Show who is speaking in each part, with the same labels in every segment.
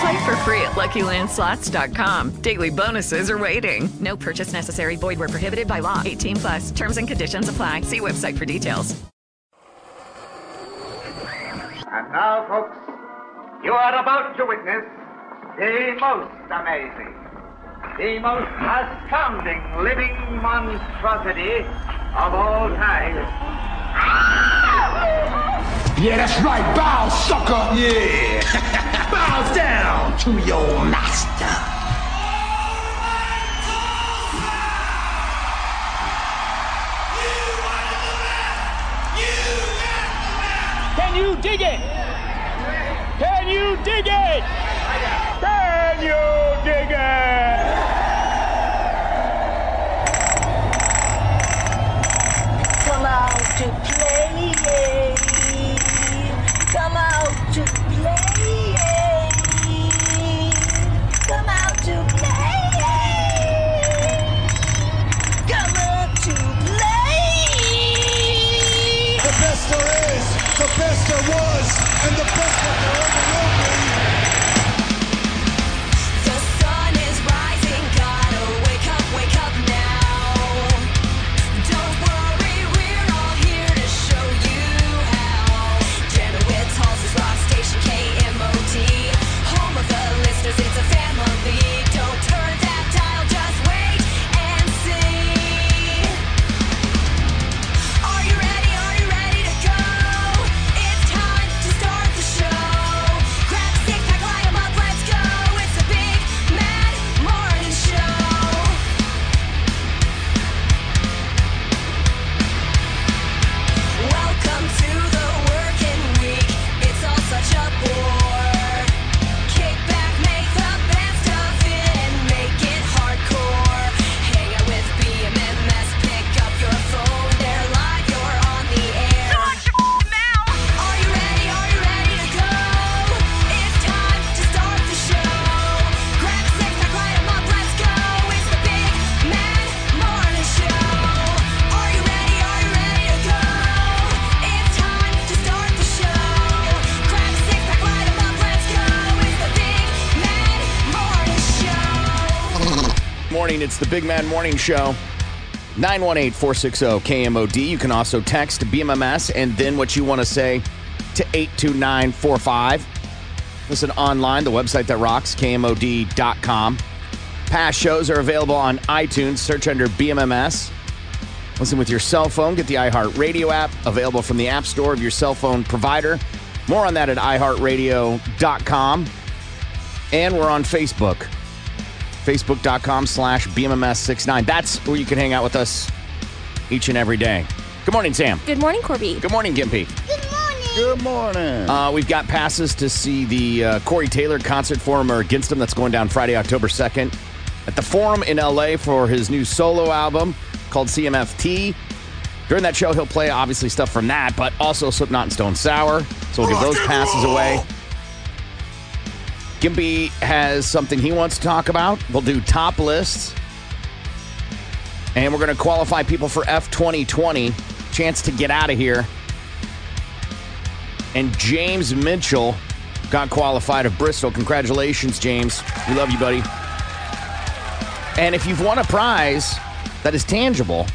Speaker 1: Play for free at LuckyLandSlots.com. Daily bonuses are waiting. No purchase necessary. Void were prohibited by law. 18 plus. Terms and conditions apply. See website for details.
Speaker 2: And now, folks, you are about to witness the most amazing, the most astounding living monstrosity of all time.
Speaker 3: Yeah, that's right. Bow, sucker. Yeah. Bow down to your master.
Speaker 4: Can you dig it? Can you dig it? Can you dig it?
Speaker 5: Come out to play. Come out to play. Come out to play. Come out to play.
Speaker 6: The best there is, the best there was, and the best that there ever will be.
Speaker 7: The sun is rising, gotta wake up, wake up now. Don't worry, we're all here to show you how. Janowitz Halls is Rock Station KMOT, home of the listeners, it's a family. Don't turn that dial, just wait and see. Are you ready? Are you ready to go? It's time to start the show. Grab a stick, pack, line 'em up, let's go. It's a big, mad morning show. Welcome to the working week. It's all such a bore. Kick back, make the best of it, and make it hardcore. Hang out with BMMS, pick up your phone. They're live, you're on the air. Are you ready? Are you ready to go? It's time to start the show. Grab a six pack, light 'em up, let's go. It's the big mad morning show. Are you ready? Are you ready to go? It's time to start the show. Grab a six pack, light 'em up, let's go. It's the big mad morning show.
Speaker 8: Morning, it's the Big Man Morning Show. 918 460 KMOD. You can also text BMMS and then what you want to say to 82945. Listen online, the website that rocks, KMOD.com. Past shows are available on iTunes. Search under BMMS. Listen with your cell phone. Get the iHeartRadio app available from the App Store of your cell phone provider. More on that at iHeartRadio.com. And we're on Facebook facebook.com slash bmms69 that's where you can hang out with us each and every day good morning sam
Speaker 9: Good morning, Corby.
Speaker 8: good morning gimpy
Speaker 5: Good morning.
Speaker 3: Good morning.
Speaker 8: uh, we've got passes to see the uh, corey taylor concert forum or against him that's going down friday october 2nd at the forum in la for his new solo album called cmft during that show he'll play obviously stuff from that but also slipknot and stone sour so we'll give those passes away Gimpy has something he wants to talk about. We'll do top lists. And we're going to qualify people for F2020. Chance to get out of here. And James Mitchell got qualified of Bristol. Congratulations, James. We love you, buddy. And if you've won a prize that is tangible,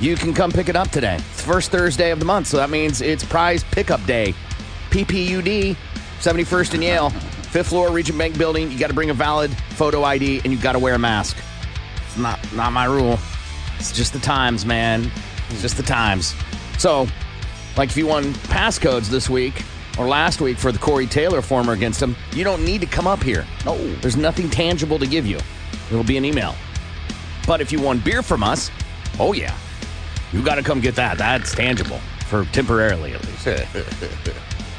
Speaker 8: you can come pick it up today. It's the first Thursday of the month, so that means it's prize pickup day. PPUD, 71st and Yale, fifth floor, Regent Bank building. You got to bring a valid photo ID and you got to wear a mask. It's not, not my rule. It's just the times, man. It's just the times. So, like if you won passcodes this week or last week for the Corey Taylor former against him, you don't need to come up here. No, there's nothing tangible to give you. It'll be an email. But if you won beer from us, oh yeah, you got to come get that. That's tangible for temporarily at least.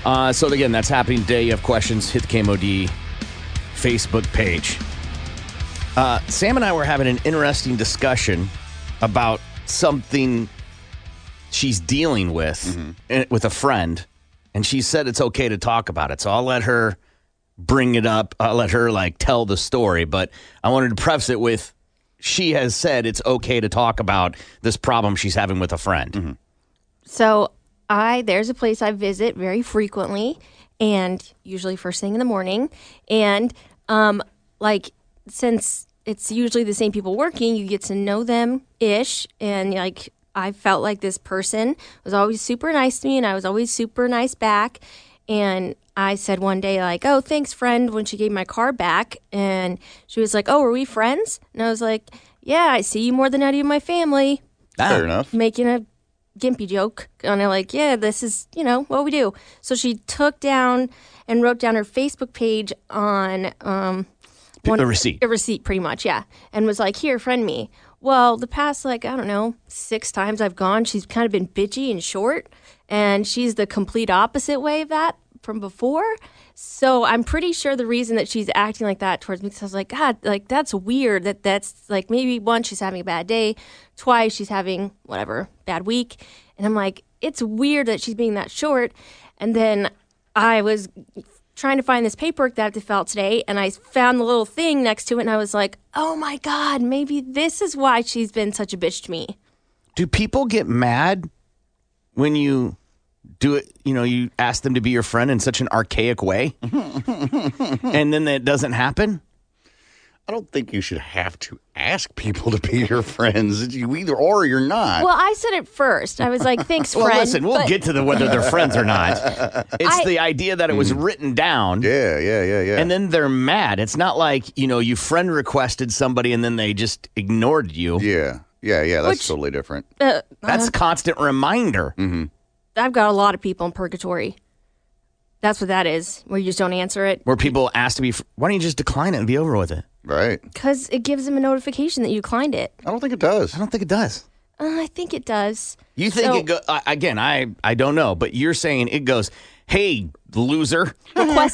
Speaker 8: uh, so again, that's happening today. You have questions? Hit the KMOD Facebook page. Uh, Sam and I were having an interesting discussion about something she's dealing with eh, with a friend, and she said it's okay to talk about it. So I'll let her bring it up. I'll let her like tell the story, but I wanted to preface it with she has said it's okay to talk about this problem she's having with a friend.
Speaker 9: So I there's a place I visit very frequently, and usually first thing in the morning. And um, like since it's usually the same people working, you get to know them ish, and like I felt like this person was always super nice to me, and I was always super nice back. And I said one day, like, oh, thanks, friend, when she gave my car back. And she was like, oh, are we friends? And I was like, yeah, I see you more than I do my family
Speaker 8: Fair enough.
Speaker 9: making a gimpy joke and I'm like yeah this is you know what we do so she took down and wrote down her facebook page on um
Speaker 8: P- a receipt.
Speaker 9: a receipt pretty much yeah and was like here friend me well the past like i don't know six times i've gone she's kind of been bitchy and short and she's the complete opposite way of that from before so i'm pretty sure the reason that she's acting like that towards me because i was like god like that's weird that that's like maybe once she's having a bad day twice she's having whatever bad week and i'm like it's weird that she's being that short and then i was trying to find this paperwork that I had to fill out today, and I found the little thing next to it, and I was like, oh my God, maybe this is why she's been such a bitch to me.
Speaker 8: Do people get mad when you do it? You know, you ask them to be your friend in such an archaic way, and then it doesn't happen.
Speaker 10: I don't think you should have to ask people to be your friends. It's You either or you're not.
Speaker 9: Well, I said it first. I was like, thanks,
Speaker 8: Well,
Speaker 9: friend.
Speaker 8: listen, we'll
Speaker 9: but-
Speaker 8: get to the whether they're friends or not. It's
Speaker 9: I-
Speaker 8: the idea that it was
Speaker 10: Mm-hmm.
Speaker 8: written down. Yeah, yeah, yeah, yeah. And then they're mad. It's not like you know you friend requested somebody and then they just ignored you. Yeah, yeah, yeah.
Speaker 9: that's Which-
Speaker 8: totally different.
Speaker 9: Uh,
Speaker 8: That's
Speaker 9: uh,
Speaker 8: a constant reminder.
Speaker 10: Mm-hmm.
Speaker 9: I've got a lot of people in purgatory. That's what that is, where you just don't answer it
Speaker 8: Where people ask to be, fr- why don't you just decline it and be over with it? Right.
Speaker 9: because it gives them a notification that you declined it.
Speaker 8: I don't think it does. I don't think it does.
Speaker 9: Uh, I think it does.
Speaker 8: You think
Speaker 9: So-
Speaker 8: it go I, again? I I don't know, but you're saying it goes. Hey, loser!
Speaker 9: Request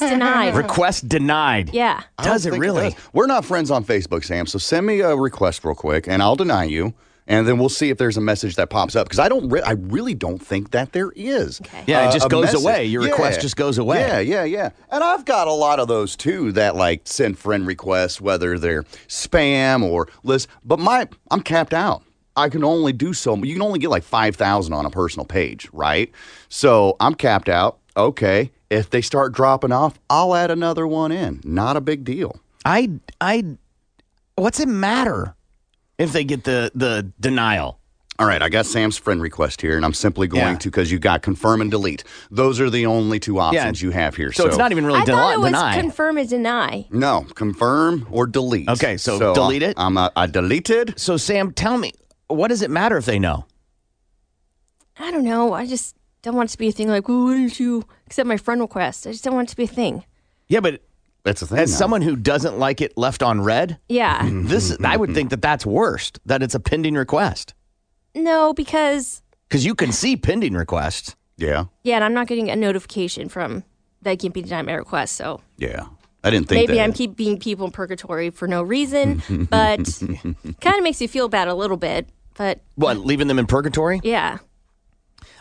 Speaker 9: denied.
Speaker 8: Request denied.
Speaker 9: Yeah.
Speaker 8: Does it really?
Speaker 10: We're not friends on Facebook, Sam. So send me a request real quick, and I'll deny you, and then we'll see if there's a message that pops up because I don't. Re- I really don't think that there is.
Speaker 8: Yeah, it
Speaker 10: Uh,
Speaker 8: just
Speaker 10: a
Speaker 8: goes
Speaker 10: message.
Speaker 8: away. Your request
Speaker 10: Yeah.
Speaker 8: just goes away.
Speaker 10: Yeah, yeah, yeah. And I've got a lot of those too that like send friend requests, whether they're spam or list. But my, I'm capped out. I can only do so. You can only get like five thousand on a personal page, right? So I'm capped out. Okay, if they start dropping off, I'll add another one in. Not a big deal.
Speaker 8: I, I, what's it matter if they get the the denial?
Speaker 10: All right, I got Sam's friend request here, and I'm simply going to because you got confirm and delete. Those are the only two options you have here. So,
Speaker 8: So it's not even really
Speaker 9: I thought it was confirm and deny.
Speaker 10: No, confirm or delete. Okay,
Speaker 8: so delete it?
Speaker 10: I'm a, Uh, I deleted.
Speaker 8: So Sam, tell me, what does it matter if they know?
Speaker 9: I don't know. I just don't want it to be a thing like, oh, why didn't you accept my friend request? I just don't want it to be a thing.
Speaker 8: Yeah, but
Speaker 10: that's the thing.
Speaker 8: As someone who doesn't like it left on red,
Speaker 9: Yeah.
Speaker 8: this I would think that that's worst. That it's a pending request
Speaker 9: No, because,
Speaker 8: because you can see pending requests.
Speaker 10: Yeah,
Speaker 9: yeah, and I'm not getting a notification from that can't be denied my request. So
Speaker 10: yeah. I didn't think
Speaker 9: maybe
Speaker 10: that.
Speaker 9: I'm keep being people in purgatory for no reason, but kind of makes you feel bad a little bit. But
Speaker 8: What leaving them in purgatory?
Speaker 9: yeah.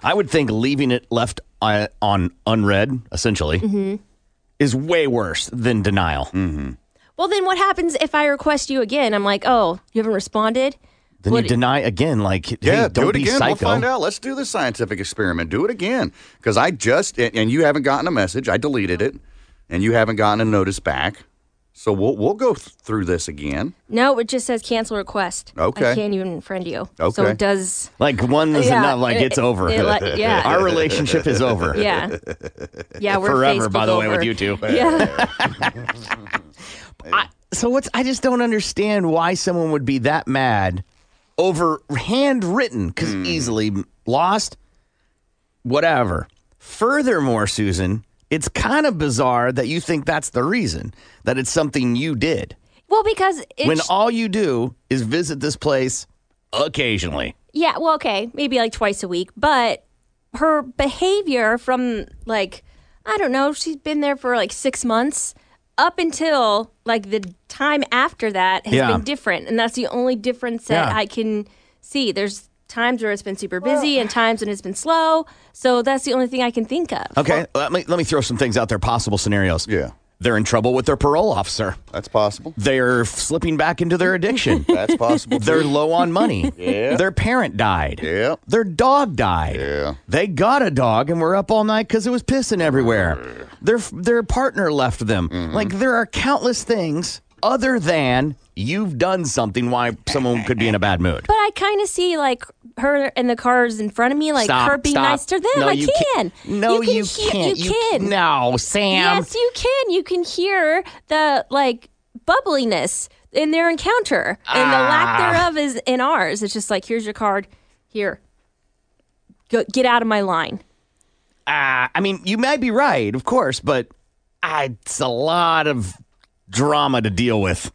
Speaker 8: I would think leaving it left uh, on unread essentially
Speaker 9: hmm
Speaker 8: is way worse than
Speaker 10: Mm.
Speaker 8: denial.
Speaker 9: Well, then what happens if I request you again? I'm like, oh, you haven't responded?
Speaker 8: Then
Speaker 9: What-
Speaker 8: you deny again, like hey,
Speaker 10: yeah,
Speaker 8: don't
Speaker 10: do it
Speaker 8: be
Speaker 10: again. We'll
Speaker 8: psycho.
Speaker 10: find out. Let's do this scientific experiment. Do it again because I just and, and you haven't gotten a message. I deleted it, and you haven't gotten a notice back. So we'll we'll go th- through this again.
Speaker 9: No, it just says cancel request.
Speaker 10: Okay.
Speaker 9: I can't even friend you. So
Speaker 10: Okay.
Speaker 9: it does.
Speaker 8: Like one is
Speaker 9: Yeah,
Speaker 8: enough. Like
Speaker 9: it-
Speaker 8: it's over.
Speaker 9: it let- yeah.
Speaker 8: Our relationship is over.
Speaker 9: Yeah. Yeah, we're
Speaker 8: forever. by
Speaker 9: Facebook
Speaker 8: the way,
Speaker 9: over.
Speaker 8: with you two.
Speaker 9: Yeah.
Speaker 8: So what's? I just don't understand why someone would be that mad over handwritten because easily lost. Whatever. Furthermore, Susan, it's kind of bizarre that you think that's the reason that it's something you did
Speaker 9: Well, because it's.
Speaker 8: when all you do is visit this place occasionally.
Speaker 9: yeah, well, okay. Maybe like twice a week. But her behavior from like, I don't know, she's been there for like six months up until like the time after that has
Speaker 8: Yeah.
Speaker 9: been different. And that's the only difference that
Speaker 8: Yeah.
Speaker 9: I can see. There's times where it's been super busy and times when it's been slow. So that's the only thing I can think of.
Speaker 8: Okay, let me let me throw some things out there. Possible scenarios. Yeah, they're in trouble with their parole officer.
Speaker 10: That's possible.
Speaker 8: They're slipping back into their addiction.
Speaker 10: That's possible.
Speaker 8: They're low on money.
Speaker 10: Yeah.
Speaker 8: Their parent died. Yeah. Their dog died. Yeah. They got a dog and were up all night because it was pissing everywhere. Their their partner left them. Like there are countless things other than you've done something why someone could be in a bad mood.
Speaker 9: But I kind of see like her and the cars in front of me, like
Speaker 8: Stop,
Speaker 9: her being
Speaker 8: stop.
Speaker 9: nice to them.
Speaker 8: No,
Speaker 9: I
Speaker 8: you
Speaker 9: can.
Speaker 8: can't. No, you
Speaker 9: you can. hear-
Speaker 8: can't.
Speaker 9: You
Speaker 8: You-
Speaker 9: can.
Speaker 8: no, Sam.
Speaker 9: Yes, you can. You can hear the like bubbliness in their encounter, and the
Speaker 8: Ah.
Speaker 9: lack thereof is in ours. It's just like here's your card. Here, go get out of my line.
Speaker 8: Uh, I mean, you might be right, of course, but uh, it's a lot of drama to deal with.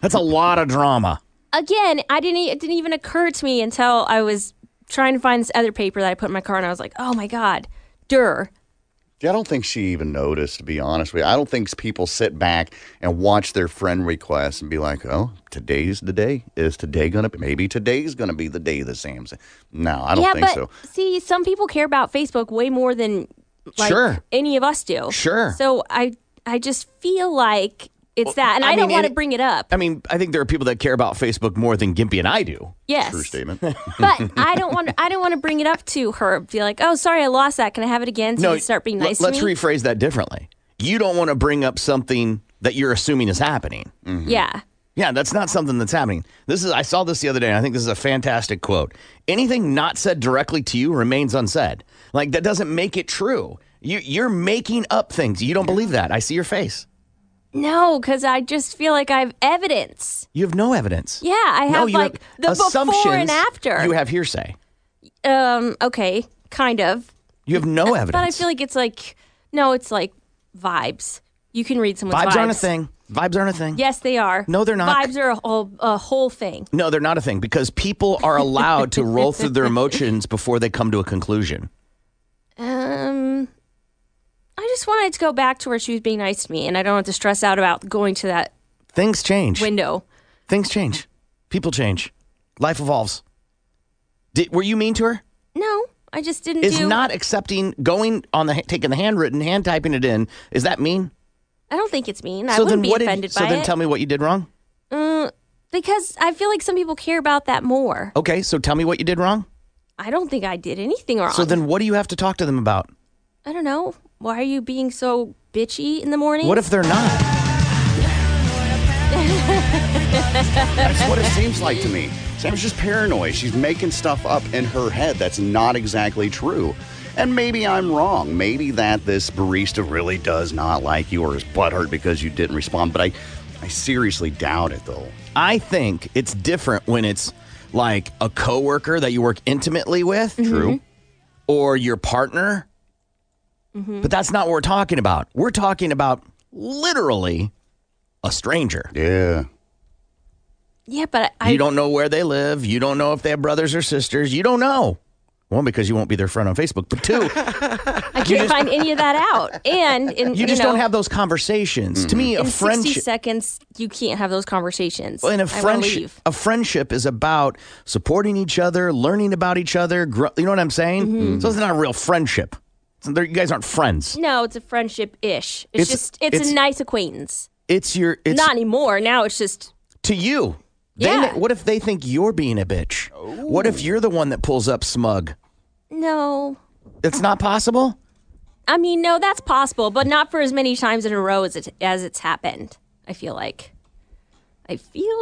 Speaker 8: That's a lot of drama.
Speaker 9: again, I didn't. e- It didn't even occur to me until I was trying to find this other paper that I put in my car, and I was like, "Oh my god, dur."
Speaker 10: Yeah, I don't think she even noticed, to be honest with you. I don't think people sit back and watch their friend requests and be like, oh, today's the day. Is today going to be, maybe today's going to be the day that Sam's. No, I don't
Speaker 9: yeah,
Speaker 10: think
Speaker 9: but
Speaker 10: so.
Speaker 9: see, some people care about Facebook way more than like
Speaker 10: Sure.
Speaker 9: any of us do.
Speaker 8: Sure.
Speaker 9: So I, I just feel like it's that, and I,
Speaker 8: I
Speaker 9: don't
Speaker 8: mean,
Speaker 9: want to
Speaker 8: it-
Speaker 9: bring it up.
Speaker 8: I mean, I think there are people that care about Facebook more than Gimpy and I do.
Speaker 9: Yes.
Speaker 8: True statement.
Speaker 9: but I don't want. I don't want to bring it up to her. Be like, "Oh, sorry, I lost that. Can I have it again?" So you start being
Speaker 8: le-
Speaker 9: nice.
Speaker 8: let's
Speaker 9: to me?
Speaker 8: rephrase that differently. You don't want to bring up something that you're assuming is happening.
Speaker 9: Yeah.
Speaker 8: Yeah, that's not something that's happening. This is I saw this the other day and I think this is a fantastic quote. Anything not said directly to you remains unsaid. Like that doesn't make it true. You you're making up things. You don't believe that. I see your face.
Speaker 9: No, because I just feel like I have evidence.
Speaker 8: You have no evidence.
Speaker 9: Yeah, I
Speaker 8: No,
Speaker 9: have
Speaker 8: you
Speaker 9: like the before and
Speaker 8: assumptions.
Speaker 9: after.
Speaker 8: You have hearsay.
Speaker 9: Um. Okay. Kind of.
Speaker 8: You have no evidence.
Speaker 9: But I feel like it's like no, it's like vibes. You can read someone's vibes.
Speaker 8: Vibes aren't a thing. Vibes aren't a thing.
Speaker 9: Yes, they are.
Speaker 8: No, they're not.
Speaker 9: Vibes are a whole a whole thing.
Speaker 8: No, they're not a thing because people are allowed to roll through their emotions before they come to a conclusion.
Speaker 9: Um. I just wanted to go back to where she was being nice to me, and I don't have to stress out about going to that
Speaker 8: Things change.
Speaker 9: window.
Speaker 8: Things change. People change. Life evolves. Did, were you mean to her?
Speaker 9: No, I just didn't.
Speaker 8: Is
Speaker 9: do,
Speaker 8: not accepting going on the taking the handwritten, hand typing it in. Is that mean?
Speaker 9: I don't think it's mean. I wouldn't
Speaker 8: what
Speaker 9: be
Speaker 8: did-
Speaker 9: offended
Speaker 8: so
Speaker 9: by
Speaker 8: then
Speaker 9: it.
Speaker 8: tell me what you did wrong.
Speaker 9: Mm, because I feel like some people care about that more.
Speaker 8: Okay, so tell me what you did wrong.
Speaker 9: I don't think I did anything wrong.
Speaker 8: So then what do you have to talk to them about?
Speaker 9: I don't know. Why are you being so bitchy in the morning?
Speaker 8: What if they're not?
Speaker 10: That's what it seems like to me. Sam's just paranoid. She's making stuff up in her head that's not exactly true. And maybe I'm wrong. Maybe that this barista really does not like you or is butthurt because you didn't respond. But I, I seriously doubt it, though.
Speaker 8: I think it's different when it's like a coworker that you work intimately with.
Speaker 9: Mm-hmm.
Speaker 10: True.
Speaker 8: Or your partner.
Speaker 9: Mm-hmm.
Speaker 8: But that's not what we're talking about. We're talking about literally a stranger.
Speaker 10: Yeah.
Speaker 9: Yeah, but I
Speaker 8: you don't know where they live. You don't know if they have brothers or sisters. You don't know. One, because you won't be their friend on Facebook, but two,
Speaker 9: I can't find any of that out. And in,
Speaker 8: you just
Speaker 9: know, Mm-hmm.
Speaker 8: don't have those conversations. To me, a
Speaker 9: in 60
Speaker 8: friendship.
Speaker 9: seconds, you can't have those conversations.
Speaker 8: And a
Speaker 9: I wanna
Speaker 8: friendship,
Speaker 9: leave.
Speaker 8: a friendship is about supporting each other, learning about each other. Gr- you know what I'm saying?
Speaker 9: Mm-hmm.
Speaker 8: So it's not a real friendship. So there- you guys aren't friends.
Speaker 9: No, it's a friendship ish. It's,
Speaker 8: It's-
Speaker 9: just it's,
Speaker 8: it's-
Speaker 9: a nice acquaintance.
Speaker 8: It's your. It's
Speaker 9: Not anymore. Now it's just
Speaker 8: to you. They
Speaker 9: Yeah.
Speaker 8: may- what if they think you're being a bitch? What if you're the one that pulls up smug?
Speaker 9: no.
Speaker 8: It's not possible.
Speaker 9: I mean, no, that's possible, but not for as many times in a row as it as it's happened. I feel like. I feel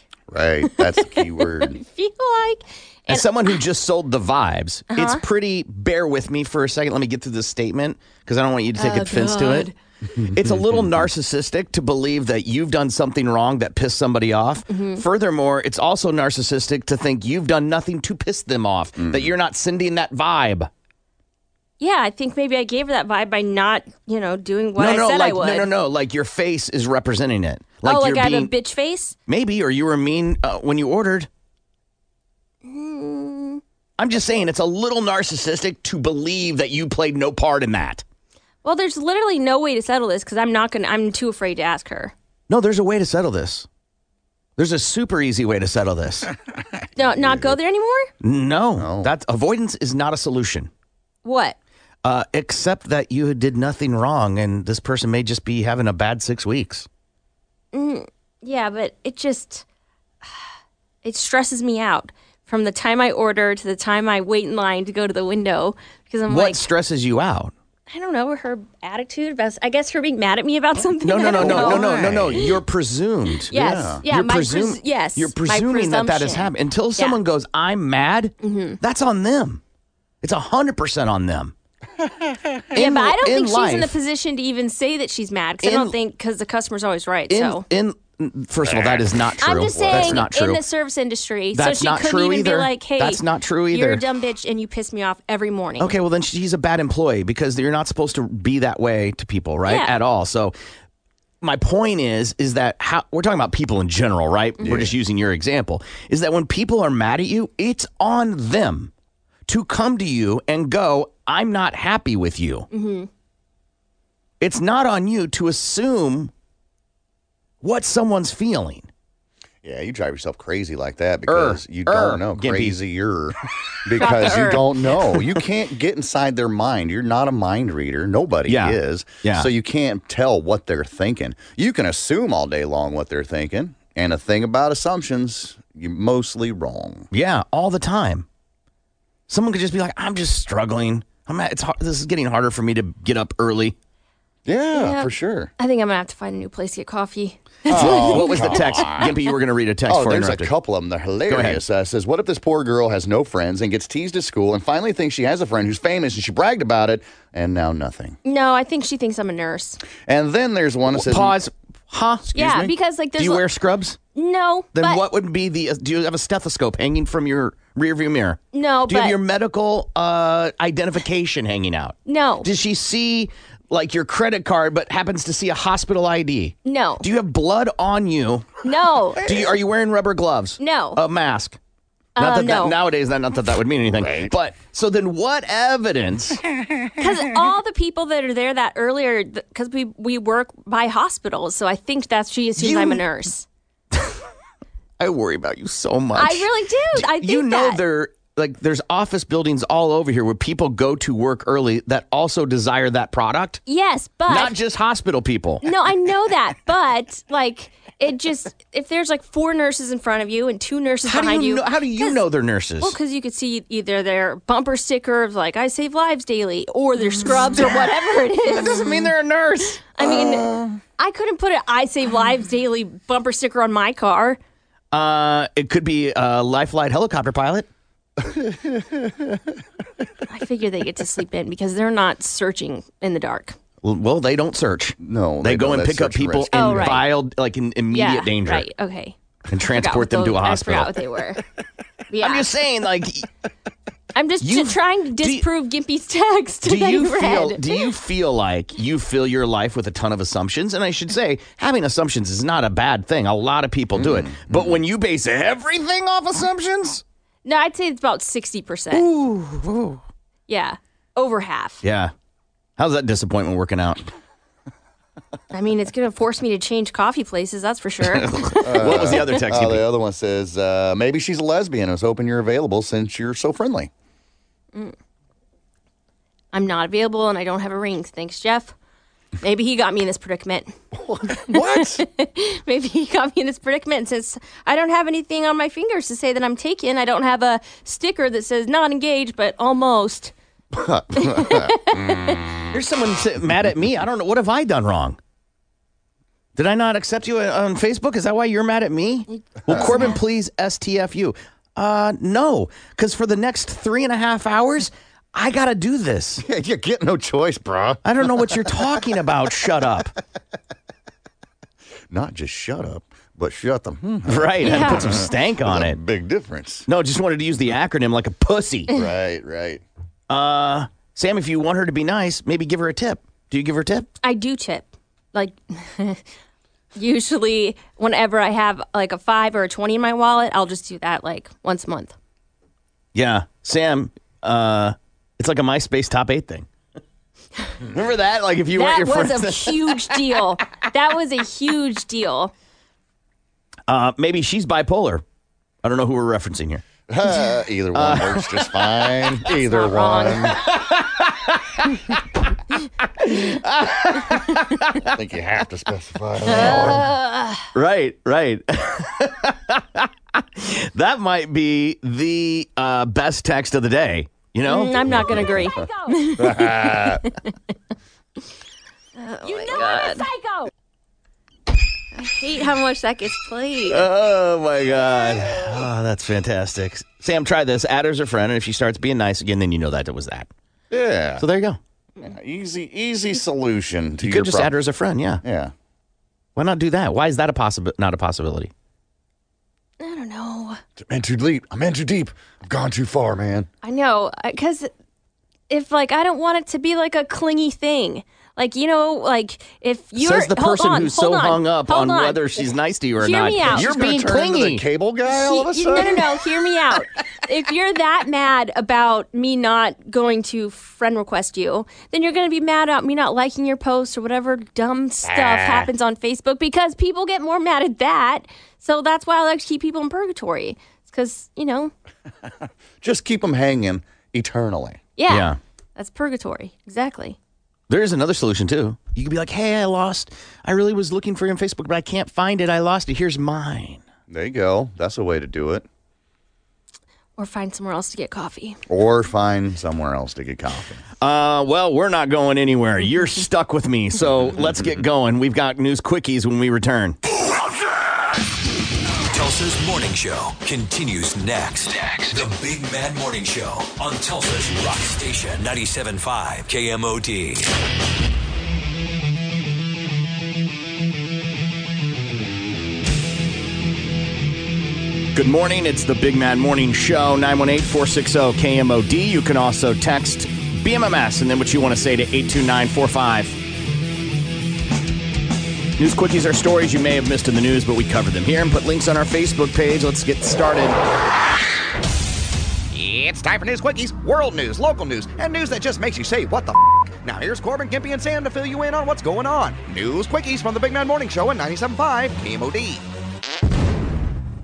Speaker 9: like.
Speaker 10: Right. That's the key word.
Speaker 9: I feel like.
Speaker 8: As someone who just sold the vibes,
Speaker 9: Uh-huh.
Speaker 8: it's pretty. Bear with me for a second. Let me get through this statement because I don't want you to take
Speaker 9: Oh,
Speaker 8: offense to it. it's a little narcissistic to believe that you've done something wrong that pissed somebody off.
Speaker 9: Mm-hmm.
Speaker 8: Furthermore, it's also narcissistic to think you've done nothing to piss them off, that you're not sending that vibe.
Speaker 9: Yeah, I think maybe I gave her that vibe by not, you know, doing what
Speaker 8: no,
Speaker 9: I
Speaker 8: no,
Speaker 9: said
Speaker 8: like
Speaker 9: I would.
Speaker 8: no, no, no. Like your face is representing it. Like
Speaker 9: oh, like
Speaker 8: you're
Speaker 9: I
Speaker 8: being
Speaker 9: have a bitch face.
Speaker 8: maybe, or you were mean uh, when you ordered.
Speaker 9: Mm,
Speaker 8: I'm just saying, it's a little narcissistic to believe that you played no part in that.
Speaker 9: Well, there's literally no way to settle this because I'm not gonna. I'm too afraid to ask her.
Speaker 8: No, there's a way to settle this. There's a super easy way to settle this.
Speaker 9: No, not go there anymore?
Speaker 8: no, that avoidance is not a solution.
Speaker 9: What?
Speaker 8: Uh, except that you did nothing wrong, and this person may just be having a bad six weeks.
Speaker 9: Mm, yeah, but it just it stresses me out from the time I order to the time I wait in line to go to the window because I'm
Speaker 8: what
Speaker 9: like
Speaker 8: stresses you out?
Speaker 9: I don't know her attitude. About, I guess her being mad at me about something.
Speaker 8: No, no,
Speaker 9: I
Speaker 8: no,
Speaker 9: don't
Speaker 8: no, no,
Speaker 9: know.
Speaker 8: no, no, no. You're presumed.
Speaker 9: Yes, Yeah. yeah,
Speaker 8: You're
Speaker 9: my pres- yes,
Speaker 8: You're
Speaker 9: my
Speaker 8: presuming that that has
Speaker 9: presumption.
Speaker 8: happened. Until
Speaker 9: Yeah. Mm-hmm.
Speaker 8: someone goes, I'm mad, that's on them. It's 100% on them.
Speaker 9: Yeah,
Speaker 8: In-
Speaker 9: but I don't
Speaker 8: in
Speaker 9: think she's in the
Speaker 8: life-
Speaker 9: position to even say that she's mad because I
Speaker 8: In-
Speaker 9: don't think because the customer's always right.
Speaker 8: In,
Speaker 9: so
Speaker 8: in First of all, that is not true.
Speaker 9: I'm just saying,
Speaker 8: That's not true.
Speaker 9: in the service industry,
Speaker 8: That's
Speaker 9: so she
Speaker 8: not
Speaker 9: couldn't
Speaker 8: true
Speaker 9: even be
Speaker 8: either.
Speaker 9: like, "Hey,
Speaker 8: That's not true
Speaker 9: You're
Speaker 8: either.
Speaker 9: a dumb bitch, and you piss me off every morning."
Speaker 8: Okay, well then she's a bad employee because you're not supposed to be that way to people, right?
Speaker 9: Yeah.
Speaker 8: At all. So my point is is that how we're talking about people in general, right? We're just using your example. Is that when people are mad at you, it's on them to come to you and go, "I'm not happy with you."
Speaker 9: Mm-hmm.
Speaker 8: It's not on you to assume what someone's feeling.
Speaker 10: Yeah, you drive yourself crazy like that because you don't
Speaker 8: er,
Speaker 10: know
Speaker 8: gimpy.
Speaker 10: crazier because you
Speaker 8: er.
Speaker 10: don't know. You can't get inside their mind. You're not a mind reader. Nobody
Speaker 8: Yeah.
Speaker 10: is.
Speaker 8: Yeah.
Speaker 10: So you can't tell what they're thinking. You can assume all day long what they're thinking, and a thing about assumptions, you're mostly wrong.
Speaker 8: Yeah, all the time. Someone could just be like, "I'm just struggling. I'm at, it's hard, this is getting harder for me to get up early."
Speaker 9: Yeah. for
Speaker 10: sure.
Speaker 9: I think I'm gonna have to find a new place to get coffee.
Speaker 10: Oh,
Speaker 8: what was the text?
Speaker 10: God.
Speaker 8: Gimpy, you were going to read a text
Speaker 10: oh,
Speaker 8: for
Speaker 10: there's a
Speaker 8: interrupted.
Speaker 10: couple of them. They're hilarious. Uh, says, what if this poor girl has no friends and gets teased at school and finally thinks she has a friend who's famous and she bragged about it, and now nothing.
Speaker 9: No, I think she thinks I'm a nurse.
Speaker 10: And then there's one that says,
Speaker 8: pause. Huh?
Speaker 9: yeah, because like
Speaker 8: Do
Speaker 9: there's
Speaker 8: you
Speaker 9: a-
Speaker 8: wear scrubs?
Speaker 9: no.
Speaker 8: Then
Speaker 9: but,
Speaker 8: what would be the? Uh, do you have a stethoscope hanging from your rearview mirror?
Speaker 9: No,
Speaker 8: Do you
Speaker 9: but-
Speaker 8: have your medical uh, identification hanging out?
Speaker 9: No.
Speaker 8: Does she see like your credit card, but happens to see a hospital ID?
Speaker 9: No.
Speaker 8: Do you have blood on you?
Speaker 9: No.
Speaker 8: Do you, are you wearing rubber gloves?
Speaker 9: No.
Speaker 8: A mask.
Speaker 9: Um,
Speaker 8: Not that,
Speaker 9: no.
Speaker 8: that nowadays, that not that that would mean anything. But so then, what evidence?
Speaker 9: Because all the people that are there that earlier, because we we work by hospitals, so I think that's she assumes I'm a nurse.
Speaker 8: I worry about you so much.
Speaker 9: I really do. I think
Speaker 8: you know
Speaker 9: that.
Speaker 8: there like there's office buildings all over here where people go to work early that also desire that product.
Speaker 9: Yes, but
Speaker 8: Not just hospital people.
Speaker 9: No, I know that, but like it just if there's like four nurses in front of you and two nurses
Speaker 8: How do
Speaker 9: behind
Speaker 8: you
Speaker 9: you.
Speaker 8: know- how do you know they're nurses?
Speaker 9: Well, because you could see either their bumper sticker of like "I save lives daily" or
Speaker 8: Mm.
Speaker 9: their scrubs or whatever it is.
Speaker 8: That doesn't mean they're a nurse.
Speaker 9: I mean,
Speaker 8: Uh.
Speaker 9: I couldn't put an "I save lives daily" bumper sticker on my car.
Speaker 8: Uh, it could be a lifeline helicopter pilot.
Speaker 9: I figure they get to sleep in because they're not searching in the dark.
Speaker 8: Well, Well, they don't search. No, they,
Speaker 10: they
Speaker 8: go
Speaker 10: don't.
Speaker 8: and
Speaker 10: That's
Speaker 8: pick up
Speaker 10: search and
Speaker 8: people
Speaker 10: rescue.
Speaker 8: in
Speaker 9: Oh, right.
Speaker 8: vile, like in immediate
Speaker 9: yeah,
Speaker 8: danger,
Speaker 9: Right. Okay.
Speaker 8: and transport them to
Speaker 9: Forgot
Speaker 8: a
Speaker 9: what those-
Speaker 8: hospital.
Speaker 9: I forgot what they were. Yeah.
Speaker 8: I'm just saying, like,
Speaker 9: I'm just t- trying to disprove Gimpy's text
Speaker 8: do
Speaker 9: that
Speaker 8: you
Speaker 9: he read.
Speaker 8: feel do you feel like you fill your life with a ton of assumptions and i should say having assumptions is not a bad thing a lot of people do it but when you base everything off assumptions
Speaker 9: No, I'd say it's about 60%. Yeah. Over half.
Speaker 8: yeah how's that disappointment working out
Speaker 9: I mean, it's going to force me to change coffee places, that's for sure.
Speaker 8: What was the other text
Speaker 10: Uh,
Speaker 8: you
Speaker 10: the other one says, uh, maybe she's a lesbian. I was hoping you're available since you're so friendly.
Speaker 9: I'm not available and I don't have a ring. Thanks, Jeff. Maybe he got me in this predicament.
Speaker 10: What?
Speaker 9: Maybe he got me in this predicament and since I don't have anything on my fingers to say that I'm taken. I don't have a sticker that says not engaged, but almost.
Speaker 8: here's someone sa- mad at me i don't know what have i done wrong did i not accept you uh, on facebook is that why you're mad at me well corbin please stfu uh no because for the next three and a half hours i gotta do this
Speaker 10: Yeah, you get no choice, bruh.
Speaker 8: I don't know what you're talking about. Shut up.
Speaker 10: Not just shut up, but shut them. Hmm.
Speaker 8: Right. I had to put some stank on
Speaker 10: There's a
Speaker 8: it.
Speaker 10: Big difference.
Speaker 8: No, just wanted to use the acronym like a pussy.
Speaker 10: right, right.
Speaker 8: Uh, Sam, if you want her to be nice, maybe give her a tip. Do you give her a tip?
Speaker 9: I do tip. Like usually whenever I have like a 5 or a 20 in my wallet, I'll just do that like once a month.
Speaker 8: Yeah. Sam, uh, it's like a MySpace top eight thing. Remember that? Like if you
Speaker 9: that
Speaker 8: weren't your
Speaker 9: was
Speaker 8: friends.
Speaker 9: a huge deal. That was a huge deal.
Speaker 8: Uh, maybe she's bipolar. I don't know who we're referencing here.
Speaker 10: Uh, either one works just fine. Either one. I think you have to specify that
Speaker 8: Right, right. that might be the uh, best text of the day. You know,
Speaker 9: Mm, I'm not going to agree. Oh you my know God. psycho. I hate how much that gets played.
Speaker 8: Oh my god, oh, that's fantastic. Sam, try this. Add her as a friend, and if she starts being nice again, then you know that it was that.
Speaker 10: Yeah.
Speaker 8: So there you go.
Speaker 10: one. easy, easy solution to
Speaker 8: You
Speaker 10: your
Speaker 8: could just add her as a friend. Yeah.
Speaker 10: Yeah.
Speaker 8: Why not do that? Why is that a possible? Not a possibility.
Speaker 9: I don't know.
Speaker 10: I'm in too deep. I'm in too deep. I've gone too far, man.
Speaker 9: I know, because if like I don't want it to be like a clingy thing, like you know, like if you're
Speaker 8: Says the
Speaker 9: hold
Speaker 8: person
Speaker 9: on,
Speaker 8: who's so
Speaker 9: hold on,
Speaker 8: hung up
Speaker 9: hold
Speaker 8: on, whether she's nice to you or
Speaker 9: Hear
Speaker 8: not.
Speaker 9: me out.
Speaker 8: You're
Speaker 9: She's gonna
Speaker 8: being
Speaker 9: turn into the
Speaker 8: clingy.
Speaker 10: cable guy all of a
Speaker 9: She- you- no,
Speaker 10: sudden?
Speaker 9: no, no. Hear me out. if you're that mad about me not going to friend request you, then you're going to be mad about me not liking your post or whatever dumb stuff
Speaker 11: Ah.
Speaker 9: happens on Facebook because people get more mad at that. So that's why I like to keep people in purgatory. It's because, you know,
Speaker 10: Just keep them hanging eternally.
Speaker 9: yeah, that's purgatory. Exactly.
Speaker 8: There is another solution too. You could be like, "Hey, I lost. I really was looking for you on Facebook, but I can't find it. I lost it. Here's mine."
Speaker 10: There you go. That's a way to do it.
Speaker 9: Or find somewhere else to get coffee.
Speaker 10: Or find somewhere else to get coffee.
Speaker 8: Uh, well, we're not going anywhere. You're stuck with me. So let's get going. We've got news quickies when we return.
Speaker 12: Tulsa's morning show continues next. Next. The Big Mad Morning Show on Tulsa's Rock Station 97.5 KMOD.
Speaker 8: Good morning. It's the Big Man Morning Show, 918 460 KMOD. You can also text BMMS and then what you want to say to 82945. News quickies are stories you may have missed in the news, but we cover them here and put links on our Facebook page. Let's get started.
Speaker 13: It's time for news quickies, world news, local news, and news that just makes you say, what the f-? Now here's Corbin, Gimpy, and Sam to fill you in on what's going on. News quickies from the Big Man Morning Show at 97.5 KMOD.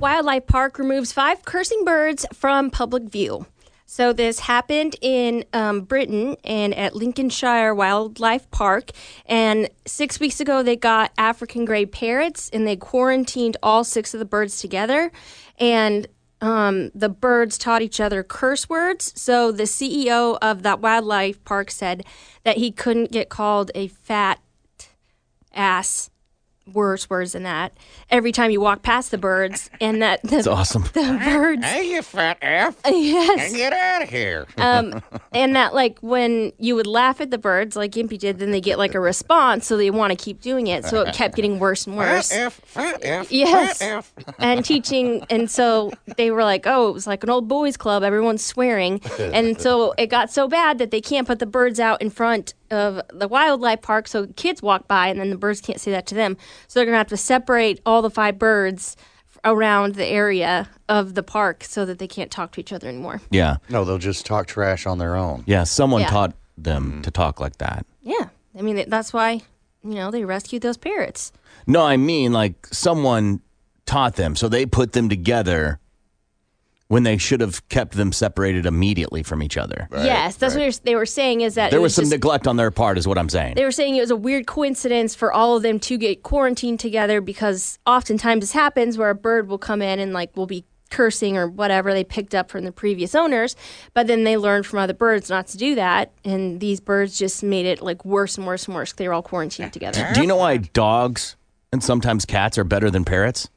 Speaker 9: Wildlife Park removes five cursing birds from public view. So, this happened in um, Britain and at Lincolnshire Wildlife Park. And six weeks ago, they got African gray parrots and they quarantined all six of the birds together. And um, the birds taught each other curse words. So, the CEO of that wildlife park said that he couldn't get called a fat ass worse words than that every time you walk past the birds and that the,
Speaker 8: That's awesome.
Speaker 9: the birds
Speaker 10: hey you fat f
Speaker 9: yes
Speaker 10: get out of here
Speaker 9: um and that like when you would laugh at the birds like gimpy did then they get like a response so they want to keep doing it so it kept getting worse and worse
Speaker 10: fat F,
Speaker 9: Yes. and teaching and so they were like oh it was like an old boys club everyone's swearing and so it got so bad that they can't put the birds out in front of the wildlife park so kids walk by and then the birds can't say that to them so they're gonna have to separate all the five birds f- around the area of the park so that they can't talk to each other anymore
Speaker 8: Yeah.
Speaker 10: No, they'll just talk trash on their own.
Speaker 8: Yeah, someone
Speaker 9: Yeah.
Speaker 8: taught them to talk like that.
Speaker 9: yeah i mean th- that's why you know they rescued those parrots
Speaker 8: No, I mean like someone taught them, so they put them together when they should have kept them separated immediately from each other.
Speaker 9: yes that's what they were saying is that
Speaker 8: There
Speaker 9: it
Speaker 8: was some
Speaker 9: just-
Speaker 8: neglect on their part, is what I'm saying.
Speaker 9: They were saying it was a weird coincidence for all of them to get quarantined together because oftentimes this happens where a bird will come in and like will be cursing or whatever they picked up from the previous owners, but then they learned from other birds not to do that, and these birds just made it like worse and worse and worse. 'cause They were all quarantined together.
Speaker 8: Do you know why dogs and sometimes cats are better than parrots?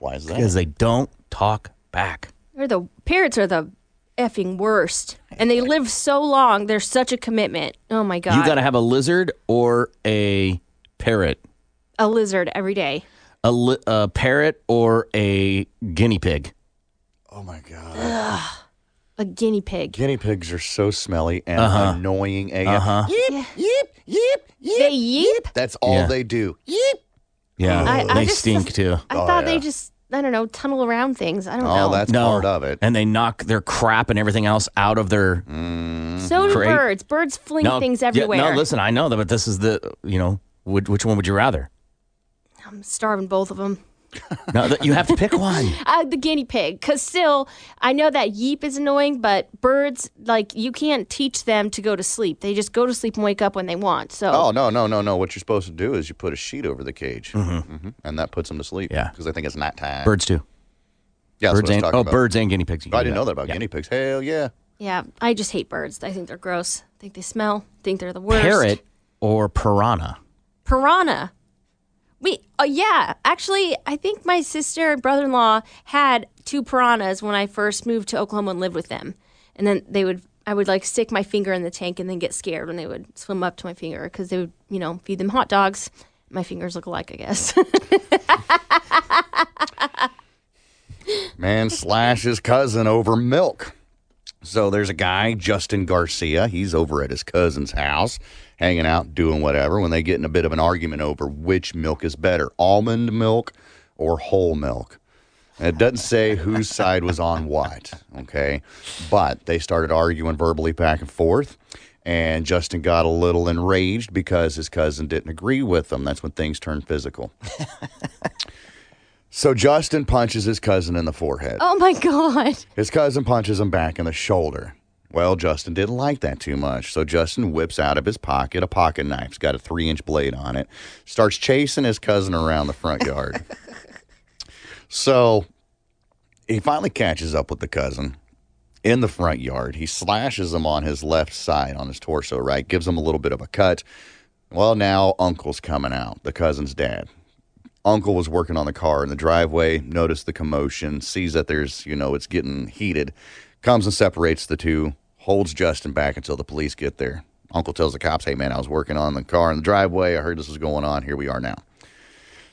Speaker 10: Why is that?
Speaker 8: Because they don't talk back.
Speaker 9: They're the parrots are the effing worst, and they live so long. They're such a commitment. Oh my god,
Speaker 8: You got to have a lizard or a parrot,
Speaker 9: a lizard every day.
Speaker 8: a, li- a parrot or a guinea pig.
Speaker 9: Ugh. A guinea pig.
Speaker 10: Guinea pigs are so smelly and
Speaker 8: Uh-huh.
Speaker 10: annoying AF.
Speaker 8: Uh-huh.
Speaker 9: Yep, yep, yep, yep. They yeep.
Speaker 10: That's all
Speaker 8: Yeah.
Speaker 10: they do.
Speaker 9: Yeep.
Speaker 8: Yeah,
Speaker 9: I- I
Speaker 8: they
Speaker 9: just-
Speaker 8: stink too.
Speaker 9: I thought they just, I don't know, tunnel around things.
Speaker 10: Oh,
Speaker 9: I don't know.
Speaker 8: no. part of it. And they knock their crap and everything else out of their
Speaker 9: So do
Speaker 8: crate.
Speaker 9: birds. Birds fling
Speaker 8: No,
Speaker 9: things
Speaker 8: Mm-hmm. yeah,
Speaker 9: everywhere.
Speaker 8: no, listen, I know that, but this is the you know, which, which one would you rather?
Speaker 9: I'm starving both of them.
Speaker 8: No, th- you have to pick one.
Speaker 9: Uh, the guinea pig, because still, I know that yeep is annoying, but birds, like, you can't teach them to go to sleep. They just go to sleep and wake up when they want. So,
Speaker 10: Oh no no no no! What you're supposed to do is you put a sheet over the cage,
Speaker 13: Mm-hmm.
Speaker 10: hmm and that puts them to sleep. Yeah, because I think it's nighttime.
Speaker 8: Birds too.
Speaker 10: Yeah, that's what
Speaker 8: birds
Speaker 10: I was
Speaker 8: and
Speaker 10: talking
Speaker 8: oh,
Speaker 10: about.
Speaker 8: birds and guinea pigs. you
Speaker 10: I
Speaker 8: can do
Speaker 10: didn't know that about guinea pigs. Hell yeah!
Speaker 9: yeah, I just hate birds. I think they're gross. I think they smell. I think they're the worst.
Speaker 8: Parrot or piranha.
Speaker 9: Piranha. Wait, oh, yeah. Actually, I think my sister and brother in law had two piranhas when I first moved to Oklahoma and lived with them. And then they would, I would like stick my finger in the tank and then get scared when they would swim up to my finger because they would, you know, feed them hot dogs. My fingers look alike, I guess.
Speaker 10: Man slash his cousin over milk. So there's a guy, Justin Garcia. He's over at his cousin's house, hanging out, doing whatever. When they get in a bit of an argument over which milk is better, almond milk or whole milk. And it doesn't say whose side was on what, okay? But they started arguing verbally back and forth, and Justin got a little enraged because his cousin didn't agree with him. That's when things turned physical. so Justin punches his cousin in the forehead.
Speaker 9: oh my God.
Speaker 10: His cousin punches him back in the shoulder. Well, Justin didn't like that too much, so Justin whips out of his pocket a pocket knife. It's got a three inch blade on it, starts chasing his cousin around the front yard. so he finally catches up with the cousin in the front yard. He slashes him on his left side, on his torso, right? Gives him a little bit of a cut. Well, now Uncle's coming out, the cousin's dad uncle was working on the car in the driveway, noticed the commotion, sees that there's, you know, it's getting heated, comes and separates the two, holds Justin back until the police get there. Uncle tells the cops, hey, man, I was working on the car in the driveway. I heard this was going on. Here we are now.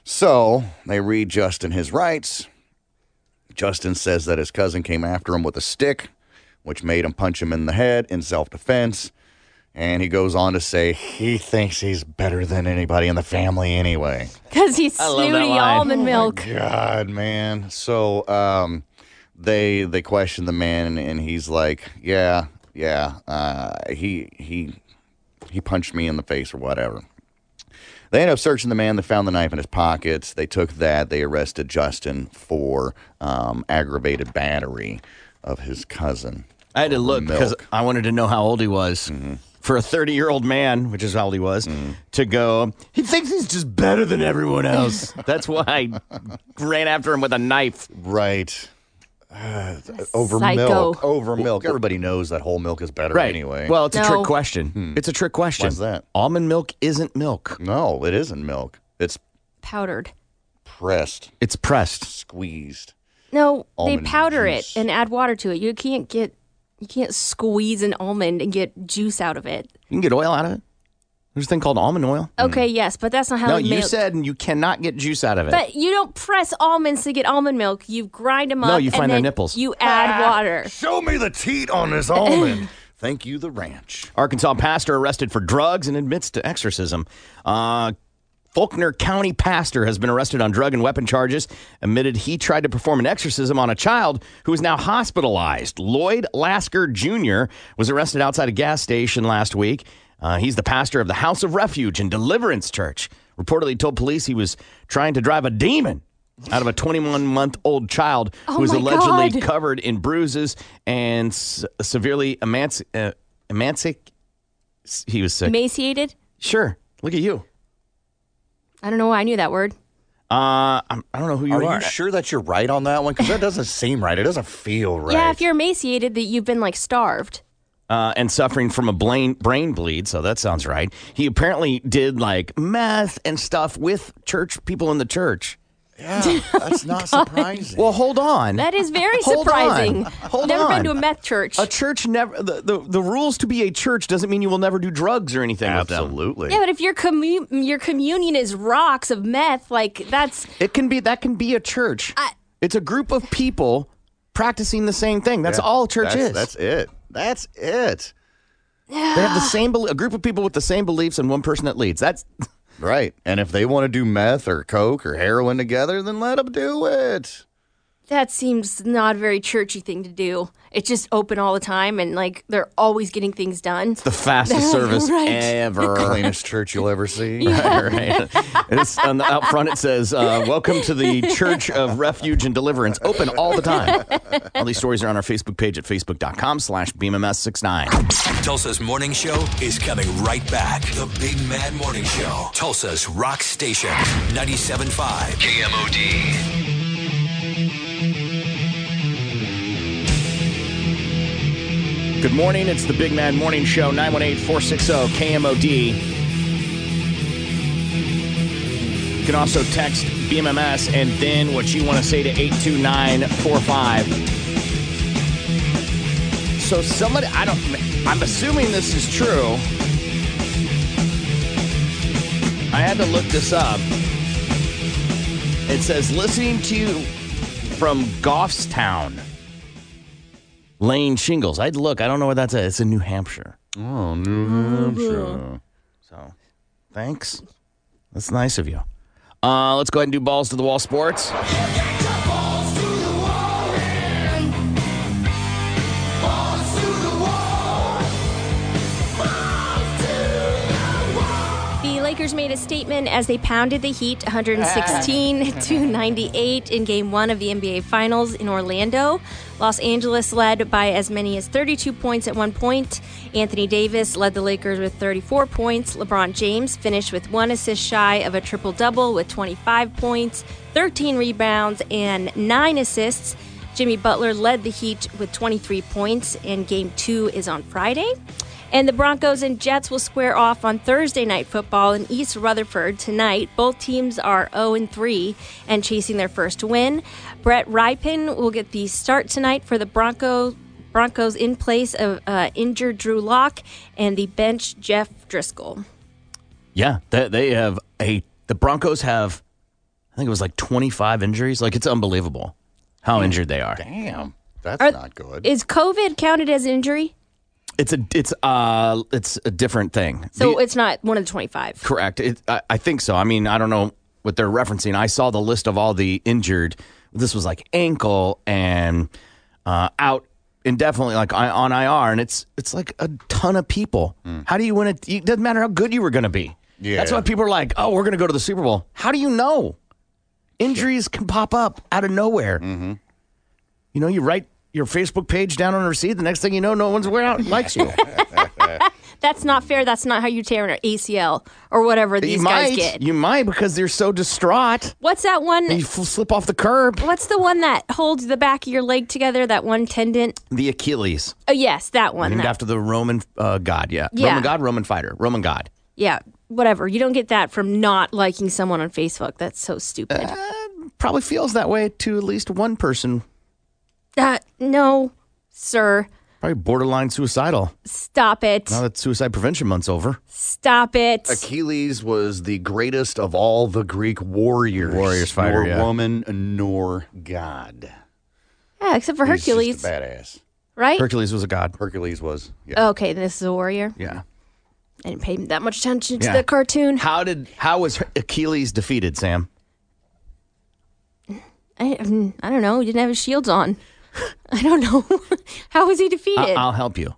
Speaker 10: So they read Justin his rights. Justin says that his cousin came after him with a stick, which made him punch him in the head in self defense. And he goes on to say he thinks he's better than anybody in the family anyway.
Speaker 9: Because he's snooty almond milk.
Speaker 10: God, man. So um, they they question the man, and he's like, "Yeah, yeah, uh, he he he punched me in the face or whatever." They end up searching the man. They found the knife in his pockets. They took that. They arrested Justin for um, aggravated battery of his cousin.
Speaker 8: I had to look
Speaker 10: Milk. Mm-hmm.
Speaker 8: because I wanted to know how old he was. For a 30 year old man, which is how old he was, to go, he thinks he's just better than everyone else. That's why I ran after him with a knife.
Speaker 10: Right. Over
Speaker 8: Psycho.
Speaker 10: milk. Over milk. Everybody knows that whole milk is better
Speaker 8: Right.
Speaker 10: anyway. Hmm.
Speaker 8: Well, it's a trick question. It's a trick question.
Speaker 10: Why's that? Mm-hmm.
Speaker 8: Almond milk isn't milk.
Speaker 10: No, it isn't milk. It's
Speaker 9: Powdered.
Speaker 10: pressed.
Speaker 8: It's pressed.
Speaker 10: Squeezed.
Speaker 9: No,
Speaker 10: Almond
Speaker 9: they powder it and add water to it. You can't get, you can't squeeze an almond and get juice out of it.
Speaker 8: You can get oil out of it. There's a thing called almond oil.
Speaker 9: Okay, yes, but that's not how
Speaker 8: Mm. no,
Speaker 9: it
Speaker 8: you
Speaker 9: milk.
Speaker 8: said you cannot get juice out of it.
Speaker 9: But you don't press almonds to get almond milk. You grind them up.
Speaker 8: No, you find
Speaker 9: and
Speaker 8: their
Speaker 9: then
Speaker 8: nipples.
Speaker 9: You add water.
Speaker 10: Show me the teat on this almond. Thank you, the ranch.
Speaker 8: Arkansas pastor arrested for drugs and admits to exorcism. Uh, Faulkner County pastor has been arrested on drug and weapon charges. Admitted he tried to perform an exorcism on a child who is now hospitalized. Lloyd Lasker Jr. was arrested outside a gas station last week. Uh, he's the pastor of the House of Refuge and Deliverance Church. Reportedly told police he was trying to drive a demon out of a 21 month old child
Speaker 12: Oh
Speaker 8: who was
Speaker 12: my
Speaker 8: allegedly
Speaker 12: God.
Speaker 8: covered in bruises and s- severely emanci- uh, emanci- s- He was sick.
Speaker 9: Emaciated.
Speaker 8: Sure. Look at you.
Speaker 9: I don't know why I knew that word.
Speaker 8: Uh, I'm, I don't know who you are.
Speaker 10: Are you sure that you're right on that one? Because that doesn't seem right. It doesn't feel right.
Speaker 9: Yeah, if you're emaciated, that you've been like starved.
Speaker 8: uh, and suffering from a brain brain bleed. So that sounds right. He apparently did like meth and stuff with church people in the church.
Speaker 10: Yeah, that's not surprising.
Speaker 8: Well, hold on.
Speaker 9: That is very
Speaker 8: Hold
Speaker 9: surprising.
Speaker 8: on. Hold
Speaker 9: Never
Speaker 8: on.
Speaker 9: been to a meth church.
Speaker 8: A church never the, the the rules to be a church doesn't mean you will never do drugs or anything.
Speaker 10: Absolutely.
Speaker 9: yeah, but if your commu- your communion is rocks of meth, like that's
Speaker 8: It can be that can be a church. it's a group of people practicing the same thing. That's
Speaker 10: Yeah,
Speaker 8: all church
Speaker 10: that's-
Speaker 8: is.
Speaker 10: That's it. That's it.
Speaker 8: They have the same bel- a group of people with the same beliefs and one person that leads. That's
Speaker 10: Right. And if they want to do meth or coke or heroin together, then let them do it.
Speaker 9: that seems not a very churchy thing to do. It's just open all the time, and like they're always getting things done.
Speaker 8: The fastest service
Speaker 9: Right.
Speaker 8: ever.
Speaker 10: Cleanest church you'll ever see.
Speaker 9: Yeah.
Speaker 8: Right, right. It's on the, out front it says, uh, "Welcome to the Church of Refuge and Deliverance." Open all the time. All these stories are on our Facebook page at facebook.com/slash bmms69.
Speaker 12: Tulsa's morning show is coming right back. The Big Mad Morning Show, Tulsa's rock station, 97.5 KMOD.
Speaker 8: Good morning. It's the Big Man Morning Show, 918-460-KMOD. You can also text BMMS and then what you want to say to 82945. So somebody, I don't, I'm assuming this is true. I had to look this up. It says, listening to you from Goffstown. Lane Shingles. I'd look. I don't know where that's at. It's in New Hampshire.
Speaker 10: Oh, New Hampshire.
Speaker 8: So, thanks. That's nice of you. Uh, let's go ahead and do balls to the wall sports.
Speaker 9: The Lakers made a statement as they pounded the Heat 116 to 98 in game one of the NBA Finals in Orlando. Los Angeles led by as many as 32 points at one point. Anthony Davis led the Lakers with 34 points. LeBron James finished with one assist shy of a triple double with 25 points, 13 rebounds, and nine assists. Jimmy Butler led the Heat with 23 points, and game two is on Friday. And the Broncos and Jets will square off on Thursday night football in East Rutherford tonight. Both teams are 0 3 and chasing their first win. Brett Ripon will get the start tonight for the Broncos. Broncos in place of uh, injured Drew Locke and the bench Jeff Driscoll.
Speaker 8: Yeah, they, they have a. The Broncos have, I think it was like 25 injuries. Like, it's unbelievable how injured they are.
Speaker 10: Damn. That's
Speaker 9: Are-
Speaker 10: not good.
Speaker 9: Is COVID counted as injury?
Speaker 8: It's a it's uh it's a different thing.
Speaker 9: So it's not one of the 25.
Speaker 8: Correct. It, I, I think so. I mean, I don't know what they're referencing. I saw the list of all the injured. This was like ankle and uh, out indefinitely, like I- on IR, and it's it's like a ton of people.
Speaker 9: Hmm.
Speaker 8: How do you win it? It doesn't matter how good you were going to be.
Speaker 10: Yeah.
Speaker 8: That's why people are like, oh, we're going to go to the Super Bowl. How do you know? Injuries can pop up out of nowhere. Mm-hmm. You know, you write your Facebook page down on a receipt. The next thing you know, no one's wearing out likes you.
Speaker 9: That's not fair. That's not how you tear an ACL or whatever these
Speaker 8: you
Speaker 9: guys
Speaker 8: might,
Speaker 9: get.
Speaker 8: You might because they're so distraught.
Speaker 9: What's that one?
Speaker 8: And you fl- slip off the curb.
Speaker 9: What's the one that holds the back of your leg together? That one tendon?
Speaker 8: The Achilles,
Speaker 9: Oh, yes, that one.
Speaker 8: named
Speaker 9: That-
Speaker 8: after the Roman uh, god. Yeah.
Speaker 9: Yeah.
Speaker 8: Roman god, Roman fighter, Roman god.
Speaker 9: yeah, whatever. You don't get that from not liking someone on Facebook. That's so stupid.
Speaker 8: Uh. Probably feels that way to at least one person.
Speaker 9: Uh, no, sir.
Speaker 8: Probably borderline suicidal.
Speaker 9: Stop it.
Speaker 8: Now that Suicide Prevention Month's over.
Speaker 9: Stop it.
Speaker 10: Achilles was the greatest of all the Greek warriors.
Speaker 8: Warriors fighter,
Speaker 10: Nor
Speaker 8: yeah.
Speaker 10: woman, nor god.
Speaker 9: Yeah, except for
Speaker 10: He's just a
Speaker 9: Hercules,
Speaker 10: badass.
Speaker 9: right?
Speaker 8: Hercules was a god.
Speaker 10: Hercules was. Yeah.
Speaker 9: Okay, then this is a warrior.
Speaker 8: Yeah.
Speaker 9: I didn't pay that much attention to
Speaker 8: Yeah.
Speaker 9: the cartoon.
Speaker 8: How did how was Achilles defeated, Sam?
Speaker 9: I, mm, I don't know. He didn't have his shields on. I don't know. How was he defeated?
Speaker 8: I- I'll help you.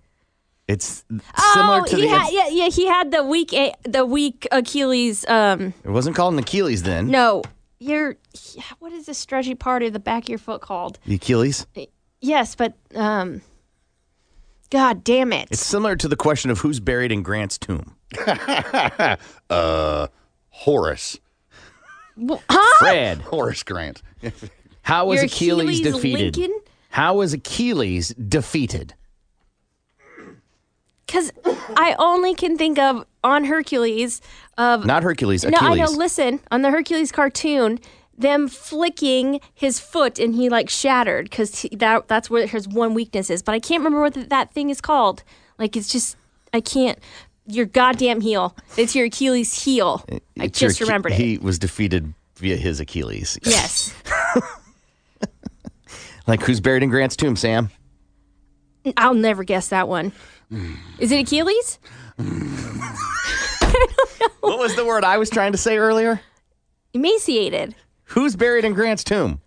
Speaker 8: It's similar
Speaker 9: oh,
Speaker 8: to
Speaker 9: he
Speaker 8: the.
Speaker 9: had, yeah, yeah, he had the weak, a- the weak Achilles. Um,
Speaker 8: It wasn't called an Achilles then.
Speaker 9: no, your what is the stretchy part of the back of your foot called?
Speaker 8: The Achilles.
Speaker 9: Yes, but um, God damn it!
Speaker 8: It's similar to the question of who's buried in Grant's tomb.
Speaker 10: uh, Horace.
Speaker 9: Wh- huh?
Speaker 8: Fred.
Speaker 10: Horace Grant.
Speaker 8: How was
Speaker 9: Ah! Your
Speaker 8: Achilles,
Speaker 9: Achilles
Speaker 8: defeated?
Speaker 9: Lincoln?
Speaker 8: How was Achilles defeated?
Speaker 9: Because I only can think of on Hercules of
Speaker 8: Not Hercules,
Speaker 9: No, I
Speaker 8: Achilles.
Speaker 9: know. Listen, on the Hercules cartoon, them flicking his foot and he like shattered because that that's where his one weakness is. But I can't remember what th- that thing is called. Like it's just I can't. Your goddamn heel. It's your Achilles heel. I
Speaker 8: It's your
Speaker 9: just
Speaker 8: Achi-
Speaker 9: remembered it.
Speaker 8: He was defeated via his Achilles.
Speaker 9: Yes,
Speaker 8: Like who's buried in Grant's tomb, Sam?
Speaker 9: I'll never guess that one.
Speaker 8: Hmm.
Speaker 9: Is it Achilles?
Speaker 8: What was the word I was trying to say earlier?
Speaker 9: Emaciated.
Speaker 8: Who's buried in Grant's tomb?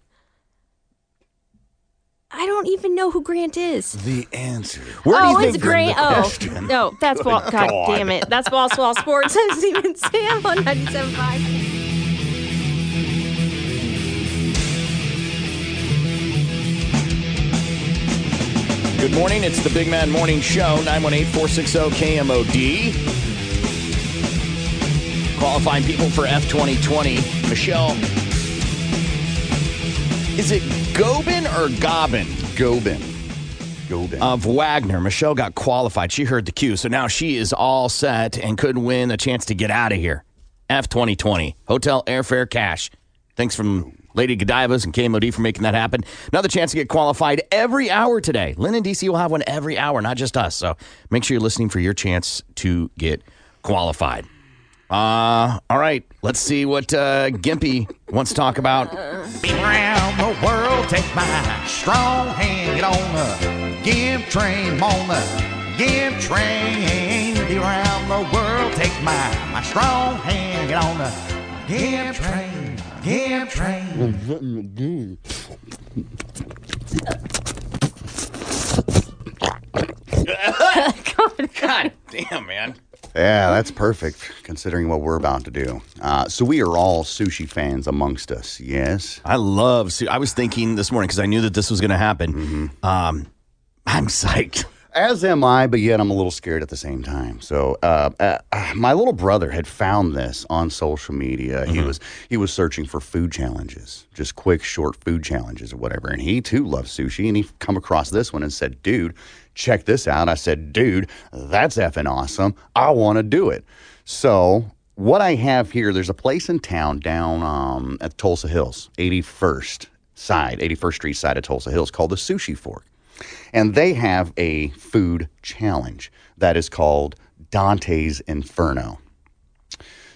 Speaker 9: I don't even know who Grant is.
Speaker 10: The answer.
Speaker 9: oh, it's Grant. Oh, no, that's Wall. God, damn it. That's Wall Swall Sports. I'm Steven Sam on 97.5.
Speaker 8: Good morning. It's the Big Man Morning Show, 918 460 KMOD. Qualifying people for F2020. Michelle, is it Gobin or Gobbin?
Speaker 10: Gobin. Gobin.
Speaker 8: Of Wagner. Michelle got qualified. She heard the cue, so now she is all set and could win a chance to get out of here. F2020. Hotel, airfare, cash. Thanks from Lady Godivas and KMOD for making that happen. Another chance to get qualified every hour today. Lynn and DC will have one every hour, not just us. So make sure you're listening for your chance to get qualified. Uh, all right, let's see what uh, Gimpy wants to talk about.
Speaker 11: Be around the world, take my strong hand, get on the give train, I'm on the give train. Be around the world, take my, my strong hand, get on the give train, give train.
Speaker 8: God. damn, man.
Speaker 10: Yeah, that's perfect considering what we're about to do. Uh, so we are all sushi fans amongst us. Yes,
Speaker 8: I love. sushi. I was thinking this morning because I knew that this was going to happen. Um, I'm psyched.
Speaker 10: As am I, but yet I'm a little scared at the same time. So, uh, uh, my little brother had found this on social media. He was he was searching for food challenges, just quick, short food challenges or whatever. And he too loves sushi, and he come across this one and said, "Dude, check this out." I said, "Dude, that's effing awesome. I want to do it." So, what I have here, there's a place in town down um, at Tulsa Hills, 81st side, 81st Street side of Tulsa Hills, called the Sushi Fork and they have a food challenge that is called Dante's Inferno.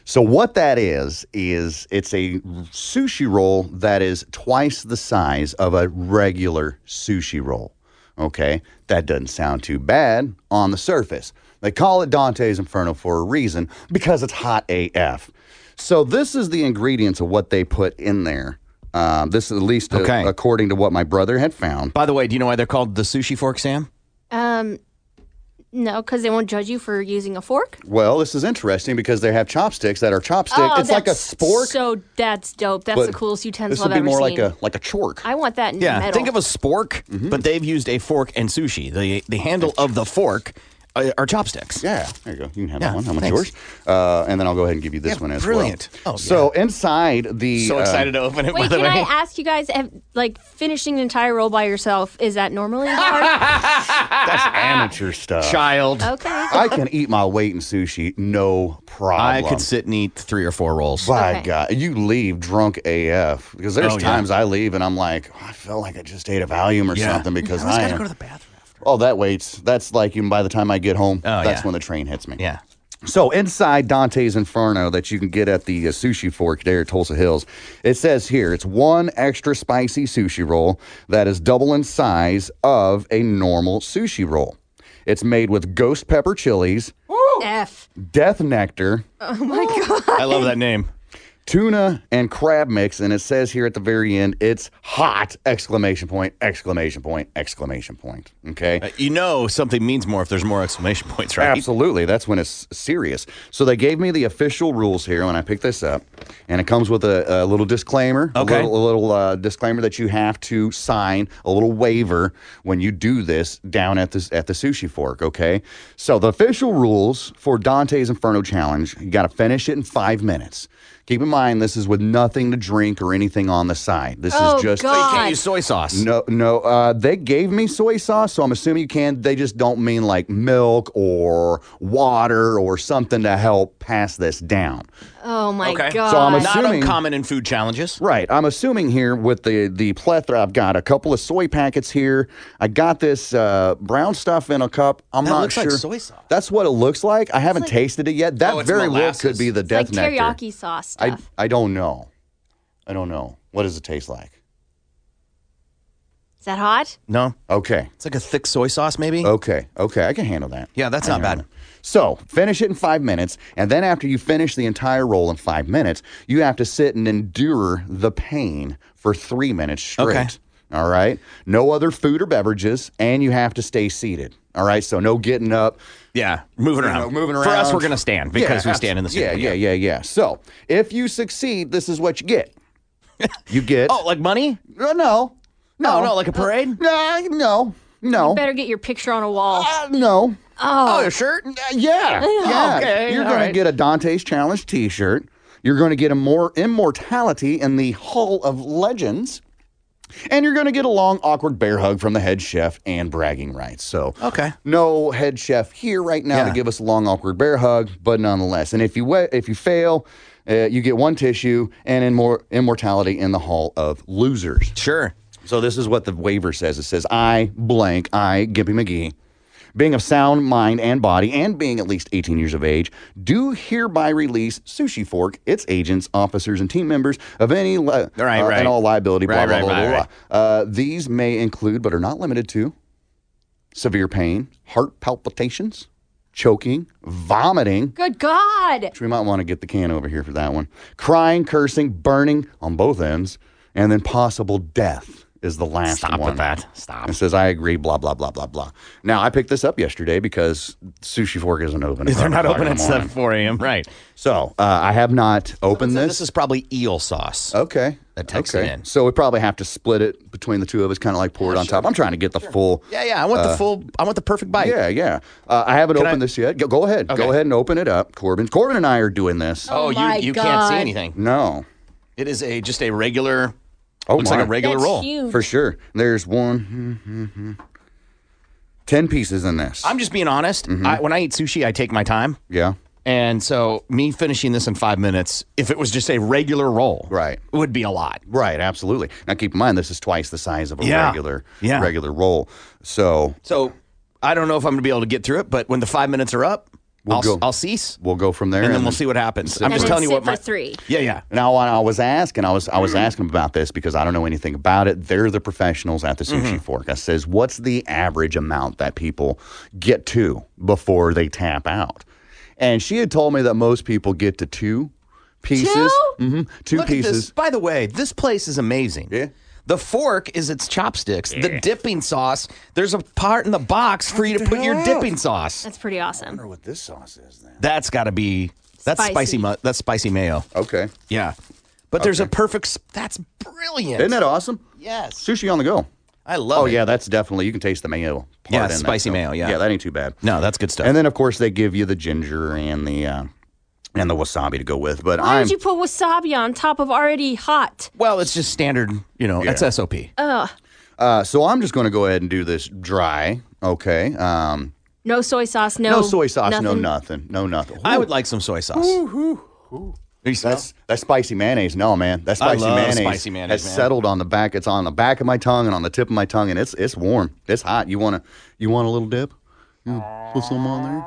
Speaker 10: So what that is is it's a sushi roll that is twice the size of a regular sushi roll. Okay, that doesn't sound too bad on the surface. They call it Dante's Inferno for a reason because it's hot AF. So this is the ingredients of what they put in there. Um, this is at least uh,
Speaker 8: Okay.
Speaker 10: according to what my brother had found.
Speaker 8: By the way, do you know why they're called the sushi fork, Sam?
Speaker 9: Um, no, because they won't judge you for using a fork.
Speaker 10: Well, this is interesting because they have chopsticks that are chopstick.
Speaker 9: Oh,
Speaker 10: it's like a
Speaker 9: that's
Speaker 10: spork.
Speaker 9: So that's dope. That's
Speaker 10: but
Speaker 9: the coolest
Speaker 10: This
Speaker 9: utensil
Speaker 10: would
Speaker 9: I've
Speaker 10: be
Speaker 9: ever
Speaker 10: more
Speaker 9: seen.
Speaker 10: like a like a chork.
Speaker 9: I want that in
Speaker 8: Yeah,
Speaker 9: metal.
Speaker 8: think of a spork, but they've used a fork and sushi. The the handle of the fork uh, are chopsticks.
Speaker 10: Yeah, there you go. You can have
Speaker 8: Yeah,
Speaker 10: that one. How much
Speaker 8: thanks.
Speaker 10: yours? Uh, and then I'll go ahead and give you this one as
Speaker 8: brilliant. Oh,
Speaker 10: well. so inside the
Speaker 8: So
Speaker 10: uh,
Speaker 8: excited to open it.
Speaker 9: Wait,
Speaker 8: by the
Speaker 9: can
Speaker 8: way,
Speaker 9: I ask you guys, have, like, finishing an entire roll by yourself, is that normally hard?
Speaker 10: that's amateur stuff.
Speaker 8: Child.
Speaker 9: Okay.
Speaker 10: I can eat my weight in sushi, no problem.
Speaker 8: Oh, I could sit and eat three or four rolls.
Speaker 10: My
Speaker 8: Okay.
Speaker 10: God, you leave drunk AF because there's
Speaker 8: Oh, yeah.
Speaker 10: times I leave and I'm like, "Oh, I felt like I just ate a Valium or
Speaker 8: Yeah.
Speaker 10: something because
Speaker 8: I always
Speaker 10: I,
Speaker 8: gotta
Speaker 10: am.
Speaker 8: go to the
Speaker 10: bathroom after. Oh, that waits. That's like even by the time I get home, that's
Speaker 8: Oh, yeah.
Speaker 10: when the train hits me.
Speaker 8: Yeah.
Speaker 10: So inside Dante's Inferno that you can get at the uh, sushi fork there at Tulsa Hills, it says here it's one extra spicy sushi roll that is double in size of a normal sushi roll. It's made with ghost pepper chilies,
Speaker 9: F.
Speaker 10: death nectar,
Speaker 9: Oh my god.
Speaker 8: I love that name.
Speaker 10: tuna and crab mix and it says here at the very end it's hot exclamation point exclamation point exclamation point okay
Speaker 8: Uh, you know something means more if there's more exclamation points, right?
Speaker 10: Absolutely. That's when it's serious. So they gave me the official rules here when I picked this up, and it comes with a, a little disclaimer.
Speaker 8: Okay.
Speaker 10: A little, a little, uh, disclaimer that you have to sign a little waiver when you do this down at this at the sushi fork. Okay. So the official rules for Dante's Inferno challenge: you got to finish it in five minutes. Keep in mind, this is with nothing to drink or anything on the side. This
Speaker 8: Oh,
Speaker 10: is just
Speaker 8: God. So you can't use soy sauce.
Speaker 10: No, no. Uh, they gave me soy sauce, so I'm assuming you can. They just don't mean like milk or water or something to help pass this down.
Speaker 9: Oh my
Speaker 8: okay.
Speaker 9: god.
Speaker 10: So I'm assuming
Speaker 8: Not uncommon in food challenges.
Speaker 10: Right. I'm assuming here with the the plethora, I've got a couple of soy packets here. I got this uh, brown stuff in a cup. I'm
Speaker 8: That
Speaker 10: not
Speaker 8: looks
Speaker 10: sure.
Speaker 8: like soy sauce.
Speaker 10: That's what it looks like. I haven't tasted it yet. That
Speaker 8: Oh, it's
Speaker 10: very
Speaker 8: molasses.
Speaker 10: well could be the
Speaker 9: It's like
Speaker 10: death nectar.
Speaker 9: teriyaki sauce
Speaker 10: I
Speaker 9: stuff.
Speaker 10: I don't know. I don't know. What does it taste like?
Speaker 9: Is that hot?
Speaker 8: No.
Speaker 10: Okay.
Speaker 8: It's like a thick soy sauce, maybe.
Speaker 10: Okay. Okay. I can handle that.
Speaker 8: Yeah, that's
Speaker 10: I
Speaker 8: not
Speaker 10: can
Speaker 8: bad.
Speaker 10: handle that. So finish it in five minutes, and then after you finish the entire roll in five minutes, you have to sit and endure the pain for three minutes straight.
Speaker 8: Okay.
Speaker 10: All right. No other food or beverages, and you have to stay seated. All right. So no getting up.
Speaker 8: Yeah, moving
Speaker 10: You
Speaker 8: around.
Speaker 10: know, moving around.
Speaker 8: For us, we're gonna stand because we
Speaker 10: abs-
Speaker 8: stand in the same
Speaker 10: Yeah,
Speaker 8: way,
Speaker 10: yeah, yeah, yeah. So if you succeed, this is what you get. You get.
Speaker 8: oh, like money?
Speaker 10: No, no, no,
Speaker 8: Oh, no, like a parade?
Speaker 10: No, no, no.
Speaker 9: You better get your picture on a wall.
Speaker 10: Uh, no.
Speaker 9: Oh.
Speaker 8: Oh, a shirt?
Speaker 10: Uh, Yeah. yeah.
Speaker 9: Okay,
Speaker 10: You're
Speaker 9: all
Speaker 10: going to
Speaker 9: right.
Speaker 10: get a Dante's Challenge t shirt. You're going to get a more immortality in the Hall of Legends. And you're going to get a long, awkward bear hug from the head chef and bragging rights. So,
Speaker 8: okay.
Speaker 10: No head chef here right now to
Speaker 8: Yeah.
Speaker 10: give us a long, awkward bear hug, but nonetheless. And if you wa- if you fail, uh, you get one tissue and in more immortality in the Hall of Losers.
Speaker 8: Sure.
Speaker 10: So this is what the waiver says. It says, "I blank, I Gimpy McGee, being of sound mind and body, and being at least 18 years of age, do hereby release Sushi Fork, its agents, officers, and team members of any li- uh,
Speaker 8: right.
Speaker 10: and all liability." Blah
Speaker 8: Right,
Speaker 10: blah
Speaker 8: right,
Speaker 10: blah
Speaker 8: right,
Speaker 10: blah.
Speaker 8: right.
Speaker 10: blah. Uh, these may include, but are not limited to, severe pain, heart palpitations, choking, vomiting.
Speaker 9: Good God.
Speaker 10: So we might want to get the can over here for that one. Crying, cursing, burning on both ends, and then possible death is the last
Speaker 8: Stop
Speaker 10: one.
Speaker 8: with that. Stop.
Speaker 10: It says, I agree, blah, blah, blah, blah, blah. Now, I picked this up yesterday because Sushi Fork isn't open.
Speaker 8: They're not open
Speaker 10: opening
Speaker 8: at 7, 4 a.m. Right.
Speaker 10: So uh, I have not opened
Speaker 8: So
Speaker 10: this.
Speaker 8: this is probably eel sauce.
Speaker 10: Okay.
Speaker 8: That texted in.
Speaker 10: So we probably have to split it between the two of us, kind of like pour it on top. I'm trying to get the full.
Speaker 8: Yeah, yeah. I want
Speaker 10: uh,
Speaker 8: the full. I want the perfect bite.
Speaker 10: Yeah, yeah. Uh, I haven't
Speaker 8: Can
Speaker 10: opened
Speaker 8: I-
Speaker 10: this yet. Go, go ahead.
Speaker 8: Okay.
Speaker 10: Go ahead and open it up, Corbin. Corbin and I are doing this.
Speaker 8: Oh,
Speaker 9: my
Speaker 8: you you can't see
Speaker 9: God.
Speaker 8: anything.
Speaker 10: No.
Speaker 8: It is a just a regular.
Speaker 10: Oh,
Speaker 8: looks
Speaker 10: my.
Speaker 8: like a regular
Speaker 9: That's
Speaker 8: roll.
Speaker 9: huge.
Speaker 10: For sure. There's one, ten pieces in this.
Speaker 8: I'm just being honest.
Speaker 10: Mm-hmm.
Speaker 8: I, when I eat sushi, I take my time,
Speaker 10: yeah.
Speaker 8: and so me finishing this in five minutes, if it was just a regular roll,
Speaker 10: Right.
Speaker 8: would be a lot.
Speaker 10: Right. Absolutely. Now keep in mind this is twice the size of a
Speaker 8: Yeah.
Speaker 10: regular
Speaker 8: Yeah.
Speaker 10: regular roll. So
Speaker 8: So I don't know if I'm gonna be able to get through it, but when the five minutes are up,
Speaker 10: We'll
Speaker 8: I'll,
Speaker 10: go.
Speaker 8: I'll cease,
Speaker 10: we'll go from there.
Speaker 8: and then we'll see what happens. I'm
Speaker 9: And
Speaker 8: just
Speaker 9: then
Speaker 8: telling you
Speaker 9: sit
Speaker 8: what
Speaker 9: for
Speaker 8: my
Speaker 9: three.
Speaker 8: yeah yeah.
Speaker 10: Now I I was asking, I was I
Speaker 8: Mm-hmm.
Speaker 10: was asking about this because I don't know anything about it. They're the professionals at the sushi
Speaker 8: Mm-hmm.
Speaker 10: fork. I says, what's the average amount that people get to before they tap out? And she had told me that most people get to two pieces.
Speaker 8: Two?
Speaker 10: Mhm, two
Speaker 8: Look At this.
Speaker 10: pieces.
Speaker 8: By the way, this place is amazing.
Speaker 10: Yeah.
Speaker 8: The fork is its chopsticks. The dipping sauce. There's a part in the box for you to put your dipping sauce.
Speaker 9: That's pretty awesome.
Speaker 10: What this sauce is then?
Speaker 8: That's got to be that's spicy.
Speaker 9: Spicy.
Speaker 8: mu- that's spicy mayo.
Speaker 10: Okay.
Speaker 8: Yeah. But there's a perfect. s- That's brilliant.
Speaker 10: Isn't that awesome?
Speaker 8: Yes.
Speaker 10: Sushi on the go.
Speaker 8: I love
Speaker 10: oh
Speaker 8: it.
Speaker 10: yeah, that's definitely you can taste the mayo. Part
Speaker 8: Yeah,
Speaker 10: in that,
Speaker 8: spicy mayo, yeah.
Speaker 10: yeah, that ain't too bad.
Speaker 8: No, that's good stuff.
Speaker 10: And then of course they give you the ginger and the uh, and the wasabi to go with. But
Speaker 9: Why
Speaker 10: I'm
Speaker 9: did you put wasabi on top of already hot?
Speaker 8: well, it's just standard. You know,
Speaker 10: Yeah.
Speaker 8: that's SOP.
Speaker 10: Uh, so I'm just going to go ahead and do this dry. Okay. Um,
Speaker 9: No soy sauce, no.
Speaker 10: no, soy sauce. No
Speaker 9: nothing.
Speaker 10: nothing. No nothing.
Speaker 8: I
Speaker 10: Ooh,
Speaker 8: would like some soy sauce. You smell?
Speaker 10: That's that spicy mayonnaise. No man, that
Speaker 8: I
Speaker 10: spicy
Speaker 8: love
Speaker 10: mayonnaise,
Speaker 8: spicy mayonnaise,
Speaker 10: has
Speaker 8: man.
Speaker 10: settled on the back. It's on the back of my tongue and on the tip of my tongue, and it's it's warm. It's hot. You want to you want a little dip? You wanna Put some on there.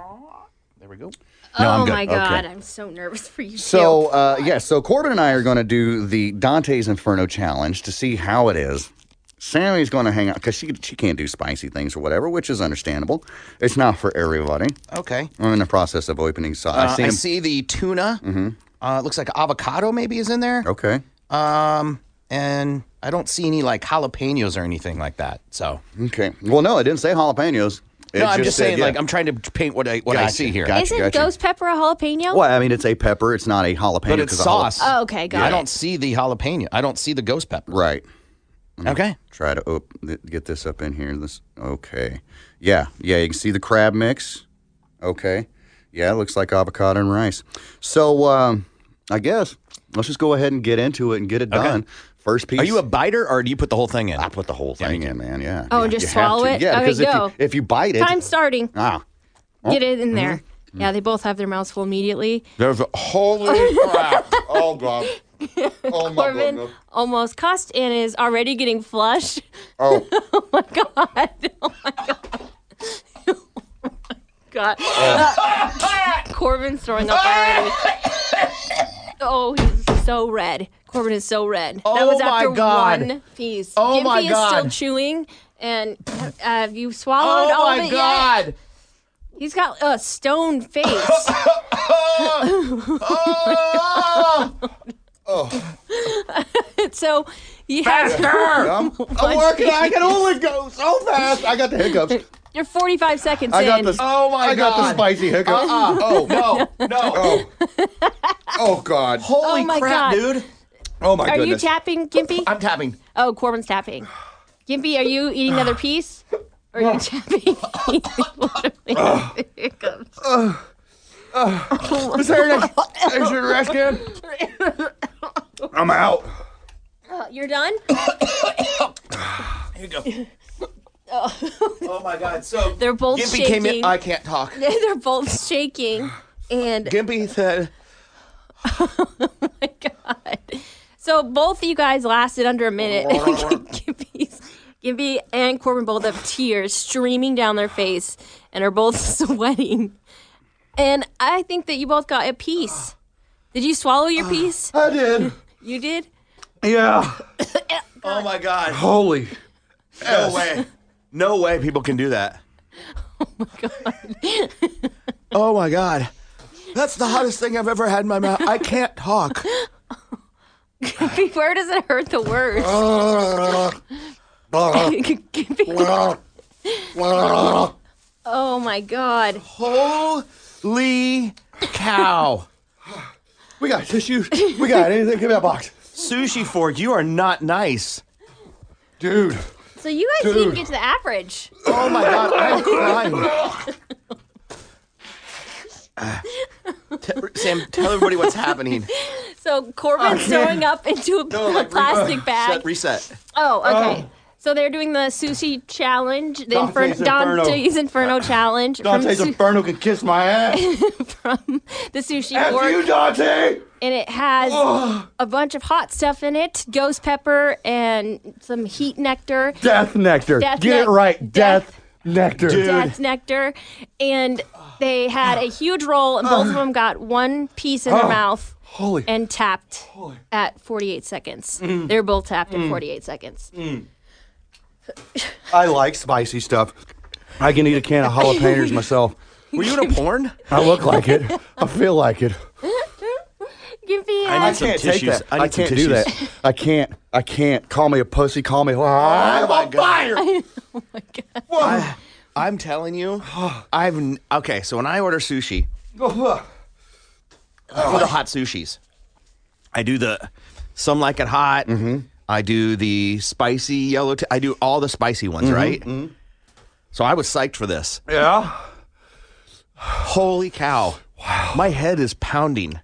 Speaker 8: there we go.
Speaker 9: oh
Speaker 8: I'm good.
Speaker 9: my God. I'm so nervous for you.
Speaker 10: So
Speaker 9: Jill.
Speaker 10: uh, yeah, so Corbin and I are going to do the Dante's Inferno challenge to see how it is. Sammy's going to hang out because she she can't do spicy things or whatever, which is understandable. It's not for everybody.
Speaker 8: Okay.
Speaker 10: I'm in the process of opening sauce.
Speaker 8: Uh,
Speaker 10: I see
Speaker 8: I
Speaker 10: him.
Speaker 8: see the tuna. Uh, looks like avocado maybe is in there.
Speaker 10: Okay.
Speaker 8: Um, and I don't see any like jalapenos or anything like that. So
Speaker 10: Okay. Well, no, it didn't say jalapenos. It
Speaker 8: no, I'm just
Speaker 10: said,
Speaker 8: saying
Speaker 10: yeah.
Speaker 8: like I'm trying to paint what I what I
Speaker 10: Gotcha,
Speaker 8: see here.
Speaker 10: gotcha,
Speaker 9: Isn't
Speaker 10: gotcha.
Speaker 9: ghost pepper a jalapeno?
Speaker 10: Well, I mean, it's a pepper. It's not a jalapeno.
Speaker 8: But it's
Speaker 10: 'cause a jala-
Speaker 8: sauce.
Speaker 9: Oh, okay, got
Speaker 8: I
Speaker 9: it.
Speaker 8: don't see the jalapeno. I don't see the ghost pepper.
Speaker 10: right. Mm-hmm.
Speaker 8: Okay.
Speaker 10: Try to op- th- get this up in here. This okay. Yeah, yeah. You can see the crab mix. Okay. Yeah, it looks like avocado and rice. So um, I guess let's just go ahead and get into it and get it done. First piece.
Speaker 8: Are you a biter or do you put the whole thing in?
Speaker 10: I put the whole thing in, man. Yeah.
Speaker 9: Oh,
Speaker 10: Yeah,
Speaker 9: and just
Speaker 10: you have
Speaker 9: swallow
Speaker 10: to.
Speaker 9: it?
Speaker 10: Yeah,
Speaker 9: Okay,
Speaker 10: because
Speaker 9: go.
Speaker 10: if you, if you bite it,
Speaker 9: Time starting.
Speaker 10: ah,
Speaker 8: Oh.
Speaker 9: Get it in there. Yeah, they both have their mouths full immediately.
Speaker 8: Mm-hmm. There's a holy crap. Oh god.
Speaker 10: oh my
Speaker 9: Corbin almost cussed and is already getting flushed.
Speaker 10: Oh.
Speaker 9: Oh, God. Corbin's throwing up already. Oh, he's so red. Corbin is so red. that
Speaker 8: Oh
Speaker 9: was
Speaker 8: my
Speaker 9: after
Speaker 8: God.
Speaker 9: one piece.
Speaker 8: Oh
Speaker 9: Gimpy
Speaker 8: my
Speaker 9: is still
Speaker 8: God. Oh,
Speaker 9: chewing, and uh, have you
Speaker 12: Oh
Speaker 9: swallowed all of it Oh, yet? He's got a stone face.
Speaker 10: Ah!
Speaker 8: Oh,
Speaker 9: it. So you have
Speaker 10: Faster! I'm- I'm working. I can only go so fast. I got the hiccups.
Speaker 9: You're 45 seconds
Speaker 10: I got
Speaker 9: in.
Speaker 10: the oh my I got the spicy hiccups.
Speaker 9: Uh-uh.
Speaker 10: Oh no, no. Oh, oh god.
Speaker 9: Holy Oh, my crap, God. dude.
Speaker 10: Oh my
Speaker 9: Are
Speaker 10: goodness.
Speaker 9: you tapping, Gimpy?
Speaker 10: I'm tapping.
Speaker 9: Oh, Corbin's tapping. Gimpy, are you eating another piece? Or are you tapping?
Speaker 10: Uh, is there an ex- extra trash can? I'm out.
Speaker 9: Uh, You're done?
Speaker 10: Here you go.
Speaker 9: Oh.
Speaker 10: Oh my god. So
Speaker 9: They're both
Speaker 10: Gimpy
Speaker 9: shaking.
Speaker 10: came in. I can't talk.
Speaker 9: They're both shaking. And
Speaker 10: Gimpy said,
Speaker 9: so both of you guys lasted under a minute. Gimpy's, Gimpy and Corbin both have tears streaming down their face and are both sweating. And I think that you both got a piece. Did you swallow your piece?
Speaker 10: I did.
Speaker 9: You did?
Speaker 10: "Yeah,
Speaker 8: Oh my God.
Speaker 10: holy."
Speaker 8: No way.
Speaker 10: No way people can do that. Oh my god. That's the hottest thing I've ever had in my mouth. I can't talk.
Speaker 9: Gimpy, where does it hurt the worst? Oh my god.
Speaker 10: Holy cow. We got tissues. We got anything. Give me a box.
Speaker 8: Sushi fork, you are not nice.
Speaker 10: Dude.
Speaker 9: So you guys didn't
Speaker 8: Dude.
Speaker 9: get to the average.
Speaker 8: Oh my god, I'm crying. Uh, Sam, tell everybody what's happening.
Speaker 9: So Corbin's
Speaker 8: Oh,
Speaker 9: sewing up into a
Speaker 8: No, like, re-
Speaker 9: plastic bag.
Speaker 8: Shut, reset.
Speaker 9: Oh, okay. So they're doing the sushi challenge, the Infer-
Speaker 10: Dante's Inferno.
Speaker 9: Dante's Inferno challenge
Speaker 10: Dante's
Speaker 9: from, su-
Speaker 10: Inferno can kiss my ass.
Speaker 9: the sushi
Speaker 10: F
Speaker 9: fork.
Speaker 10: you, Dante!
Speaker 9: And it has
Speaker 10: Ugh.
Speaker 9: a bunch of hot stuff in it: ghost pepper and some heat nectar,
Speaker 10: Death nectar.
Speaker 9: Death
Speaker 10: Get it
Speaker 9: nec-
Speaker 10: right. Death, nectar.
Speaker 9: death nectar, and they had a huge roll, and both of them got one piece in their
Speaker 10: Oh.
Speaker 9: mouth
Speaker 10: Holy.
Speaker 9: and tapped at 48 seconds.
Speaker 10: Mm.
Speaker 9: They were both tapped at
Speaker 10: Mm.
Speaker 9: 48 seconds.
Speaker 10: Mm. I like spicy stuff. I can eat a can of jalapenos myself.
Speaker 8: Were you in a porn?
Speaker 10: I look like it. I feel like it.
Speaker 9: Give me
Speaker 10: I, can't take that. I, can't do that. I can't. I can't. Call me a Oh pussy. Call me. I'm on fire.
Speaker 8: I, am telling you, I've n- okay. So when I order sushi, I do the hot sushis. I do the some like it hot. I do the spicy yellow. T- I do all the spicy ones,
Speaker 10: Mhm,
Speaker 8: right? So I was psyched for this.
Speaker 10: Yeah.
Speaker 8: Holy cow! Wow. My head is pounding.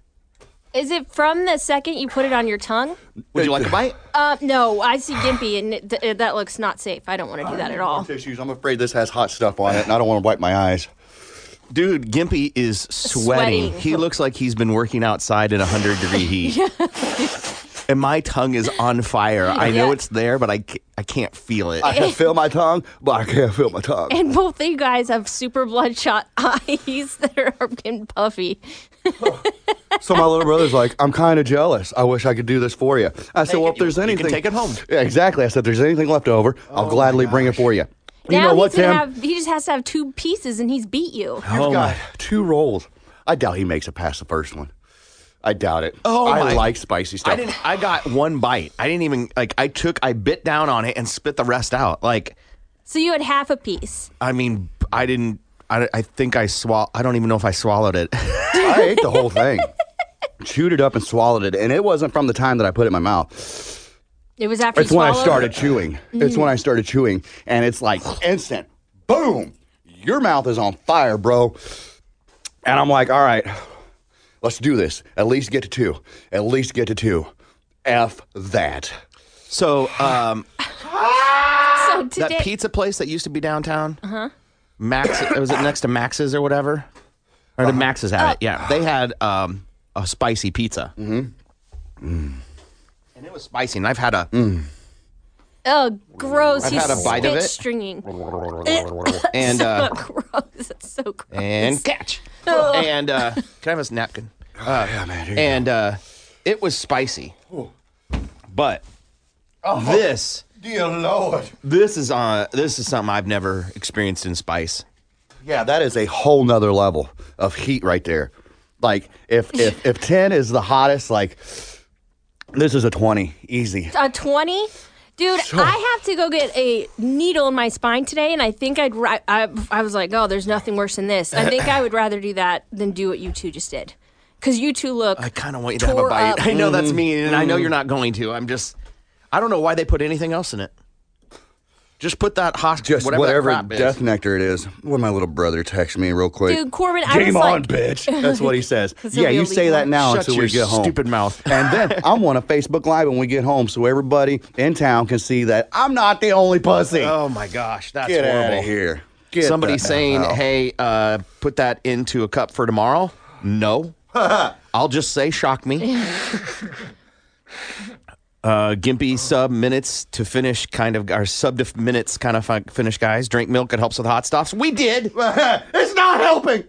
Speaker 9: Is it from the second you put it on your tongue?
Speaker 8: Would you like a bite?
Speaker 9: Uh, no, I see Gimpy, and it, th- that looks not safe. I don't want to do that at all.
Speaker 10: Tissues. I'm afraid this has hot stuff on it, and I don't want to wipe my eyes.
Speaker 8: Dude, Gimpy is sweating.
Speaker 9: Sweating.
Speaker 8: He looks like he's been working outside in 100 degree heat. And my tongue is on fire. I know
Speaker 9: Yeah.
Speaker 8: it's there, but I, ca- I can't feel it.
Speaker 9: I can
Speaker 10: feel my tongue, but I can't feel my tongue.
Speaker 9: And both of you guys have super bloodshot eyes that are getting puffy.
Speaker 10: So my little brother's like, I'm kind of jealous. I wish I could do this for you. I said, Well, if there's
Speaker 8: you can
Speaker 10: anything,
Speaker 8: take it home. Oh
Speaker 10: Yeah, exactly. I said, if There's anything left over, I'll gladly bring it for you. you
Speaker 9: now
Speaker 10: know what,
Speaker 9: he's gonna
Speaker 10: Tim?
Speaker 9: have, he just has to have two pieces, and he's beat you.
Speaker 8: Oh
Speaker 10: You've got two rolls. I doubt he makes it past the first one. I doubt it.
Speaker 8: Oh,
Speaker 10: I
Speaker 8: my-
Speaker 10: like spicy stuff.
Speaker 8: I didn't. I got one bite. I didn't even like. I took. I bit down on it and spit the rest out. Like,
Speaker 9: So you had half a piece.
Speaker 8: I mean, I didn't. I, I think I swall. I don't even know if I swallowed it.
Speaker 10: I ate the whole thing. Chewed it up and swallowed it, and it wasn't from the time that I put it in my mouth.
Speaker 9: It was after.
Speaker 10: it's
Speaker 9: you
Speaker 10: when I
Speaker 9: swallowed?
Speaker 10: started chewing. It's
Speaker 9: Mm.
Speaker 10: when I started chewing, and it's like instant, boom! Your mouth is on fire, bro. And I'm like, all right, let's do this. At least get to two. At least get to two. F that.
Speaker 8: So, um,
Speaker 9: So today.
Speaker 8: that pizza place that used to be downtown,
Speaker 9: huh.
Speaker 8: Max was it next to Max's or whatever, or the Max's had it. Yeah, they had um, a spicy pizza, mm-hmm. and it was spicy. And I've had a
Speaker 9: Oh, gross!
Speaker 8: I've
Speaker 9: he's
Speaker 8: had a bite of
Speaker 9: spit
Speaker 8: it.
Speaker 9: Stringing.
Speaker 8: and uh,
Speaker 9: gross. It's so gross.
Speaker 8: and catch.
Speaker 9: Ugh.
Speaker 8: and uh, can I have a napkin? Uh, yeah, man.
Speaker 10: you
Speaker 8: And uh, it was spicy, but this
Speaker 10: dear lord,
Speaker 8: this is on this is something I've never experienced in spice.
Speaker 10: Yeah, that is a whole nother level of heat right there. Like if if if ten is the hottest, like This is a 20. Easy.
Speaker 9: A 20? Dude, I have to go get a needle in my spine today, and I think I'd. Ri- I, I was like, oh, there's nothing worse than this. I think I would rather do that than do what you two just did. Because you two look.
Speaker 8: I kind of want you to have a
Speaker 9: Tore
Speaker 8: bite.
Speaker 9: up.
Speaker 8: I know that's
Speaker 9: Mm,
Speaker 8: mean, and I know
Speaker 9: mm.
Speaker 8: you're not going to. I'm just, I don't know why they put anything else in it. Just put that hospital,
Speaker 10: Just
Speaker 8: whatever,
Speaker 10: whatever,
Speaker 8: that crap is.
Speaker 10: death nectar it is. What my little brother texted me real quick.
Speaker 9: Dude, Corbin, I was
Speaker 10: Game on,
Speaker 9: like-
Speaker 10: bitch. That's what he says.
Speaker 9: 'Cause he'll
Speaker 10: yeah,
Speaker 9: be
Speaker 10: you
Speaker 9: able to
Speaker 10: say
Speaker 9: eat
Speaker 10: that
Speaker 9: one.
Speaker 10: now
Speaker 8: Shut
Speaker 10: until
Speaker 8: your
Speaker 10: we get home.
Speaker 8: stupid mouth.
Speaker 10: and then I want a Facebook Live when we get home so everybody in town can see that I'm not the only pussy.
Speaker 8: Oh my gosh, that's
Speaker 10: Get
Speaker 8: horrible.
Speaker 10: outta here. Get
Speaker 8: Somebody
Speaker 10: the hell
Speaker 8: saying,
Speaker 10: out.
Speaker 8: "Hey, uh, put that into a cup for tomorrow." No, I'll just say, "Shock me." Uh, gimpy sub minutes to finish kind of our sub to minutes kind of fi- finish guys drink milk it helps with hot stuffs we did
Speaker 10: it's not helping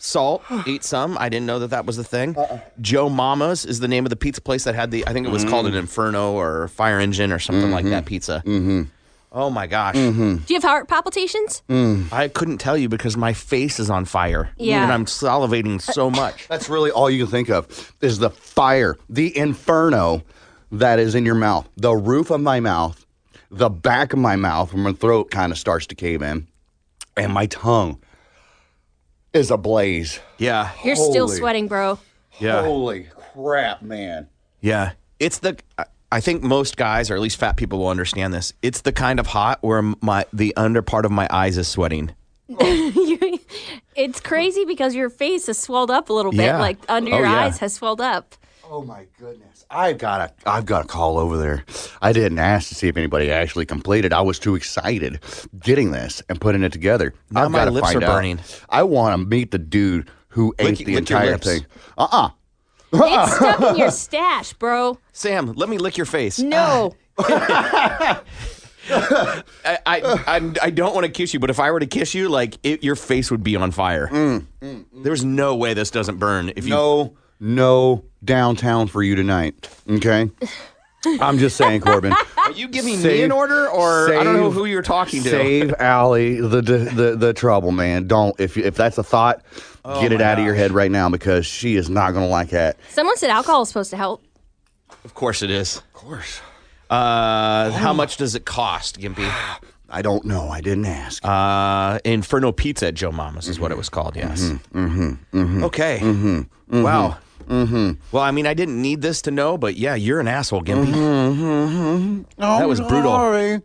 Speaker 8: salt eat some i didn't know that that was the thing joe mama's is the name of the pizza place that had the i think it was called an inferno or fire engine or something like that pizza Mm. mm-hmm. oh my gosh
Speaker 9: Do you have heart palpitations?
Speaker 10: Mm,
Speaker 8: I couldn't tell you because my face is on fire.
Speaker 9: Yeah.
Speaker 8: And I'm salivating so much.
Speaker 10: That's really all you can think of is the fire, the inferno that is in your mouth, the roof of my mouth, the back of my mouth, when my throat kind of starts to cave in, and my tongue is ablaze.
Speaker 8: Yeah.
Speaker 9: You're still sweating, bro.
Speaker 8: Yeah.
Speaker 10: Holy crap, man.
Speaker 8: Yeah. It's the I- I think most guys or at least fat people will understand this. It's the kind of hot where my the under part of my eyes is sweating.
Speaker 9: You- it's crazy because your face is swelled up a little bit,
Speaker 10: Yeah.
Speaker 9: like under
Speaker 10: Oh,
Speaker 9: your
Speaker 10: yeah.
Speaker 9: eyes has swelled up.
Speaker 10: Oh my goodness. I've got to I've got to call over there. I didn't ask to see if anybody actually completed. I was too excited getting this and putting it together.
Speaker 8: Now
Speaker 10: I've
Speaker 8: my
Speaker 10: gotta
Speaker 8: lips
Speaker 10: find
Speaker 8: are
Speaker 10: out.
Speaker 8: burning.
Speaker 10: I want to meet the dude who ate
Speaker 8: Lick-
Speaker 10: the
Speaker 8: lick your
Speaker 10: entire
Speaker 8: lips.
Speaker 10: thing. Uh-uh.
Speaker 9: It's stuck in your stash, bro.
Speaker 8: Sam, let me lick your face.
Speaker 10: Ah.
Speaker 9: No.
Speaker 8: I I I'm, I don't want to kiss you, but if I were to kiss you, like it, your face would be on fire. There's no way this doesn't burn. If you
Speaker 10: Mm. No, no downtown for you tonight. Okay? I'm just saying, Corbin.
Speaker 8: are you giving me an order, or I don't know who you're talking to.
Speaker 10: Save Allie the, the the the trouble, man. Don't if you, if that's a thought,
Speaker 8: Oh
Speaker 10: get it out of your head right now because she is not gonna like that.
Speaker 9: Someone said alcohol is supposed to help.
Speaker 8: Of course it is. Of course. Uh,
Speaker 10: Oh.
Speaker 8: How much does it cost, Gimpy?
Speaker 10: I don't know. I didn't ask.
Speaker 8: Uh, Inferno Pizza at Joe Mama's is what it was called. Yes.
Speaker 10: Mm-hmm. Mm-hmm.
Speaker 8: Okay.
Speaker 10: Mm-hmm.
Speaker 8: Wow.
Speaker 10: Mm-hmm.
Speaker 8: Well, I mean, I didn't need this to know, but yeah, you're an asshole, Gimpy.
Speaker 10: Mm-hmm.
Speaker 8: That was brutal.
Speaker 10: Sorry.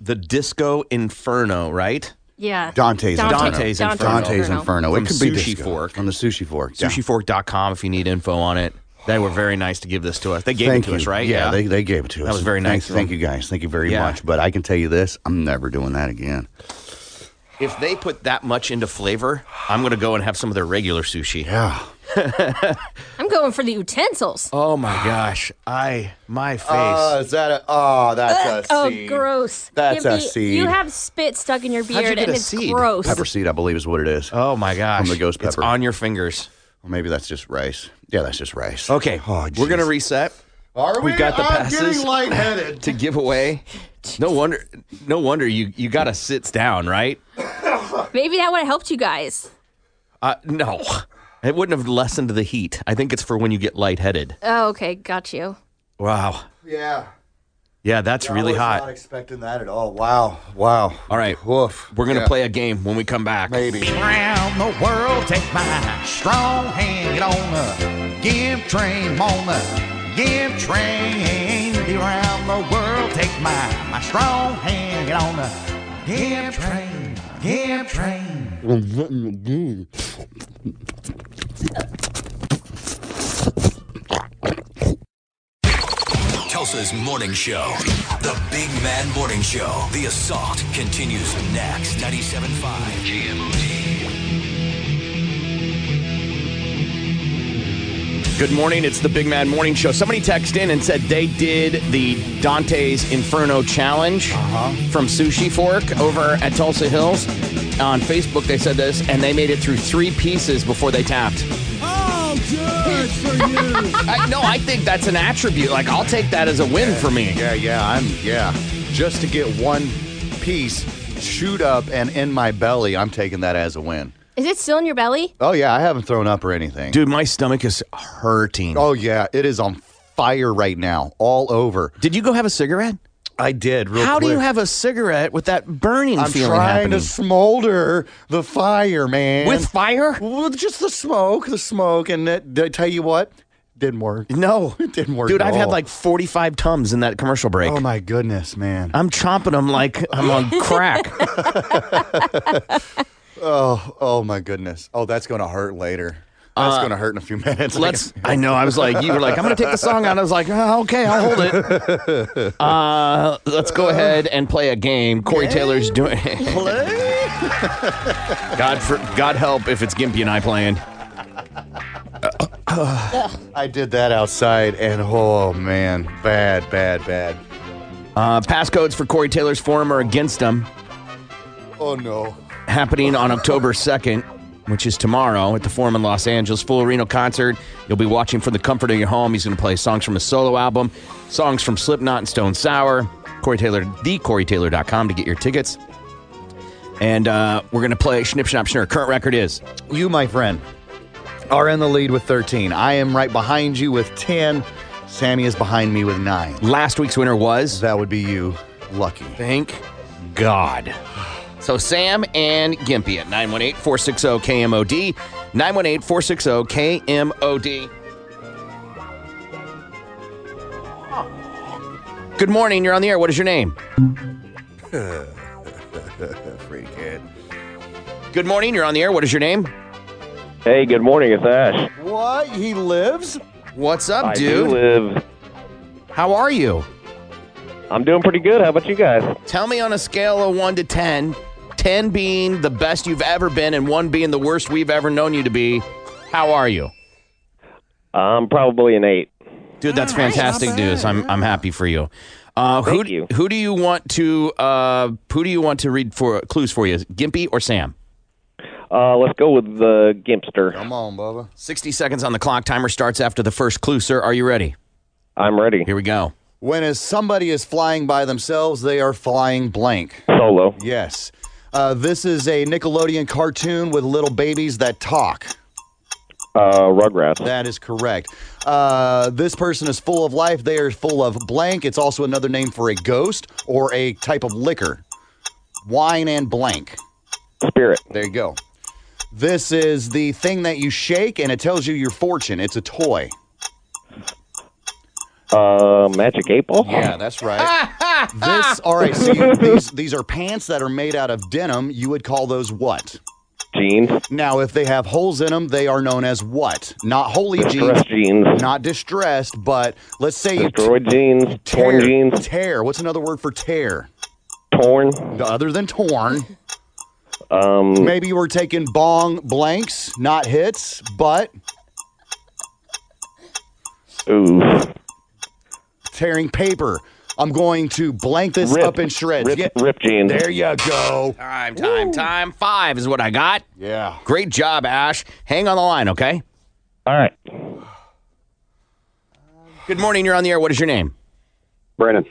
Speaker 8: The Disco Inferno, right?
Speaker 9: Yeah.
Speaker 10: Dante's
Speaker 8: Dante's,
Speaker 10: Inferno.
Speaker 8: Inferno.
Speaker 10: Dante's Inferno.
Speaker 8: From
Speaker 10: It could be
Speaker 8: Sushi
Speaker 10: disco.
Speaker 8: Fork.
Speaker 10: From the sushi fork. yeah.
Speaker 8: Sushifork.com if you need info on it. They were very nice to give this to us. They gave
Speaker 10: Thank
Speaker 8: it to
Speaker 10: you.
Speaker 8: us, right?
Speaker 10: Yeah, They, they gave it to us.
Speaker 8: That was very
Speaker 10: Thank-
Speaker 8: nice. of
Speaker 10: Thank,
Speaker 8: them.
Speaker 10: you guys. Thank you very
Speaker 8: Yeah.
Speaker 10: much. But I can tell you this: I'm never doing that again.
Speaker 8: If they put that much into flavor, I'm going to go and have some of their regular sushi.
Speaker 10: Yeah.
Speaker 9: I'm going for the utensils.
Speaker 8: Oh my gosh. I my face.
Speaker 10: Oh, is that a? Oh, that's a
Speaker 9: Oh,
Speaker 10: seed.
Speaker 9: gross.
Speaker 10: That's a
Speaker 9: Gimpy,
Speaker 10: seed.
Speaker 9: You have spit stuck in your
Speaker 8: you
Speaker 9: beard,
Speaker 8: get
Speaker 9: and
Speaker 8: a
Speaker 9: it's
Speaker 8: seed?
Speaker 9: gross.
Speaker 10: Pepper seed, I believe, is what it is.
Speaker 8: Oh my gosh.
Speaker 10: From the ghost
Speaker 8: It's
Speaker 10: pepper.
Speaker 8: on your fingers.
Speaker 10: Or maybe that's just rice. Yeah, that's just rice.
Speaker 8: Okay.
Speaker 10: Oh,
Speaker 8: we're going to
Speaker 10: jeez.
Speaker 8: reset.
Speaker 10: Are
Speaker 8: We've got the passes
Speaker 10: lightheaded.
Speaker 8: to give away. No wonder no wonder you you got to sit down, right?
Speaker 9: Maybe that would have helped you guys.
Speaker 8: Uh, no. It wouldn't have lessened the heat. I think it's for when you get lightheaded.
Speaker 9: Oh, okay. Got you.
Speaker 8: Wow.
Speaker 10: yeah.
Speaker 8: Yeah, that's really hot.
Speaker 10: Not expecting that at all. Wow. Wow.
Speaker 8: All right.
Speaker 10: Woof.
Speaker 8: We're going to
Speaker 10: Yeah.
Speaker 8: play a game when we come back.
Speaker 10: Maybe.
Speaker 11: Around the world, take my strong hand, get on the give train, on the give train. Get Around the world, take my, my strong hand, get on the give train, give train.
Speaker 14: mm.
Speaker 12: Tulsa's morning show, the Big Man Morning Show. The assault continues next. 97.5 KMOD.
Speaker 8: Good morning. It's the Big Man Morning Show. Somebody texted in and said they did the Dante's Inferno Challenge
Speaker 10: Uh-huh.
Speaker 8: from Sushi Fork over at Tulsa Hills. On Facebook, they said this, and they made it through three pieces before they tapped.
Speaker 6: Oh, good for you.
Speaker 8: I, no, I think that's an attribute. Like, I'll take that as a win for me.
Speaker 10: Yeah, yeah. I'm, yeah. Just to get one piece shoot up and in my belly, I'm taking that as a win.
Speaker 9: Is it still in your belly?
Speaker 10: Oh, yeah. I haven't thrown up or anything.
Speaker 8: Dude, my stomach is hurting.
Speaker 10: Oh, yeah. It is on fire right now, all over.
Speaker 8: Did you go have a cigarette?
Speaker 10: I did. Real
Speaker 8: How do you
Speaker 10: quick.
Speaker 8: have a cigarette with that burning
Speaker 10: I'm
Speaker 8: feeling
Speaker 10: trying
Speaker 8: happening?
Speaker 10: to smolder the fire, man.
Speaker 8: With fire?
Speaker 10: With just the smoke, the smoke, and it, did I tell you what? Didn't work.
Speaker 8: No,
Speaker 10: it didn't work.
Speaker 8: Dude,
Speaker 10: at
Speaker 8: I've had
Speaker 10: all.
Speaker 8: like 45 tums in that commercial break.
Speaker 10: Oh my goodness, man.
Speaker 8: I'm chomping them like I'm on crack.
Speaker 10: Oh, oh my goodness. Oh, that's gonna hurt later. That's
Speaker 8: Uh,
Speaker 10: gonna hurt in a few minutes.
Speaker 8: Let's. I know. I was like, you were like, I'm gonna take the song out. I was like, oh, okay, I'll hold it. Uh, let's go ahead and play a game. Corey Taylor's doing. God, for, God help if it's Gimpy and I playing.
Speaker 10: I did that outside, and oh man, bad, bad, bad.
Speaker 8: Uh, passcodes for Corey Taylor's forum are against him.
Speaker 10: Oh no.
Speaker 8: happening on October 2nd, which is tomorrow at the Forum in Los Angeles. Full Reno concert. You'll be watching from the comfort of your home. He's going to play songs from his solo album, songs from Slipknot and Stone Sour. Corey Taylor, thecoreytaylor.com to get your tickets. And uh, we're going to play Schnip Schnapp Schnurr. Current record is
Speaker 10: You, my friend, are in the lead with 13. I am right behind you with 10. Sammy is behind me with nine.
Speaker 8: Last week's winner was?
Speaker 10: That would be you. Lucky.
Speaker 8: Thank God. So Sam and Gimpy at oh, 918-460-KMOD, oh, 918-460-KMOD. Good morning, you're on the air. What is your name?
Speaker 10: Free kid.
Speaker 8: Good morning, you're on the air. What is your name?
Speaker 15: Hey, good morning. It's Ash.
Speaker 10: What? He lives?
Speaker 8: What's up,
Speaker 15: I
Speaker 8: dude?
Speaker 15: do live.
Speaker 8: How are you?
Speaker 15: I'm doing pretty good. How about you guys?
Speaker 8: Tell me on a scale of 1 to 10, 10 being the best you've ever been and 1 being the worst we've ever known you to be, how are you?
Speaker 15: I'm probably an eight.
Speaker 8: Dude, that's fantastic news. I'm I'm happy for you. Uh, who do, who do you want to uh, who do you want to read for clues for you? Gimpy or Sam?
Speaker 15: Uh, let's go with the Gimpster.
Speaker 10: Come on, Bubba.
Speaker 8: 60 seconds on the clock. Timer starts after the first clue, sir. Are you ready?
Speaker 15: I'm ready.
Speaker 8: Here we go.
Speaker 10: When is somebody is flying by themselves, they are flying blank.
Speaker 15: Solo.
Speaker 10: Yes. Uh, this is a Nickelodeon cartoon with little babies that talk.
Speaker 15: Uh, Rugrats.
Speaker 10: That is correct. Uh, this person is full of life. They are full of blank. It's also another name for a ghost or a type of liquor. Wine and blank.
Speaker 15: Spirit.
Speaker 10: There you go. This is the thing that you shake and it tells you your fortune. It's a toy.
Speaker 15: Uh, Magic Eight Ball.
Speaker 10: Yeah, that's right. this, all right, so you, these, these are pants that are made out of denim. You would call those what?
Speaker 15: Jeans.
Speaker 10: Now, if they have holes in them, they are known as what? Not holy
Speaker 15: Distressed jeans.
Speaker 10: Not distressed, but let's say you
Speaker 15: Destroyed jeans.
Speaker 10: tear,
Speaker 15: Torn jeans.
Speaker 10: Tear. What's another word for tear?
Speaker 15: Torn.
Speaker 10: Other than torn.
Speaker 15: Um,
Speaker 10: Maybe you were taking bong blanks, not hits, but
Speaker 15: ooh.
Speaker 10: tearing paper. I'm going to blank this
Speaker 8: Rip.
Speaker 10: up in shreds.
Speaker 8: Rip-
Speaker 10: Yeah.
Speaker 15: rip jeans.
Speaker 10: There you go.
Speaker 8: Time, time, time. Five is what I got.
Speaker 10: Yeah.
Speaker 8: Great job, Ash. Hang on the line, okay?
Speaker 15: All right.
Speaker 8: Good morning. You're on the air. What is your name?
Speaker 15: Brennan.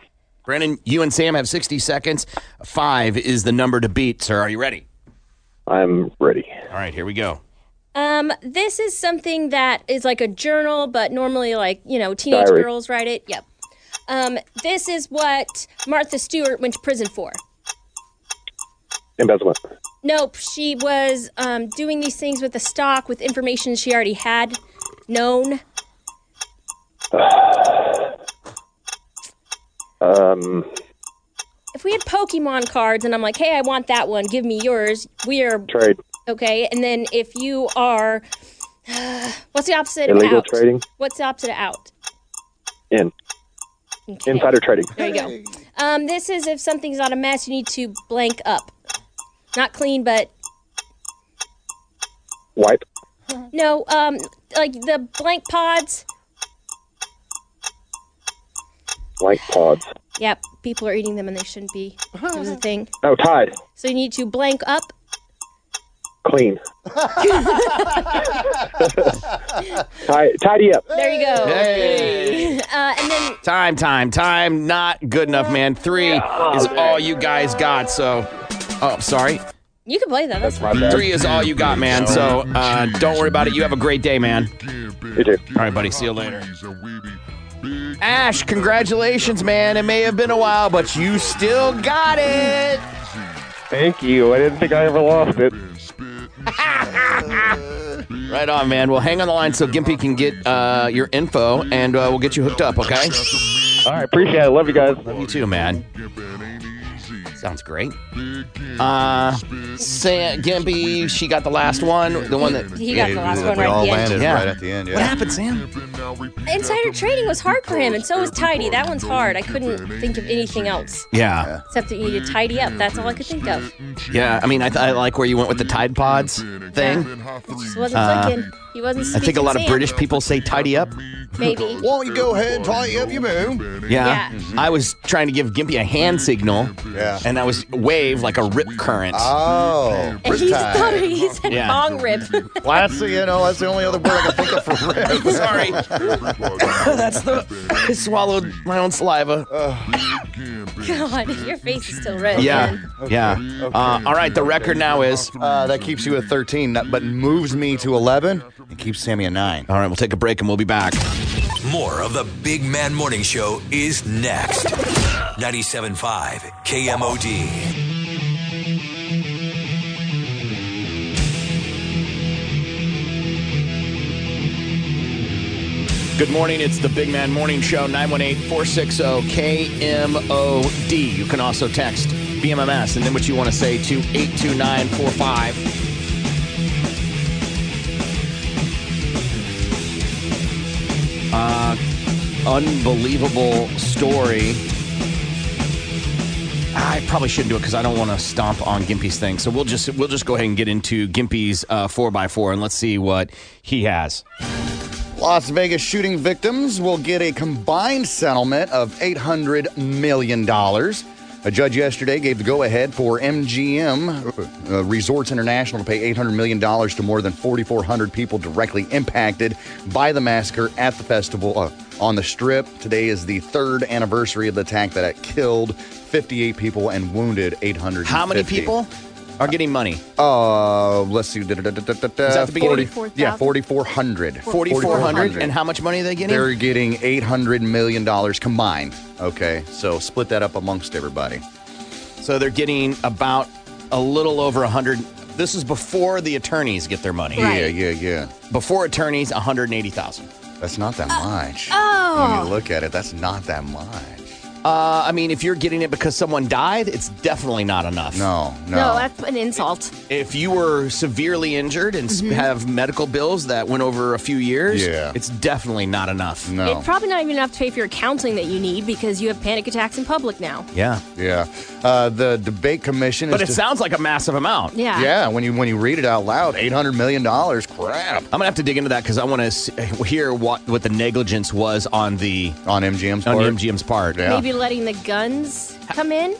Speaker 8: Brennan, you and Sam have 60 seconds. Five is the number to beat, sir. Are you ready?
Speaker 15: I'm ready.
Speaker 8: All right, here we go.
Speaker 9: Um, this is something that is like a journal, but normally, like, you know, teenage
Speaker 15: Diary.
Speaker 9: girls write it. Yep. Um, this is what Martha Stewart went to prison for.
Speaker 15: Embezzlement.
Speaker 9: Nope, she was um, doing these things with the stock with information she already had known.
Speaker 15: Um,
Speaker 9: If we had Pokemon cards and I'm like, hey, I want that one, give me yours, we are
Speaker 15: trade.
Speaker 9: okay. And then if you are, what's the opposite
Speaker 15: Illegal
Speaker 9: of out?
Speaker 15: trading.
Speaker 9: What's the opposite of out?
Speaker 15: In. Insider trading.
Speaker 9: There you go. Um, this is if something's not a mess, you need to blank up. Not clean, but
Speaker 15: Wipe.
Speaker 9: no, um, like the blank pods.
Speaker 15: Blank pods.
Speaker 9: Yep, people are eating them and they shouldn't be. It was a thing.
Speaker 15: Oh, Tide.
Speaker 9: So you need to blank up.
Speaker 15: Clean. Tide, tidy up.
Speaker 9: There you go.
Speaker 8: Hey.
Speaker 9: Uh, and then
Speaker 8: Time, time, time. Not good enough, man. Three is all you guys got. So, oh, sorry.
Speaker 9: you can play that. That's, fine.
Speaker 8: Three is all you got, man. So uh, don't worry about it. You have a great day, man.
Speaker 15: You too.
Speaker 8: All right, buddy. See you later. Ash, congratulations, man. It may have been a while, but you still got it.
Speaker 15: Thank you. I didn't think I ever lost it.
Speaker 8: Right on, man. Well, hang on the line so Gimpy can get uh, your info, and uh, we'll get you hooked up, okay?
Speaker 15: All right, appreciate it. Love you guys.
Speaker 8: Love you too, man. Sounds great. Uh, Sam, Gimpy, she got the last one. The one that
Speaker 16: He got the last one
Speaker 8: "Oh,
Speaker 16: right at the end.
Speaker 8: Yeah.
Speaker 16: What
Speaker 8: happened, Sam?
Speaker 16: Insider trading was hard for him, and so was tidy. That one's hard. I couldn't think of anything else
Speaker 8: Yeah.
Speaker 16: except that you need to tidy up. That's all I could think of.
Speaker 8: Yeah, I mean, I, th- I like where you went with the Tide Pods thing.
Speaker 16: It just wasn't
Speaker 8: Uh,
Speaker 16: clicking. He wasn't.
Speaker 8: I think a
Speaker 16: speaking
Speaker 8: lot of
Speaker 16: Sam.
Speaker 8: British people say tidy up.
Speaker 16: Maybe.
Speaker 10: Won't you go ahead and tidy up your boom?
Speaker 8: Yeah. Mm-hmm. I was trying to give Gimpy a hand signal.
Speaker 10: Yeah.
Speaker 8: And that was wave like a rip current.
Speaker 10: Oh.
Speaker 16: And he's thought he said
Speaker 8: Yeah.
Speaker 16: bong rip.
Speaker 10: Well, that's the- you know that's the only other word I can think of for rip.
Speaker 8: Sorry, that's the I swallowed my own saliva.
Speaker 16: God, your face is still red.
Speaker 8: yeah.
Speaker 16: man.
Speaker 8: Yeah. Uh, all right. The record now is
Speaker 10: uh, that keeps you at 13, that- but moves me to 11 and keeps Sammy at nine.
Speaker 8: All right, we'll take a break and we'll be back.
Speaker 12: More of the Big Man Morning Show is next. 97.5 KMOD.
Speaker 8: Good morning. It's the Big Man Morning Show, 918 460 KMOD. You can also text BMMS and then what you want to say to 82945. Uh, unbelievable story. I probably shouldn't do it because I don't want to stomp on Gimpy's thing. So we'll just we'll just go ahead and get into Gimpy's uh, 4x4 and let's see what he has.
Speaker 10: Las Vegas shooting victims will get a combined settlement of $800 million. A judge yesterday gave the go ahead for MGM uh, Resorts International to pay $800 million to more than 4,400 people directly impacted by the massacre at the festival uh, on the Strip. Today is the third anniversary of the attack that killed 58 people and wounded 800.
Speaker 8: How many people are getting money?
Speaker 10: Uh, let's see. da- da- da- da- da- da-
Speaker 8: Is that the beginning?
Speaker 10: 40 Yeah, 4,400.
Speaker 8: 4,400. And how much money are they getting?
Speaker 10: They're getting eight hundred million dollars combined. Okay, so split that up amongst everybody.
Speaker 8: so they're getting about a little over 100. This is before the attorneys get their money.
Speaker 10: Right. Yeah, yeah, yeah.
Speaker 8: Before attorneys, 180,000.
Speaker 10: That's not that much. When you
Speaker 8: Uh, Oh.
Speaker 10: look at it, that's not that much.
Speaker 8: Uh, I mean, if you're getting it because someone died, it's definitely not enough.
Speaker 10: No,
Speaker 9: No, that's an insult.
Speaker 8: If you were severely injured and s
Speaker 9: Mhm.
Speaker 8: have medical bills that went over a few years,
Speaker 10: Yeah.
Speaker 8: it's definitely not enough.
Speaker 9: It's probably not even enough to pay for your counseling that you need because you have panic attacks in public now.
Speaker 8: Yeah,
Speaker 10: yeah. Uh, the debate commission.
Speaker 8: But
Speaker 10: is
Speaker 8: it sounds like a massive amount.
Speaker 9: Yeah.
Speaker 10: Yeah, when you when you read it out loud, eight hundred million dollars. Crap.
Speaker 8: I'm gonna have to dig into that because I want to hear what what the negligence was on the
Speaker 10: on MGM's
Speaker 8: on MGM's part.
Speaker 9: Maybe letting the guns come in.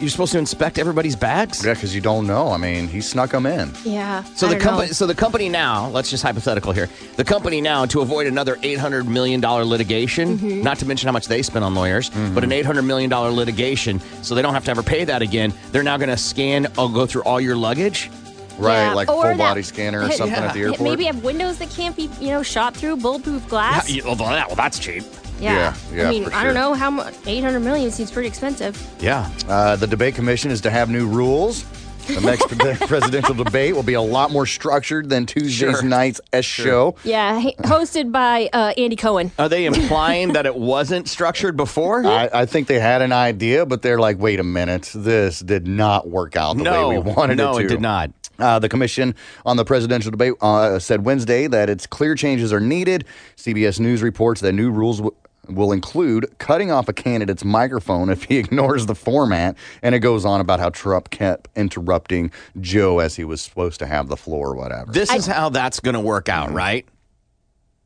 Speaker 8: You're supposed to inspect everybody's bags.
Speaker 10: Yeah, because you don't know. I mean, he snuck them in.
Speaker 9: Yeah.
Speaker 8: So
Speaker 9: I
Speaker 8: the
Speaker 9: don't know.
Speaker 8: company, so the company now, let's just hypothetical here. The company now, to avoid another eight hundred million dollar litigation,
Speaker 10: Mm-hmm.
Speaker 9: Mhm.
Speaker 8: not to mention how much they spend on lawyers, but an eight hundred million dollar litigation, so they don't have to ever pay that again. They're now going to scan, or go through all your luggage,
Speaker 10: right? like
Speaker 9: Or
Speaker 10: full
Speaker 9: that-
Speaker 10: body scanner or
Speaker 9: Yeah.
Speaker 10: something at the
Speaker 9: Yeah,
Speaker 10: airport.
Speaker 9: Maybe have windows that can't be, you know, shot through, bulletproof
Speaker 8: Uh, Yeah,
Speaker 9: glass.
Speaker 8: you- well, that- well, that's cheap.
Speaker 9: Yeah.
Speaker 10: Yeah, yeah,
Speaker 9: I mean,
Speaker 10: for
Speaker 9: I don't
Speaker 10: sure.
Speaker 9: know how much. 800 million seems pretty expensive.
Speaker 8: Yeah.
Speaker 10: Uh, the debate commission is to have new rules. The next pre- presidential debate will be a lot more structured than Tuesday's night's S show.
Speaker 9: Yeah, he- hosted by uh, Andy Cohen.
Speaker 10: Ah,
Speaker 8: Are they implying that it wasn't structured before?
Speaker 10: I, I think they had an idea, but they're like, wait a minute, this did not work out the
Speaker 8: No,
Speaker 10: way we wanted it
Speaker 8: no,
Speaker 10: to.
Speaker 8: it did not.
Speaker 10: Uh, the commission on the presidential debate uh, said Wednesday that its clear changes are needed. CBS News reports that new rules w- will include cutting off a candidate's microphone if he ignores the format. And it goes on about how Trump kept interrupting Joe as he was supposed to have the floor or whatever.
Speaker 8: This is how that's going to work out, right?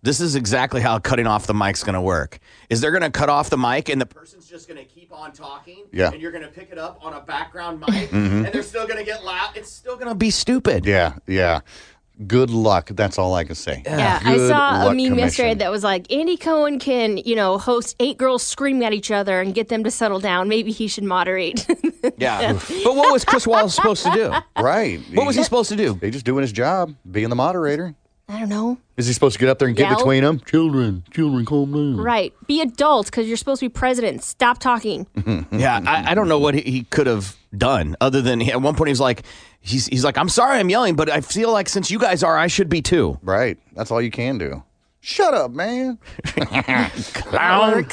Speaker 8: This is exactly how cutting off the mic's going to work. Is they're going to cut off the mic and the person's just going to keep on talking.
Speaker 10: Yeah.
Speaker 8: And you're going to pick it up on a background mic
Speaker 10: Mhm.
Speaker 8: and they're still going to get loud. It's still going to be stupid.
Speaker 10: Yeah, yeah. Good luck. That's all I can say.
Speaker 9: Yeah, I
Speaker 10: Good
Speaker 9: saw a
Speaker 10: luck,
Speaker 9: meme yesterday
Speaker 10: commission.
Speaker 9: that was like Andy Cohen can, you know, host eight girls screaming at each other and get them to settle down. Maybe he should moderate.
Speaker 8: Yeah. but what was Chris Wallace supposed to do?
Speaker 10: Right.
Speaker 8: What was he supposed to do?
Speaker 10: He just doing his job, being the moderator.
Speaker 9: I don't know.
Speaker 10: Is he supposed to get up there and get
Speaker 9: Yell.
Speaker 10: between them? Children, children, calm down.
Speaker 9: Right. Be adults because you're supposed to be president. Stop talking.
Speaker 8: yeah, I, I don't know what he, he could have done other than at one point he was like, he's, he's like, I'm sorry I'm yelling, but I feel like since you guys are, I should be too.
Speaker 10: Right. That's all you can do. Shut up, man.
Speaker 8: Clown.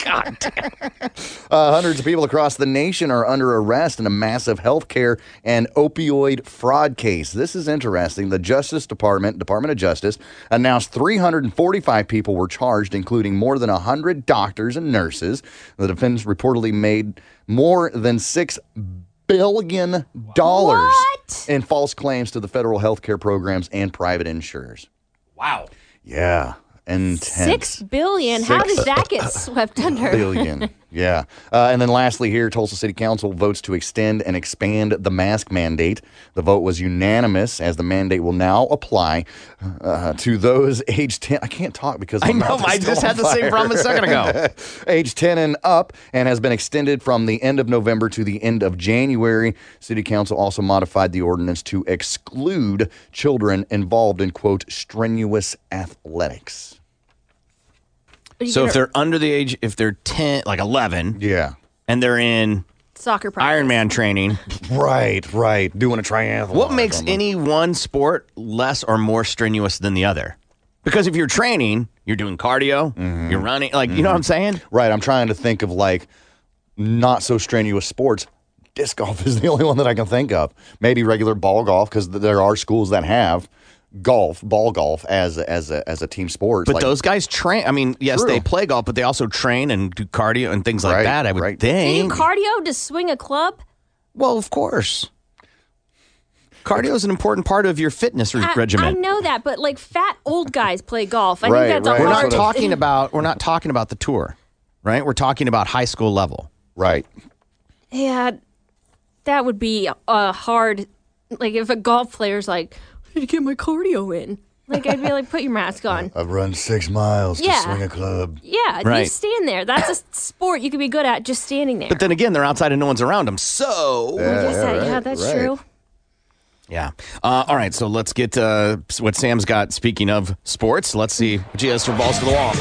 Speaker 8: God
Speaker 10: Uh, hundreds of people across the nation are under arrest in a massive healthcare and opioid fraud case. This is interesting. The Justice Department, Department of Justice, announced 345 people were charged, including more than 100 doctors and nurses. The defense reportedly made more than six billion dollars in false claims to the federal healthcare programs and private insurers.
Speaker 8: Wow.
Speaker 10: Yeah, and
Speaker 9: Six billion. How
Speaker 10: Six
Speaker 9: did that get swept under?
Speaker 10: billion. yeah. Uh, and then lastly, here, Tulsa City Council votes to extend and expand the mask mandate. The vote was unanimous as the mandate will now apply uh, to those age 10. I can't talk because my
Speaker 8: I know,
Speaker 10: mouth is
Speaker 8: I
Speaker 10: still
Speaker 8: just
Speaker 10: on
Speaker 8: had the same
Speaker 10: fire.
Speaker 8: problem a second ago.
Speaker 10: age 10 and up and has been extended from the end of November to the end of January. City Council also modified the ordinance to exclude children involved in, quote, strenuous athletics.
Speaker 8: So if they're under the age, if they're 10, like 11.
Speaker 10: Yeah.
Speaker 8: And they're in
Speaker 9: soccer practice.
Speaker 8: Ironman training.
Speaker 10: Oh, Right, right. Doing a triathlon.
Speaker 8: What makes any one sport less or more strenuous than the other? Because if you're training, you're doing cardio,
Speaker 10: Mm-hmm.
Speaker 8: you're running, like, you know what I'm saying?
Speaker 10: Right. I'm trying to think of like not so strenuous sports. Disc golf is the only one that I can think of. Maybe regular ball golf because th- there are schools that have golf, ball golf as a, as a, as a team sport.
Speaker 8: But
Speaker 10: Like-
Speaker 8: those guys train. I mean, yes,
Speaker 10: True.
Speaker 8: they play golf, but they also train and do cardio and things like that. I would
Speaker 9: Do you
Speaker 8: think.
Speaker 9: cardio to swing a club?
Speaker 8: well, of course. Cardio is an important part of your fitness re-
Speaker 9: I,
Speaker 8: regimen.
Speaker 9: I know that, but like fat old guys play golf. I
Speaker 8: Right,
Speaker 9: think that's
Speaker 8: right.
Speaker 9: a
Speaker 8: We're
Speaker 9: hard
Speaker 8: not talking about we're not talking about the tour, right? We're talking about high school level.
Speaker 10: Right.
Speaker 9: Yeah, that would be a hard. Like if a golf player's like, I need to get my cardio in. Like I'd be like, put your mask on.
Speaker 10: I've run six miles
Speaker 9: Yeah.
Speaker 10: to swing a club.
Speaker 9: Yeah,
Speaker 8: Right.
Speaker 9: you stand there. That's a s- sport you could be good at just standing there.
Speaker 8: But then again, they're outside and no one's around them. So
Speaker 9: I guess that, yeah, that's true.
Speaker 8: Yeah. Uh, all right. So let's get uh, what Sam's got. Speaking of sports, let's see what she has for balls to the wall.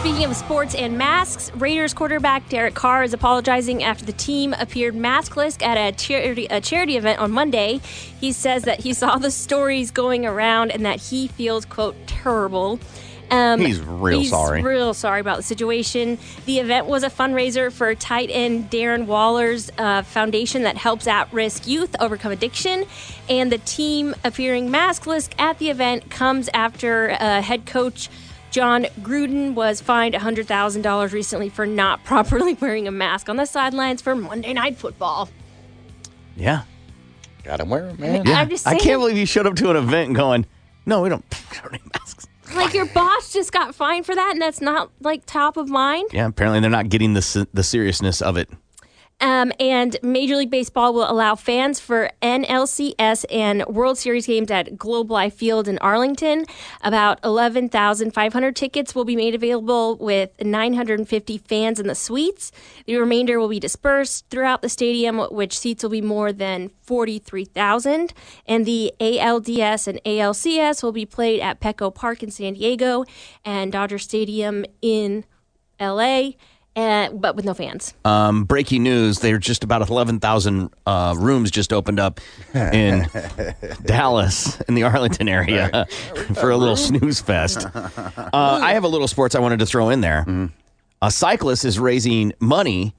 Speaker 9: Speaking of sports and masks, Raiders quarterback Derek Carr is apologizing after the team appeared maskless at a charity, a charity event on Monday. He says that he saw the stories going around and that he feels, quote, terrible. Um,
Speaker 8: He's real
Speaker 9: he's
Speaker 8: sorry.
Speaker 9: Real sorry about the situation. The event was a fundraiser for tight end Darren Waller's uh, foundation that helps at-risk youth overcome addiction, and the team appearing maskless at the event comes after uh, head coach. John Gruden was fined $100,000 recently for not properly wearing a mask on the sidelines for Monday Night Football.
Speaker 8: Yeah.
Speaker 10: Got him where, man?
Speaker 9: I'm just
Speaker 8: I
Speaker 9: saying.
Speaker 8: can't believe you showed up to an event going, no, we don't.
Speaker 9: Like, your boss just got fined for that, and that's not, like, top of mind.
Speaker 8: Yeah. Apparently, they're not getting the se- the seriousness of it.
Speaker 9: Um, and Major League Baseball will allow fans for NLCS and World Series games at Globe Life Field in Arlington. About 11,500 tickets will be made available with 950 fans in the suites. The remainder will be dispersed throughout the stadium, which seats will be more than 43,000. And the ALDS and ALCS will be played at Petco Park in San Diego and Dodger Stadium in LA, uh, but with no fans.
Speaker 8: Um, breaking news: They're just about eleven thousand uh, rooms just opened up in Dallas in the Arlington area for a little snooze fest. Uh, I have a little sports I wanted to throw in there. A cyclist is raising money,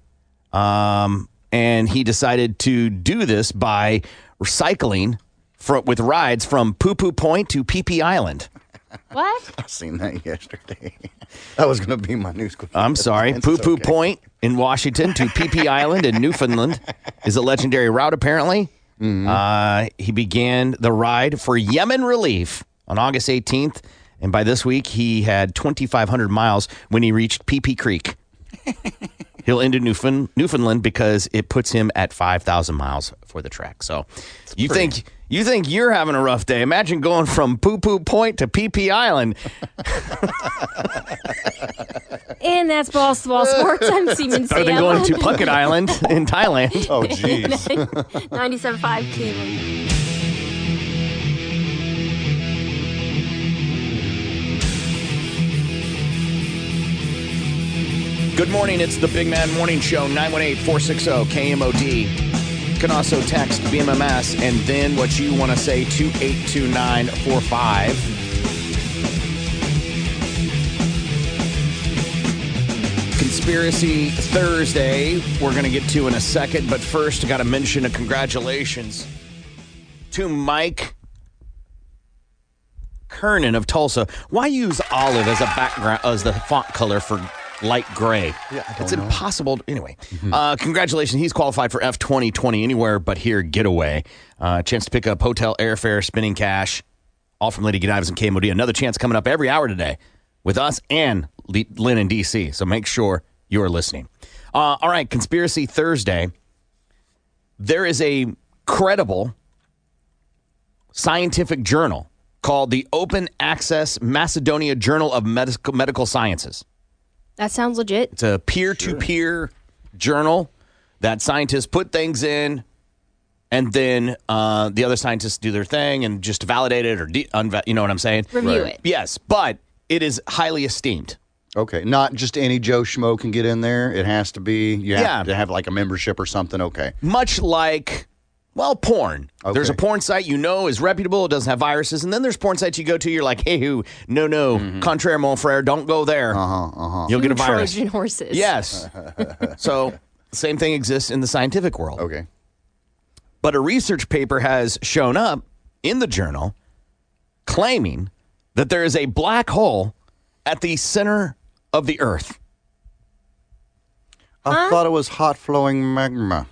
Speaker 8: um, and he decided to do this by cycling fro- with rides from Poo Poo Point to Pee Pee Island.
Speaker 9: What?
Speaker 10: I seen that yesterday. that was going to be my news. quick.
Speaker 8: I'm sorry.
Speaker 10: It's
Speaker 8: Poo Poo
Speaker 10: okay.
Speaker 8: Point in Washington to PP Island in Newfoundland is a legendary route, apparently.
Speaker 10: Mm-hmm.
Speaker 8: Uh, he began the ride for Yemen relief on August 18th. And by this week, he had 2,500 miles when he reached PP Creek. He'll end in Newfound- Newfoundland because it puts him at 5,000 miles for the track. So you
Speaker 10: pretty-
Speaker 8: think You think you're having a rough day. Imagine going from Poo Poo Point to Pee Pee Island.
Speaker 9: And that's Ball Ball Sports. I'm Seaman
Speaker 8: Better than going to Phuket Island in Thailand.
Speaker 10: Oh,
Speaker 9: 97.5 Cleveland.
Speaker 8: Good morning. It's the Big Man Morning Show, 918 460 KMOD. You can also text BMMS and then what you want to say to 82945. Conspiracy Thursday, we're going to get to in a second, but first, I got to mention a congratulations to Mike Kernan of Tulsa. Why use olive as a background as the font color for light gray?
Speaker 10: Yeah, I don't
Speaker 8: it's
Speaker 10: know. Mm-hmm.
Speaker 8: impossible. to- anyway, uh, congratulations. He's qualified for F twenty twenty anywhere but here getaway. Uh, chance to pick up hotel airfare, spinning cash, all from Lady Godiva's and KMOD. Another chance coming up every hour today with us and Le- Lynn in DC. So make sure you are listening. Uh, all right, Conspiracy Thursday. There is a credible scientific journal called the Open Access Macedonia Journal of Medical, Medical Sciences.
Speaker 9: That sounds legit.
Speaker 8: It's a peer to peer journal that scientists put things in, and then uh, the other scientists do their thing and just validate it or de- unva- you know what I'm saying?
Speaker 10: Review Right. it.
Speaker 8: Yes, but it is highly esteemed.
Speaker 10: Okay, not just any Joe Schmo can get in there. It has to be you have
Speaker 8: Yeah.
Speaker 10: to have like a membership or something. Okay,
Speaker 8: much like well porn there's a porn site you know is reputable it doesn't have viruses and then there's porn sites you go to you're like hey who no no contraire mon frere don't go there Mm-hmm. uh-huh uh-huh you'll get a virus
Speaker 9: Trojan horses.
Speaker 8: yes so same thing exists in the scientific world okay but a research paper has shown up in the journal claiming that there is a black hole at the center of the earth
Speaker 10: I thought it was hot flowing magma.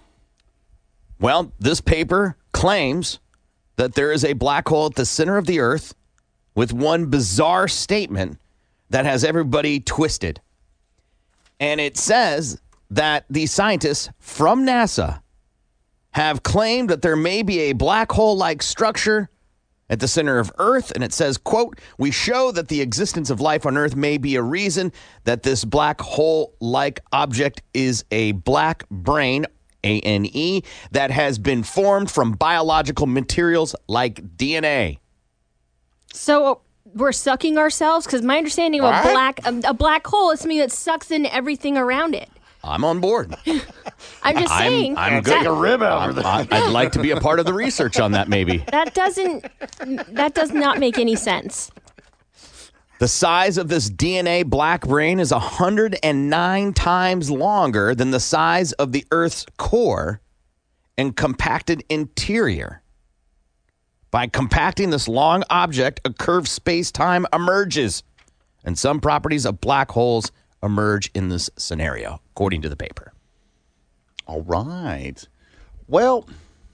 Speaker 8: Well, this paper claims that there is a black hole at the center of the earth with one bizarre statement that has everybody twisted. And it says that the scientists from NASA have claimed that there may be a black hole like structure at the center of earth and it says quote we show that the existence of life on earth may be a reason that this black hole like object is a black brain a-n-e that has been formed from biological materials like dna
Speaker 9: So uh, we're sucking ourselves because my understanding of a
Speaker 8: What?
Speaker 9: black um, a, a black hole is something that sucks in everything around it.
Speaker 8: i'm on board
Speaker 9: I'm just saying.
Speaker 8: i'm, I'm
Speaker 9: that-
Speaker 8: good I'm- I- i'd like to be a part of the research on that maybe
Speaker 9: That doesn't. That does not make any sense.
Speaker 8: The size of this DNA black brain is 109 times longer than the size of the Earth's core and compacted interior. By compacting this long object, a curved space time emerges, and some properties of black holes emerge in this scenario, according to the paper.
Speaker 10: All right. Well,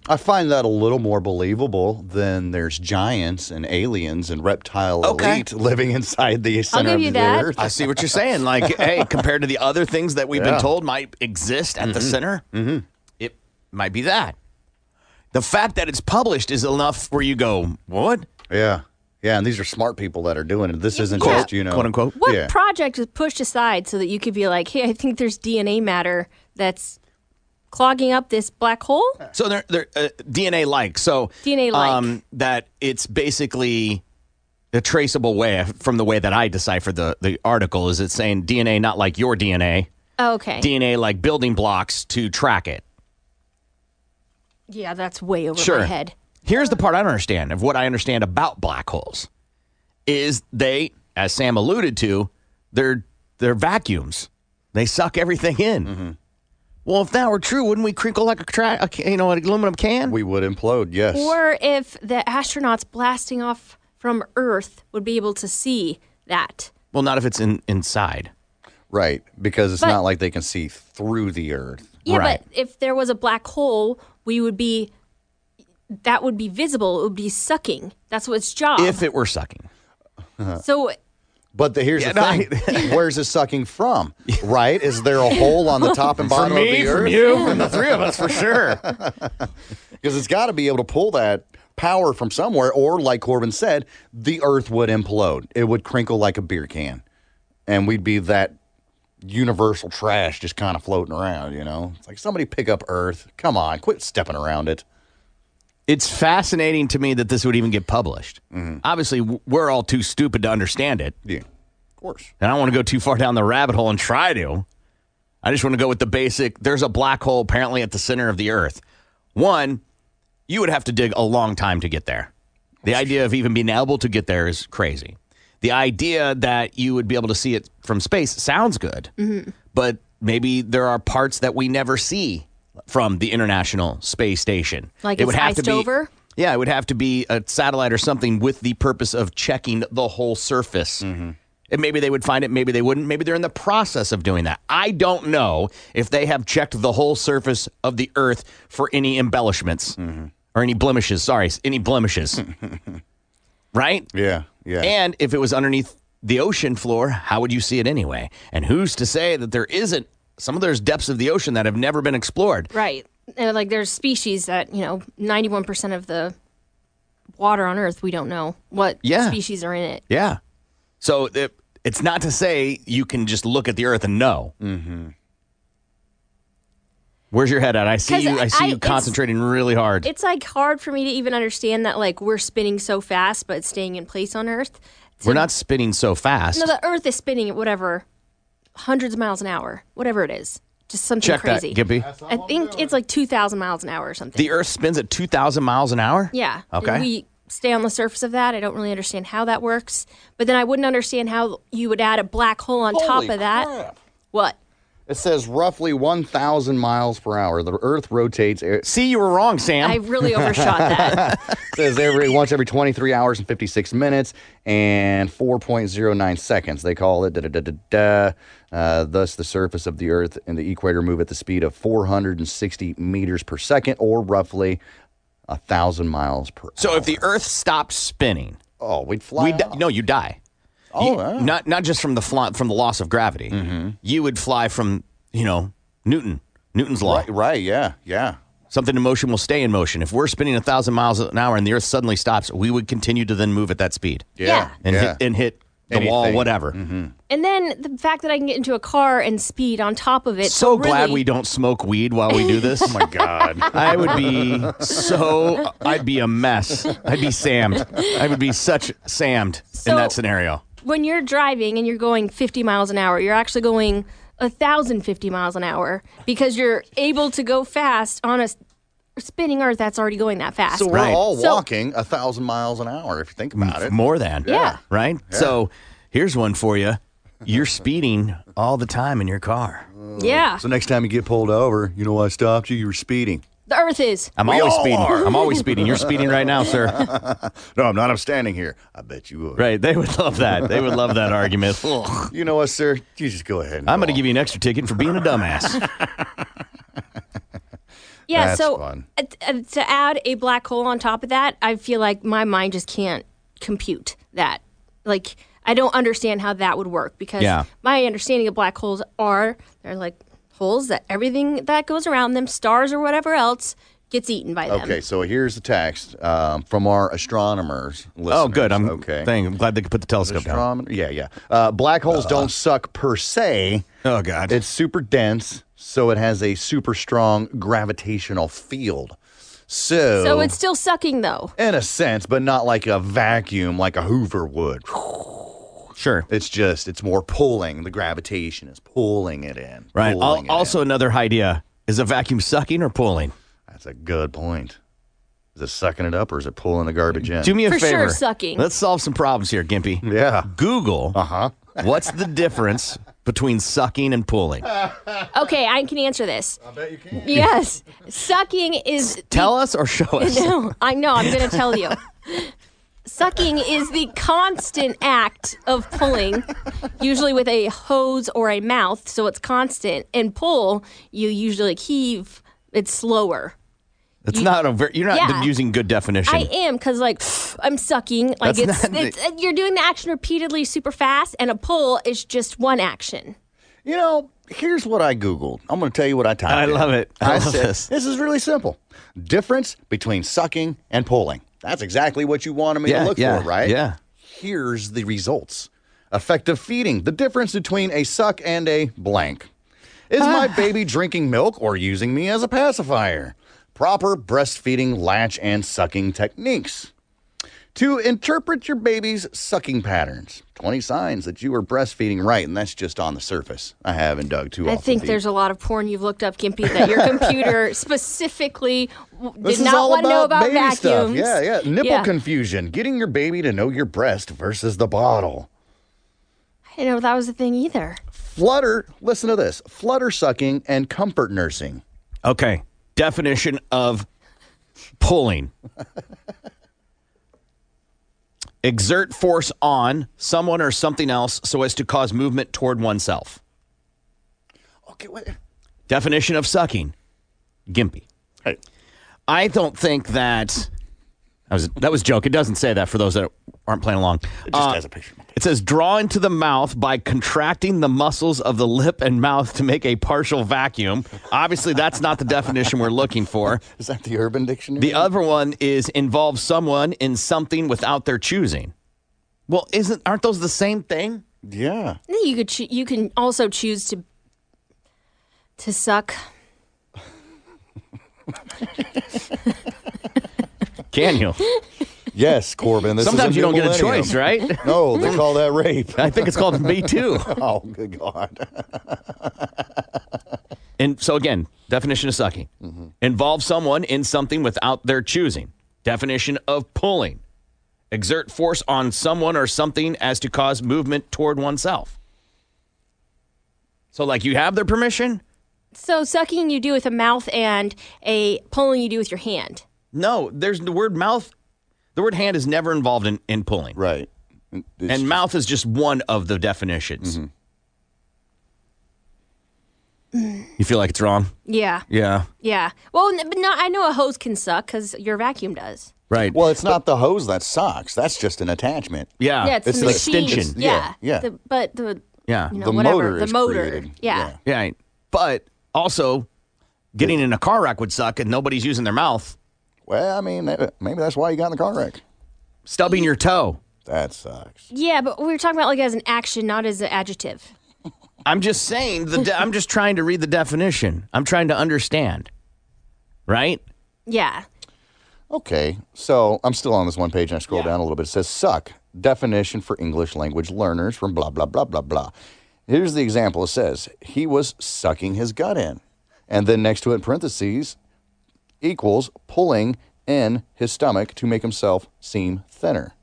Speaker 10: I find that a little more believable than there's giants and aliens and reptile elite living inside the center
Speaker 8: give
Speaker 10: of
Speaker 8: you
Speaker 10: the
Speaker 8: that.
Speaker 10: earth.
Speaker 8: I see what you're saying. Like, hey, compared to the other things that we've
Speaker 10: Yeah.
Speaker 8: been told might exist at the center, it might be that. The fact that it's published is enough where you go, what?
Speaker 10: Yeah. Yeah, and these are smart people that are doing it. This isn't
Speaker 9: Yeah.
Speaker 10: just, you know.
Speaker 8: Quote, unquote.
Speaker 9: What
Speaker 10: yeah.
Speaker 9: project is pushed aside so that you could be like, hey, I think there's DNA matter that's clogging up this black hole?
Speaker 8: So they're, they're uh, DNA like. So um,
Speaker 9: DNA-like.
Speaker 8: that it's basically a traceable way from the way that I decipher the, the article is it's saying DNA not like your DNA,
Speaker 9: Okay.
Speaker 8: DNA like building blocks to track it.
Speaker 9: yeah, that's way over
Speaker 8: sure.
Speaker 9: my head.
Speaker 8: Here's the part I don't understand of what I understand about black holes is they, as Sam alluded to, they're they're vacuums. They suck everything in. Well, if that were true, wouldn't we crinkle like a, tra- a ca- you know an aluminum can?
Speaker 10: We would implode. Yes.
Speaker 9: Or if the astronauts blasting off from Earth would be able to see that.
Speaker 8: Well, not if it's in inside.
Speaker 10: Right, because it's
Speaker 9: But-
Speaker 10: not like they can see through the earth.
Speaker 9: Yeah, but if there was a black hole, we would be that would be visible. It would be sucking. That's what its job.
Speaker 8: If it were sucking.
Speaker 9: so
Speaker 10: But the, here's
Speaker 8: Yeah,
Speaker 10: the
Speaker 8: no,
Speaker 10: thing: where's it sucking from? Right? Is there a hole on the top and
Speaker 8: From
Speaker 10: bottom
Speaker 8: me,
Speaker 10: of the
Speaker 8: from
Speaker 10: earth?
Speaker 8: you, from the three of us, for sure.
Speaker 10: Because it's got to be able to pull that power from somewhere, or like Corbin said, the Earth would implode. It would crinkle like a beer can, and we'd be that universal trash just kind of floating around. You know, it's like somebody pick up Earth. Come on, quit stepping around it.
Speaker 8: It's fascinating to me that this would even get published. Obviously, w- we're all too stupid to understand it.
Speaker 10: Yeah, of course.
Speaker 8: And I don't want to go too far down the rabbit hole and try to. I just want to go with the basic. There's a black hole apparently at the center of the Earth. One, you would have to dig a long time to get there. The idea of even being able to get there is crazy. The idea that you would be able to see it from space sounds good,
Speaker 9: Mm-hmm.
Speaker 7: Mhm.
Speaker 8: but maybe there are parts that we never see from the International Space Station.
Speaker 9: Like
Speaker 8: it
Speaker 9: it's
Speaker 8: would have
Speaker 9: iced
Speaker 8: to be,
Speaker 9: over?
Speaker 8: Yeah, it would have to be a satellite or something with the purpose of checking the whole surface.
Speaker 9: Mm-hmm.
Speaker 8: And maybe they would find it, maybe they wouldn't. Maybe they're in the process of doing that. I don't know if they have checked the whole surface of the Earth for any embellishments
Speaker 9: Mm-hmm.
Speaker 8: or any blemishes. Sorry, any blemishes. right?
Speaker 10: Yeah, yeah.
Speaker 8: And if it was underneath the ocean floor, how would you see it anyway? And who's to say that there isn't some of those depths of the ocean that have never been explored?
Speaker 9: Right. And like there's species that, you know, 91% of the water on Earth, we don't know what
Speaker 8: Yeah.
Speaker 9: species are in it.
Speaker 8: Yeah. So it, it's not to say you can just look at the earth and know. Mm-hmm. Where's your head at? I see
Speaker 9: 'Cause
Speaker 8: you. I see
Speaker 9: I-
Speaker 8: you
Speaker 9: it's-
Speaker 8: concentrating really hard.
Speaker 9: It's like hard for me to even understand that like we're spinning so fast but staying in place on Earth.
Speaker 8: We're not spinning so fast.
Speaker 9: No, the Earth is spinning at whatever, hundreds of miles an hour, whatever it is. Just something
Speaker 8: Check that,
Speaker 9: crazy.
Speaker 8: Gimpy.
Speaker 9: I think it's like 2,000 miles an hour or something.
Speaker 8: The Earth spins at two thousand miles an hour.
Speaker 9: Yeah.
Speaker 8: Okay.
Speaker 9: And we stay on the surface of that. I don't really understand how that works. But then I wouldn't understand how you would add a black hole on top
Speaker 10: Holy
Speaker 9: of that. What?
Speaker 10: It says roughly 1,000 miles per hour. The Earth rotates.
Speaker 8: See, you were wrong, Sam.
Speaker 9: I really overshot that.
Speaker 10: says every once every 23 hours and 56 minutes and 4.09 seconds. They call it da da da da da. Uh, thus, the surface of the Earth and the equator move at the speed of 460 meters per second, or roughly a thousand miles per.
Speaker 8: So if the Earth stopped spinning,
Speaker 10: oh, we'd fly.
Speaker 8: We di- no, you die.
Speaker 10: Oh,
Speaker 8: You-
Speaker 10: yeah.
Speaker 8: not not just from the fly, from the loss of gravity. You would fly from you know Newton, Newton's law. Right,
Speaker 10: right, yeah, yeah.
Speaker 8: Something in motion will stay in motion. If we're spinning a thousand miles an hour and the Earth suddenly stops, we would continue to then move at that speed.
Speaker 10: Yeah.
Speaker 8: and
Speaker 10: Yeah.
Speaker 8: hit and hit the wall,
Speaker 10: Anything.
Speaker 8: whatever.
Speaker 9: and then the fact that I can get into a car and speed on top of it.
Speaker 8: So
Speaker 9: really-
Speaker 8: glad we don't smoke weed while we do this. oh my
Speaker 10: god,
Speaker 8: I would be so. I'd be a mess. I'd be sammed. I would be such sammed in that
Speaker 9: So-
Speaker 8: scenario.
Speaker 9: When you're driving and you're going 50 miles an hour, you're actually going 1,050 miles an hour because you're able to go fast on a s- spinning Earth that's already going that fast.
Speaker 10: So we're all
Speaker 9: So-
Speaker 10: walking a thousand miles an hour if you think about it.
Speaker 8: More than.
Speaker 10: Yeah.
Speaker 8: Right? So here's one for you. You're speeding all the time in your car.
Speaker 9: Yeah.
Speaker 10: So next time you get pulled over, you know why I stopped you? You were speeding.
Speaker 9: The Earth is.
Speaker 8: I'm always speeding. I'm always speeding. You're speeding right now, sir.
Speaker 10: no, I'm not. I'm standing here. I bet you would.
Speaker 8: Right. They would love that. They would love that argument. Ugh.
Speaker 10: You know what, sir? You just go ahead. And
Speaker 8: I'm going to give you an extra ticket for being a dumbass.
Speaker 9: Yeah,
Speaker 8: That's
Speaker 9: so
Speaker 8: fun.
Speaker 9: uh, t- uh, to add a black hole on top of that, I feel like my mind just can't compute that. Like I don't understand how that would work because
Speaker 7: Yeah.
Speaker 9: my understanding of black holes are they're like holes that everything that goes around them, stars or whatever else, gets eaten by them.
Speaker 10: Okay, so here's the text um, from our astronomers.
Speaker 8: Oh, good. I'm
Speaker 10: okay.
Speaker 8: Thing. I'm glad they could put the telescope down.
Speaker 10: Astronomer- Yeah, yeah. Uh, black holes don't suck per se.
Speaker 8: Oh God.
Speaker 10: It's super dense, so it has a super strong gravitational field. So,
Speaker 9: So it's still sucking though.
Speaker 10: in a sense, but not like a vacuum, like a Hoover would.
Speaker 8: Sure.
Speaker 10: It's just it's more pulling. The gravitation is pulling it in.
Speaker 8: Right.
Speaker 10: Pulling
Speaker 8: Al- also, another idea is a vacuum sucking or pulling?
Speaker 10: That's a good point. Is it sucking it up or is it pulling the garbage in?
Speaker 8: Do me a
Speaker 9: For sure,
Speaker 8: favor.
Speaker 9: sucking.
Speaker 8: Let's solve some problems here, Gimpy.
Speaker 10: Yeah. Uh-huh.
Speaker 8: Google. Uh huh. what's the difference between sucking and pulling?
Speaker 9: Okay, I can answer this. I bet you can. Yes, sucking is
Speaker 8: Tell us or show us.
Speaker 9: No, I know. I'm going to tell you. Sucking is the constant act of pulling, usually with a hose or a mouth, so it's constant. And pull, you usually heave, it's slower.
Speaker 8: It's not a ver- you're not
Speaker 9: Yeah.
Speaker 8: using good definition.
Speaker 9: I am because like I'm sucking, like
Speaker 8: That's
Speaker 9: it's,
Speaker 8: not the-
Speaker 9: it's uh, you're doing the action repeatedly, super fast, and a pull is just one action.
Speaker 10: You know, here's what I Googled. I'm going to tell you what I typed.
Speaker 8: I love it. I love
Speaker 10: said,
Speaker 8: this.
Speaker 10: is really simple. Difference between sucking and pulling. That's exactly what you wanted me
Speaker 17: Yeah,
Speaker 10: to look
Speaker 17: yeah,
Speaker 10: for, right?
Speaker 17: yeah.
Speaker 10: Here's the results effective feeding, the difference between a suck and a blank. Is my
Speaker 9: Ah.
Speaker 10: baby drinking milk or using me as a pacifier? Proper breastfeeding, latch, and sucking techniques. To interpret your baby's sucking patterns, 20 signs that you are breastfeeding right, and that's just on the surface. I haven't dug too
Speaker 9: I
Speaker 10: awful
Speaker 9: think
Speaker 10: deep.
Speaker 9: there's a lot of porn you've looked up, Gimpy, that your computer specifically w- did
Speaker 10: This is
Speaker 9: not
Speaker 10: all
Speaker 9: want to know about
Speaker 10: baby
Speaker 9: vacuums.
Speaker 10: Stuff. Yeah, yeah. Nipple
Speaker 9: Yeah.
Speaker 10: confusion. Getting your baby to know your breast versus the bottle.
Speaker 9: I didn't know that was a thing either.
Speaker 10: Flutter. Listen to this. Flutter sucking and comfort nursing.
Speaker 8: Okay. Definition of pulling. Exert force on someone or something else so as to cause movement toward oneself.
Speaker 10: Okay, what?
Speaker 8: Definition of sucking. Gimpy.
Speaker 10: Hey.
Speaker 8: I don't think that that was that was a joke. It doesn't say that for those that aren't playing along. It
Speaker 10: just has a picture.
Speaker 8: It says draw into the mouth by contracting the muscles of the lip and mouth to make a partial vacuum. Obviously, that's not the definition we're looking for.
Speaker 10: Is that the Urban Dictionary?
Speaker 8: The other one is involve someone in something without their choosing. Well, isn't aren't those the same thing?
Speaker 10: Yeah.
Speaker 9: I think You could choo- you can also choose to to suck.
Speaker 8: Can you?
Speaker 10: yes, Corbin. This
Speaker 8: Sometimes
Speaker 10: is
Speaker 8: you don't get a
Speaker 10: millennium.
Speaker 8: choice, right?
Speaker 10: No, they call that rape.
Speaker 8: I think it's called B2.
Speaker 10: oh, good God.
Speaker 8: And so again, definition of sucking.
Speaker 10: Mm-hmm.
Speaker 8: Involve someone in something without their choosing. Definition of pulling. Exert force on someone or something as to cause movement toward oneself. So like you have their permission?
Speaker 9: So sucking you do with a mouth and a pulling you do with your hand.
Speaker 8: No, there's the word mouth. The word hand is never involved in, in pulling.
Speaker 10: Right. and
Speaker 8: mouth is just one of the definitions.
Speaker 10: Mm-hmm.
Speaker 8: You feel like it's wrong?
Speaker 9: Yeah.
Speaker 8: Yeah.
Speaker 9: Yeah. Well, n- but no, I know a hose can suck because your vacuum does.
Speaker 8: Right.
Speaker 10: Well, it's not the hose that sucks. That's just an attachment.
Speaker 8: Yeah.
Speaker 9: yeah, it's, the machine.
Speaker 10: yeah. Yeah.
Speaker 9: The, but the
Speaker 8: Yeah.
Speaker 9: you know,
Speaker 10: The
Speaker 9: whatever,
Speaker 10: motor
Speaker 9: the
Speaker 10: is
Speaker 9: motor.
Speaker 10: created.
Speaker 9: Yeah.
Speaker 8: Yeah. Right. But also, getting in a car wreck would suck, and nobody's using their mouth.
Speaker 10: Well, I mean, that- maybe that's why you got in the car wreck.
Speaker 8: Stubbing your toe.
Speaker 10: That sucks.
Speaker 9: Yeah, but we were talking about like as an action, not as an adjective.
Speaker 8: I'm just saying. The de- I'm just trying to read the definition. I'm trying to understand. Right.
Speaker 9: Yeah.
Speaker 10: Okay, so I'm still on this one page and I scroll down a little bit. It says suck, definition for English language learners from blah, blah, blah, blah, blah. Here's the example it says he was sucking his gut in. And then next to it, in parentheses, equals pulling in his stomach to make himself seem thinner.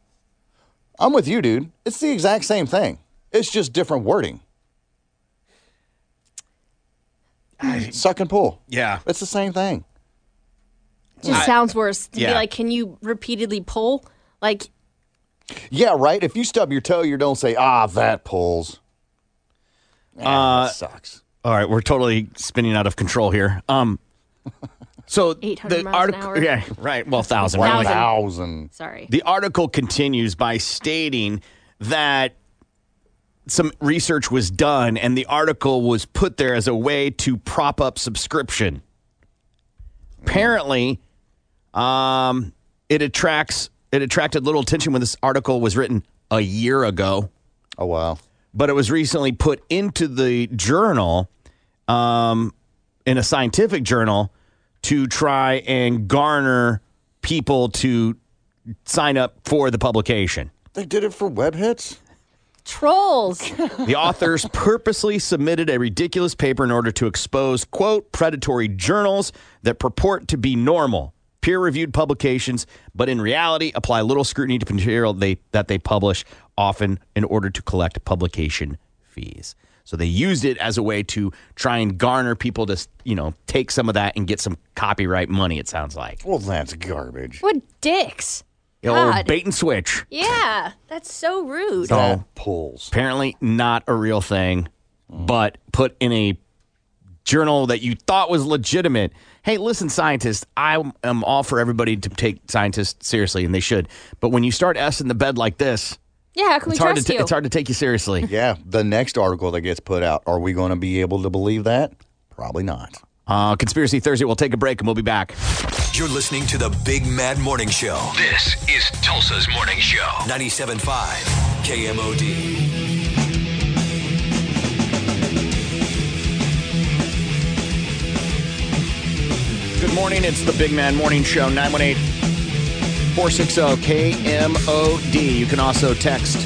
Speaker 10: I'm with you, dude. It's the exact same thing, it's just different wording. Suck and pull.
Speaker 8: Yeah.
Speaker 10: It's the same thing.
Speaker 9: It just
Speaker 10: I-
Speaker 9: sounds worse to be
Speaker 10: yeah.
Speaker 9: like, can you repeatedly pull? Like,
Speaker 10: Yeah, right. If you stub your toe, you don't say, ah, that pulls.
Speaker 8: Uh,
Speaker 10: sucks.
Speaker 8: All right, we're totally spinning out of control here. Um, so
Speaker 9: 800
Speaker 8: the
Speaker 9: miles an
Speaker 8: article,
Speaker 9: hour.
Speaker 8: yeah, right. Well, thousand,
Speaker 10: One
Speaker 8: really.
Speaker 10: thousand.
Speaker 9: sorry.
Speaker 8: The article continues by stating that some research was done and the article was put there as a way to prop up subscription. Apparently, um, it attracts it attracted little attention when this article was written a year ago.
Speaker 10: Oh wow.
Speaker 8: But it was recently put into the journal um, in a scientific journal to try and garner people to sign up for the publication.
Speaker 10: They did it for web hits?
Speaker 9: Trolls.
Speaker 8: The authors purposely submitted a ridiculous paper in order to expose, quote, predatory journals that purport to be normal, peer reviewed publications, but in reality apply little scrutiny to material they, that they publish, often in order to collect publication fees. So they used it as a way to try and garner people to, you know, take some of that and get some copyright money, it sounds like.
Speaker 10: Well, that's garbage.
Speaker 9: what dicks?
Speaker 8: Old
Speaker 9: God.
Speaker 8: bait and switch.
Speaker 9: Yeah, that's so rude.
Speaker 10: pulls.
Speaker 8: Apparently not a real thing, but put in a journal that you thought was legitimate. Hey, listen, scientists, I am all for everybody to take scientists seriously, and they should. But when you start S in the bed like this,
Speaker 9: Yeah, how can
Speaker 8: it's
Speaker 9: we
Speaker 8: hard to
Speaker 9: trust
Speaker 8: ta-
Speaker 9: you?
Speaker 8: it's hard to take you seriously.
Speaker 10: Yeah. The next article that gets put out, are we going to be able to believe that? Probably not.
Speaker 8: Uh, Conspiracy Thursday. We'll take a break and we'll be back.
Speaker 12: You're listening to the Big Mad Morning Show. This is Tulsa's Morning Show. 97.5 KMOD.
Speaker 8: Good morning. It's the Big Man Morning Show, 918 460 KMOD. You can also text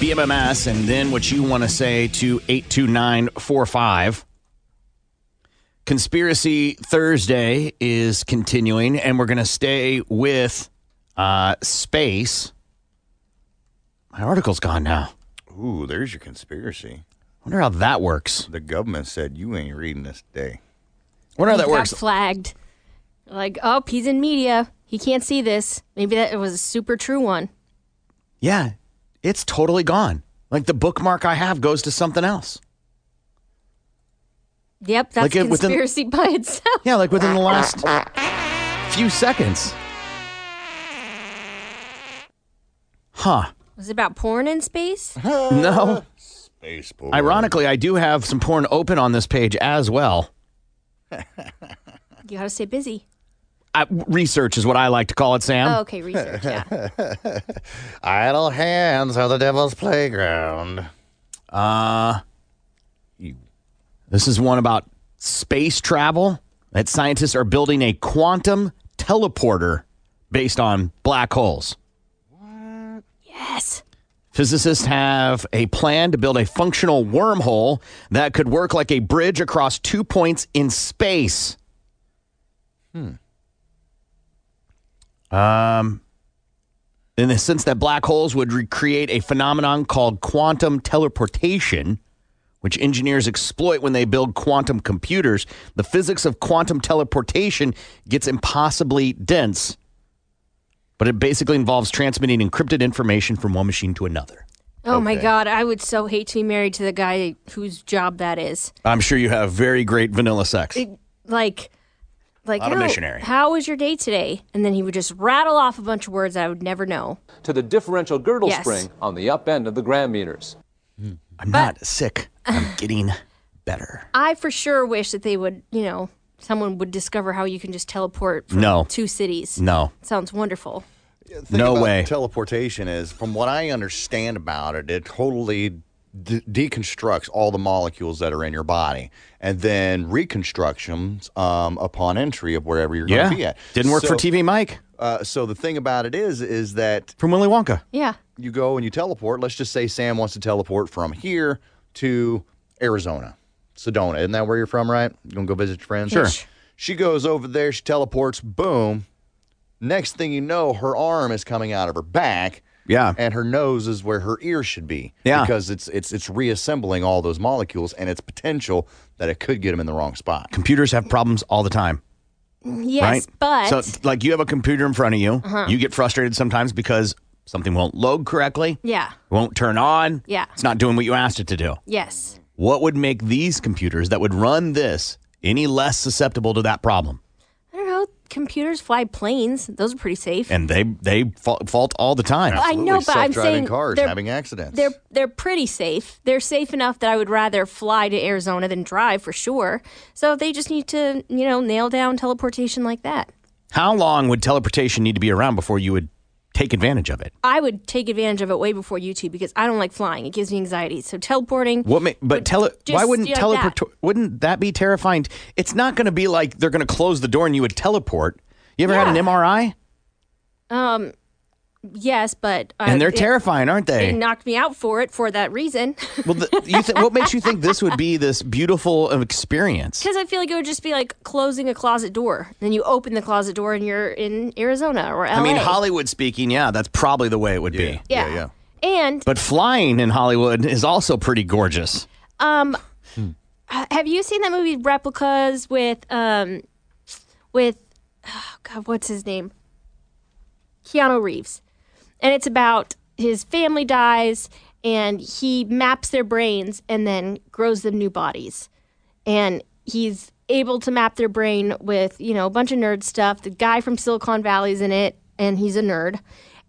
Speaker 8: BMMS and then what you want to say to 82945. Conspiracy Thursday is continuing, and we're going to stay with uh, space. My article's gone now.
Speaker 17: Ooh, there's your conspiracy.
Speaker 8: Wonder how that works.
Speaker 17: The government said you ain't reading this day.
Speaker 8: Wonder how that
Speaker 9: Got
Speaker 8: works.
Speaker 9: flagged. Like, oh, he's in media. He can't see this. Maybe that was a super true one.
Speaker 8: Yeah, it's totally gone. Like the bookmark I have goes to something else.
Speaker 9: Yep, that's
Speaker 8: Like it- within-
Speaker 9: conspiracy by itself.
Speaker 8: Yeah, like within the last few seconds. Huh.
Speaker 9: Was it about porn in space?
Speaker 8: Uh-huh. No.
Speaker 17: Space
Speaker 8: Ironically, I do have some porn open on this page as well.
Speaker 9: You gotta stay busy.
Speaker 8: I, research is what I like to call it, Sam.
Speaker 9: Oh, okay, research. Yeah.
Speaker 17: Idle hands are the devil's playground.
Speaker 8: Uh, this is one about space travel that scientists are building a quantum teleporter based on black holes.
Speaker 9: Yes.
Speaker 8: Physicists have a plan to build a functional wormhole that could work like a bridge across two points in space.
Speaker 17: Hmm.
Speaker 8: Um, in the sense that black holes would re- create a phenomenon called quantum teleportation, which engineers exploit when they build quantum computers. The physics of quantum teleportation gets impossibly dense, but it basically involves transmitting encrypted information from one machine to another.
Speaker 9: Oh my god, I would so hate to be married to the guy whose job that is.
Speaker 8: I'm sure you have very great vanilla sex.
Speaker 9: It- like, like
Speaker 8: Not a
Speaker 9: "Oh,
Speaker 8: missionary."
Speaker 9: How was your day today? And then he would just rattle off a bunch of words I would never know.
Speaker 18: to the differential girdle
Speaker 9: Yes.
Speaker 18: spring on the up end of the gram meters.
Speaker 8: I'm not sick. I'm getting better.
Speaker 9: I for sure wish that they would, you know, someone would discover how you can just teleport from
Speaker 10: No.
Speaker 9: two cities.
Speaker 8: No.
Speaker 9: Sounds wonderful.
Speaker 10: no
Speaker 8: way.
Speaker 10: Teleportation is, from what I understand about it, it totally de- deconstructs all the molecules that are in your body and then reconstructs them um, upon entry of wherever you're
Speaker 8: Yeah.
Speaker 10: going to be at.
Speaker 8: Didn't work for TV Mike.
Speaker 10: Uh, so the thing about it is, is that
Speaker 8: from Willy Wonka,
Speaker 9: Yeah.
Speaker 10: you go and you teleport. Let's just say Sam wants to teleport from here to Arizona, Sedona. Isn't that where you're from, right? You gonna go visit your friends?
Speaker 8: Sure. Yes.
Speaker 10: She goes over there. She teleports. Boom. Next thing you know, her arm is coming out of her back.
Speaker 8: Yeah.
Speaker 10: And her nose is where her ear should be.
Speaker 8: Yeah.
Speaker 10: Because it's it's it's reassembling all those molecules and it's potential that it could get them in the wrong spot.
Speaker 8: Computers have problems all the time.
Speaker 9: Mm, Yes,
Speaker 8: right?
Speaker 9: but
Speaker 8: so like you have a computer in front of you,
Speaker 9: Uh-huh.
Speaker 8: you get frustrated sometimes because something won't load correctly,
Speaker 9: yeah,
Speaker 8: won't turn on,
Speaker 9: Yeah.
Speaker 8: it's not doing what you asked it to do.
Speaker 9: yes.
Speaker 8: What would make these computers that would run this any less susceptible to that problem?
Speaker 9: I don't know. Computers fly planes. Those are pretty safe.
Speaker 8: And they they fa- fault all the time.
Speaker 9: Well, I know, Absolutely. but I'm Self-driving saying cars they're- having
Speaker 10: accidents.
Speaker 9: They're they're pretty safe. They're safe enough that I would rather fly to Arizona than drive for sure. So they just need to, you know, nail down teleportation like that.
Speaker 8: How long would teleportation need to be around before you would take advantage of it?
Speaker 9: I would take advantage of it way before you two because I don't like flying. It gives me anxiety. So teleporting.
Speaker 8: What? Ma- but tele? Why
Speaker 9: just
Speaker 8: wouldn't
Speaker 9: like
Speaker 8: teleport? Wouldn't that be terrifying? It's not going to be like they're going to close the door and you would teleport. You ever had an MRI?
Speaker 9: Um, yes, but uh,
Speaker 8: And they're
Speaker 9: it-
Speaker 8: terrifying, aren't they?
Speaker 9: They knocked me out for it for that reason
Speaker 8: well, the, you th- what makes you think this would be this beautiful of experience?
Speaker 9: because I feel like it would just be like closing a closet door. Then you open the closet door and you're in Arizona or LA.
Speaker 8: I mean, Hollywood speaking, yeah, that's probably the way it would be.
Speaker 9: Yeah. Yeah, and
Speaker 8: But flying in Hollywood is also pretty gorgeous.
Speaker 9: Um, h- have you seen that movie Replicas with um, with oh God, what's his name? Keanu Reeves, and it's about his family dies and he maps their brains and then grows them new bodies, and he's able to map their brain with you know a bunch of nerd stuff. The guy from Silicon Valley's in it, and he's a nerd,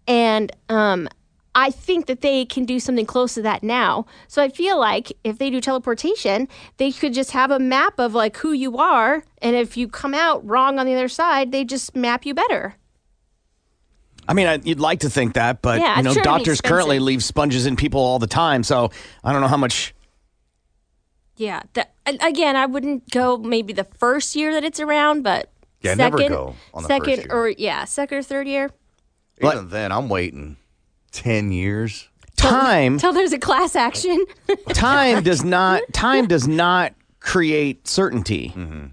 Speaker 9: and um, I think that they can do something close to that now. So I feel like if they do teleportation, they could just have a map of like who you are, and if you come out wrong on the other side, they just map you better.
Speaker 8: I mean, I, you'd like to think that, but
Speaker 9: Yeah,
Speaker 8: you
Speaker 9: I'm
Speaker 8: know,
Speaker 9: sure it'd be
Speaker 8: doctors currently
Speaker 9: expensive.
Speaker 8: leave sponges in people all the time. So I don't know how much.
Speaker 9: Yeah. That, and again, I wouldn't go maybe the first year that it's around, but
Speaker 10: Yeah,
Speaker 9: second,
Speaker 10: never go on the first
Speaker 9: second or yeah, second or third year.
Speaker 10: Even then, I'm waiting 10 years.
Speaker 8: Time
Speaker 9: Till there's a class action.
Speaker 8: time does not time does not create certainty.
Speaker 9: Mm.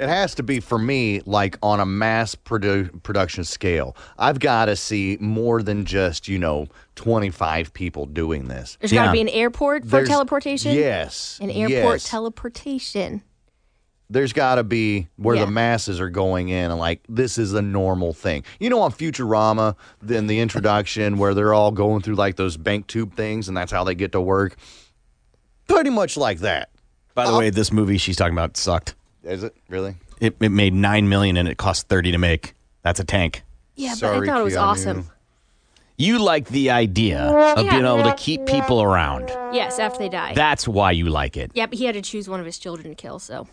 Speaker 10: It has to be for me, like on a mass produ- production scale. I've got to see more than just, you know, 25 people doing this.
Speaker 9: There's got to be an airport for
Speaker 10: There's-
Speaker 9: teleportation.
Speaker 10: yes,
Speaker 9: An airport
Speaker 10: yes.
Speaker 9: teleportation.
Speaker 10: There's got to be where
Speaker 9: Yeah.
Speaker 10: the masses are going in and like this is a normal thing. You know, on Futurama, then the introduction where they're all going through like those bank tube things and that's how they get to work. Pretty much like that.
Speaker 8: By the way, this movie she's talking about sucked.
Speaker 10: Is it really?
Speaker 8: It, it made nine million and it cost thirty to make. That's a tank.
Speaker 9: Yeah,
Speaker 10: Sorry,
Speaker 9: but I thought it was
Speaker 10: Keanu.
Speaker 9: awesome.
Speaker 8: You like the idea of
Speaker 9: Yeah.
Speaker 8: being able to keep people around.
Speaker 9: Yes, after they die.
Speaker 8: That's why you like it.
Speaker 9: yeah, but he had to choose one of his children to kill, so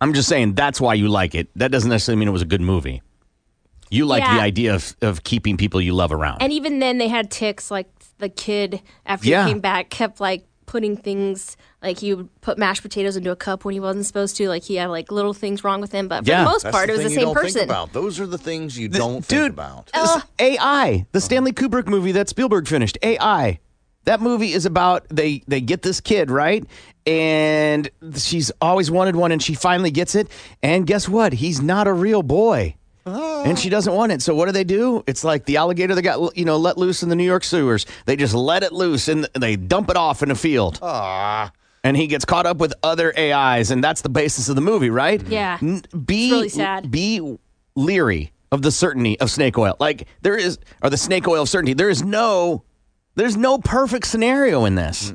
Speaker 8: I'm just saying that's why you like it. That doesn't necessarily mean it was a good movie. You like
Speaker 9: Yeah.
Speaker 8: the idea of, of keeping people you love around.
Speaker 9: And even then, they had ticks. Like the kid, after
Speaker 8: Yeah.
Speaker 9: he came back, kept like putting things like he would put mashed potatoes into a cup when he wasn't supposed to. Like he had like little things wrong with him, but for the most
Speaker 10: That's
Speaker 9: part, it was the
Speaker 10: thing you
Speaker 9: same
Speaker 10: don't think
Speaker 9: person.
Speaker 10: about. Those are the things you don't think about.
Speaker 8: This AI, the Stanley Kubrick movie that Spielberg finished. AI. That movie is about they they get this kid, right? And she's always wanted one and she finally gets it. And guess what? He's not a real boy. And she doesn't want it. So what do they do? It's like the alligator that got you know let loose in the New York sewers. They just let it loose and they dump it off in a field.
Speaker 10: Ah.
Speaker 8: And he gets caught up with other AIs, and that's the basis of the movie, right?
Speaker 9: Yeah.
Speaker 8: N- be
Speaker 9: It's really sad.
Speaker 8: Be leery of the certainty of snake oil. Like there is, or the snake oil of certainty. There is no, there's no perfect scenario in this.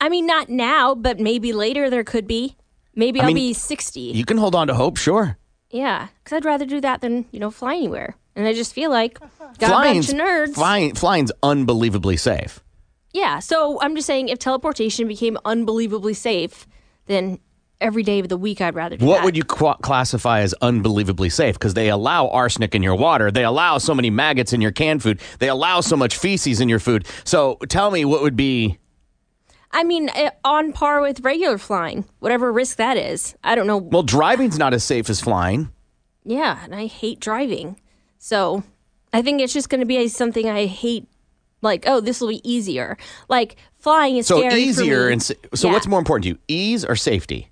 Speaker 9: I mean, not now, but maybe later there could be. Maybe
Speaker 8: I
Speaker 9: I'll
Speaker 8: mean,
Speaker 9: be sixty.
Speaker 8: You can hold on to hope, sure.
Speaker 9: Yeah, because I'd rather do that than you know fly anywhere. And I just feel like got
Speaker 8: Flying's-
Speaker 9: a bunch of nerds.
Speaker 8: Flying, flying's unbelievably safe.
Speaker 9: Yeah, so I'm just saying, if teleportation became unbelievably safe, then every day of the week I'd rather do
Speaker 8: What
Speaker 9: that.
Speaker 8: would you qua classify as unbelievably safe? Because they allow arsenic in your water. They allow so many maggots in your canned food. They allow so much feces in your food. So tell me what would be.
Speaker 9: I mean, eh, on par with regular flying, whatever risk that is. I don't know.
Speaker 8: Well, driving's not as safe as flying.
Speaker 9: Yeah, and I hate driving. So I think it's just going to be something I hate. Like, oh, this will be easier. Like, flying is
Speaker 8: so
Speaker 9: scary.
Speaker 8: easier and sa- so.
Speaker 9: Yeah.
Speaker 8: What's more important to you, ease or safety?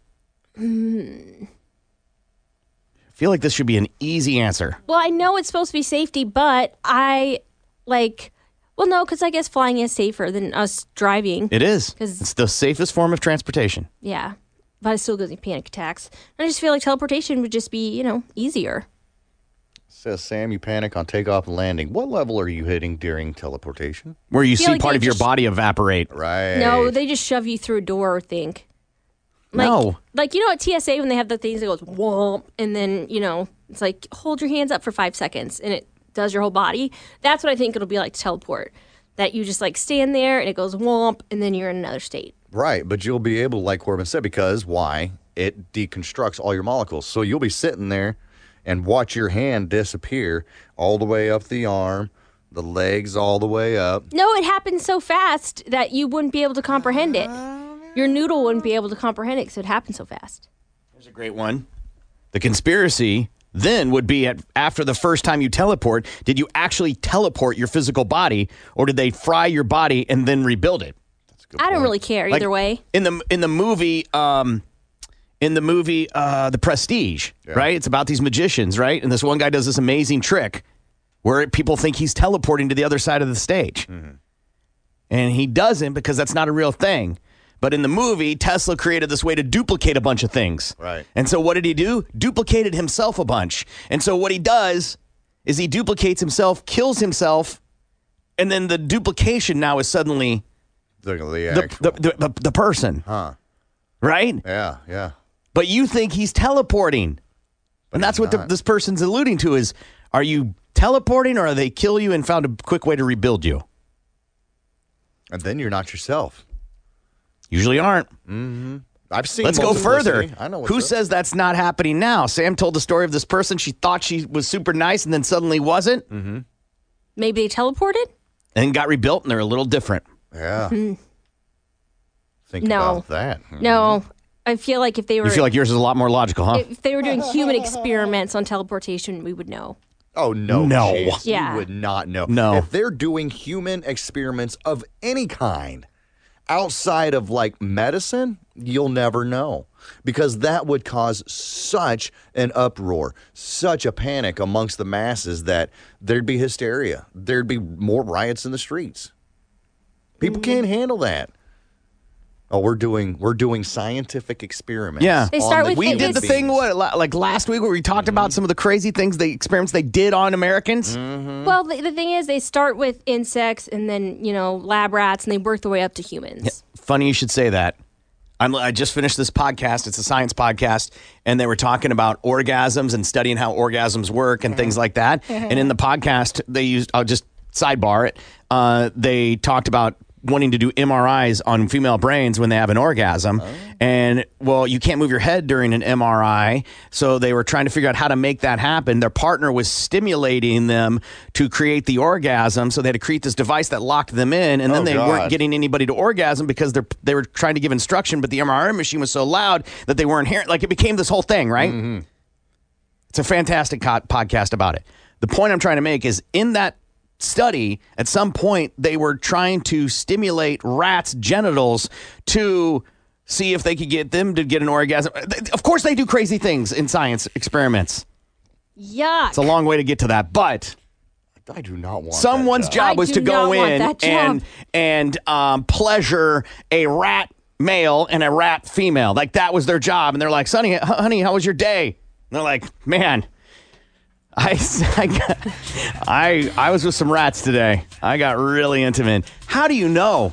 Speaker 9: For me. Hmm.
Speaker 8: I feel like this should be an easy answer.
Speaker 9: Well, I know it's supposed to be safety, but I like. Well, no, because I guess flying is safer than us driving.
Speaker 8: It is.
Speaker 9: 'Cause-
Speaker 8: It's the safest form of transportation.
Speaker 9: Yeah. But it still gives me panic attacks. I just feel like teleportation would just be, you know, easier.
Speaker 10: Says Sam, you panic on takeoff and landing. What level are you hitting during teleportation?
Speaker 8: Where you
Speaker 9: feel
Speaker 8: see
Speaker 9: like
Speaker 8: part
Speaker 9: they
Speaker 8: of your
Speaker 9: just-
Speaker 8: body evaporate.
Speaker 10: Right.
Speaker 9: No, they just shove you through a door, I think. Like,
Speaker 8: No.
Speaker 9: Like, you know, at TSA when they have the things that goes womp, and then, you know, it's like, hold your hands up for five seconds, and it does your whole body. That's what I think it'll be like to teleport. That you just, like, stand there, and it goes womp, and then you're in another state.
Speaker 10: Right, but you'll be able, like Corbin said, because why? It deconstructs all your molecules. So you'll be sitting there and watch your hand disappear all the way up the arm, the legs all the way up.
Speaker 9: No, it happens so fast that you wouldn't be able to comprehend it. Your noodle wouldn't be able to comprehend it because it happened so fast.
Speaker 8: There's Oh, a great one. The conspiracy then would be at after the first time you teleport, did you actually teleport your physical body, or did they fry your body and then rebuild it?
Speaker 9: I don't really care
Speaker 8: Like,
Speaker 9: either way.
Speaker 8: In the in the movie, um, in the movie, uh, The Prestige, right? It's about these magicians, right? And this one guy does this amazing trick where people think he's teleporting to the other side of the stage, and he doesn't because that's not a real thing. But in the movie, Tesla created this way to duplicate a bunch of things. Right. And so what did he do? Duplicated himself a bunch. And so what he does is he duplicates himself, kills himself, and then the duplication now is suddenly
Speaker 10: The,
Speaker 8: the, the, the, the, person. Huh. Right?
Speaker 10: Yeah, yeah.
Speaker 8: But you think he's teleporting. and that's what the, this person's alluding to is Are you teleporting or they kill you and found a quick way to rebuild you?
Speaker 10: And then you're not yourself.
Speaker 8: Usually aren't.
Speaker 10: Mm-hmm. I've seen.
Speaker 8: Let's go
Speaker 10: multiplicity.
Speaker 8: further.
Speaker 10: I know. What's
Speaker 8: Who
Speaker 10: up.
Speaker 8: says that's not happening now? Sam told the story of this person. She thought she was super nice and then suddenly wasn't
Speaker 10: Mm.
Speaker 8: mm-hmm.
Speaker 9: Maybe they teleported?
Speaker 8: and got rebuilt and they're a little different.
Speaker 10: Yeah.
Speaker 9: Mm,
Speaker 10: Think
Speaker 9: No.
Speaker 10: about that. Hmm.
Speaker 9: No. I feel like if they were
Speaker 8: Mm-hmm. You feel like yours is a lot more logical, huh?
Speaker 9: if they were doing human experiments on teleportation, we would know.
Speaker 10: Oh no,
Speaker 8: No.
Speaker 10: Chase,
Speaker 9: Yeah.
Speaker 10: you would not know.
Speaker 8: No.
Speaker 10: if they're doing human experiments of any kind outside of like medicine, you'll never know because that would cause such an uproar, such a panic amongst the masses that there'd be hysteria, there'd be more riots in the streets. People can't handle that. Oh, we're doing we're doing scientific experiments.
Speaker 8: Yeah,
Speaker 10: on the
Speaker 8: we
Speaker 10: human
Speaker 8: did the
Speaker 10: beings.
Speaker 8: thing what la- like last week where we talked
Speaker 10: Mm-hmm.
Speaker 8: about some of the crazy things they experiments they did on Americans.
Speaker 9: Well, the, the thing is, they start with insects and then, you know, lab rats and they work their way up to humans.
Speaker 8: Funny you should say that. I'm, I just finished this podcast. It's a science podcast, and they were talking about orgasms and studying how orgasms work and things like that. And in the podcast, they used I'll just sidebar it. Uh, they talked about wanting to do MRIs on female brains when they have an orgasm, and well, you can't move your head during an MRI, so they were trying to figure out how to make that happen. Their partner was stimulating them to create the orgasm, so they had to create this device that locked them in, and then
Speaker 10: Oh,
Speaker 8: they
Speaker 10: God.
Speaker 8: weren't getting getting anybody to orgasm because they're they were trying to give instruction, but the MRI machine was so loud that they weren't hearing. Like it became this whole thing, right? It's a fantastic co- podcast about it. The point I'm trying to make is in that study, at some point they were trying to stimulate rats' genitals to see if they could get them to get an orgasm. Th- Of course, they do crazy things in science experiments.
Speaker 9: Yuck.
Speaker 8: It's a long way to get to that, but.
Speaker 10: I do not want
Speaker 8: Someone's
Speaker 10: that
Speaker 8: job
Speaker 10: job.
Speaker 8: was
Speaker 10: I
Speaker 8: to
Speaker 10: do
Speaker 8: go
Speaker 10: not want
Speaker 8: in
Speaker 10: that job.
Speaker 8: and and um, pleasure a rat male and a rat female. Like that was their job, and they're like, "Sonny, h- honey, how was your day?" And they're like, "Man, I s- I got, I I was with some rats today. I got really intimate. How do you know?"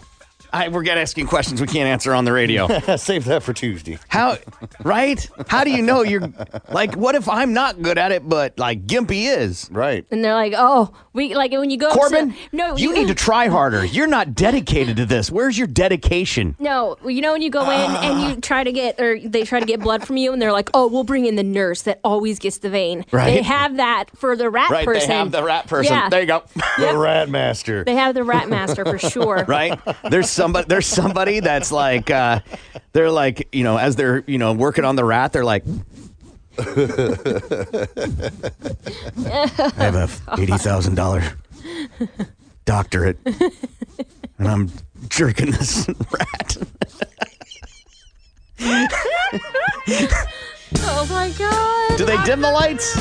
Speaker 8: I, we're getting asking questions we can't answer on the radio.
Speaker 10: Save that for Tuesday.
Speaker 8: How, right? How do you know you're like? What if I'm not good at it, but like Gimpy is?
Speaker 10: Right.
Speaker 9: And they're like, oh, we like when you go.
Speaker 8: Corbin,
Speaker 9: upsta- no,
Speaker 8: you need to try harder. You're not dedicated to this. Where's your dedication?
Speaker 9: No, well, you know when you go in and
Speaker 8: Ah.
Speaker 9: you try to get, or they try to get blood from you, and they're like, "Oh, we'll bring in the nurse that always gets the vein." They
Speaker 8: Right.
Speaker 9: have that for the rat
Speaker 8: right,
Speaker 9: person.
Speaker 8: they have the rat person.
Speaker 9: Yeah.
Speaker 8: There you go.
Speaker 10: The rat master.
Speaker 9: They have the rat master for sure.
Speaker 8: Right? There's somebody there's somebody that's like uh they're like, you know, as they're, you know, working on the rat, they're like I have a eighty thousand dollar doctorate and I'm jerking this rat.
Speaker 9: oh my god.
Speaker 8: Do they dim the lights?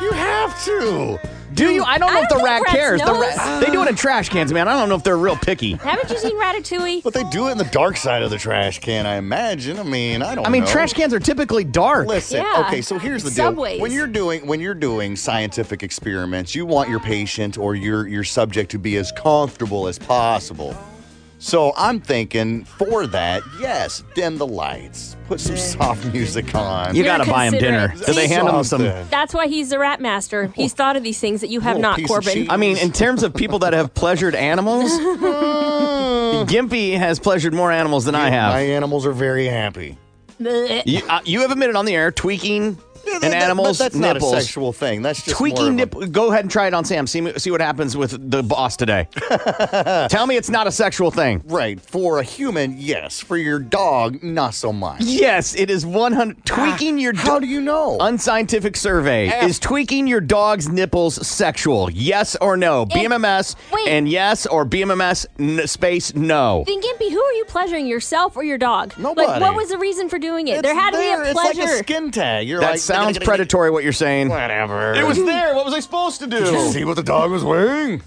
Speaker 10: You have to.
Speaker 8: Do you? I don't know
Speaker 9: I
Speaker 8: if
Speaker 9: don't
Speaker 8: the rat
Speaker 9: think rats
Speaker 8: cares. The
Speaker 9: knows.
Speaker 8: rat, they do it in trash cans, man. I don't know if they're real picky.
Speaker 9: Haven't you seen Ratatouille?
Speaker 10: But they do it in the dark side of the trash can, I imagine. I mean, I don't
Speaker 8: I mean,
Speaker 10: know.
Speaker 8: trash cans are typically dark.
Speaker 10: Oh, Listen,
Speaker 9: Yeah.
Speaker 10: okay, so here's the
Speaker 9: Subways.
Speaker 10: deal. When you're doing when you're doing scientific experiments, you want your patient or your your subject to be as comfortable as possible. So I'm thinking for that, yes, dim the lights, put some soft music on.
Speaker 8: You gotta buy 'em dinner. Do they hand 'em some-
Speaker 10: Something.
Speaker 9: That's why he's the rat master. He's thought of these things that you have
Speaker 8: Little
Speaker 9: not,
Speaker 8: piece of
Speaker 9: Corbin.
Speaker 8: cheese. I mean, in terms of people that have pleasured animals, Gimpy has pleasured more animals than I have.
Speaker 10: My animals are very happy.
Speaker 8: You, uh, you have admitted on the air tweaking
Speaker 10: that-
Speaker 8: an
Speaker 10: that-
Speaker 8: animal's
Speaker 10: but that's not a
Speaker 8: nipples.
Speaker 10: sexual thing. That's just more
Speaker 8: tweaking
Speaker 10: of
Speaker 8: nipple. Go ahead and try it on Sam. See me- see what happens with the boss today. Tell me it's not a sexual thing.
Speaker 10: Right. For a human, yes. For your dog, not so much.
Speaker 8: Yes, it is 100 tweaking your
Speaker 10: How do you know?
Speaker 8: Unscientific survey
Speaker 10: Ask-
Speaker 8: is tweaking your dog's nipples sexual? Yes or no? BMMS
Speaker 9: wait.
Speaker 8: and yes or BMMS n- space no.
Speaker 9: Then Gimpy, who are you pleasuring, yourself or your dog? Like,
Speaker 10: Nobody.
Speaker 9: what was the reason for doing it?
Speaker 10: It's
Speaker 9: there had to
Speaker 10: there.
Speaker 9: be a pleasure.
Speaker 10: It's like a skin tag. You're
Speaker 8: that
Speaker 10: like,
Speaker 8: sounds predatory. What you're saying?
Speaker 10: Whatever.
Speaker 8: It was there. What was I supposed to do?
Speaker 10: Did you see what the dog was wearing?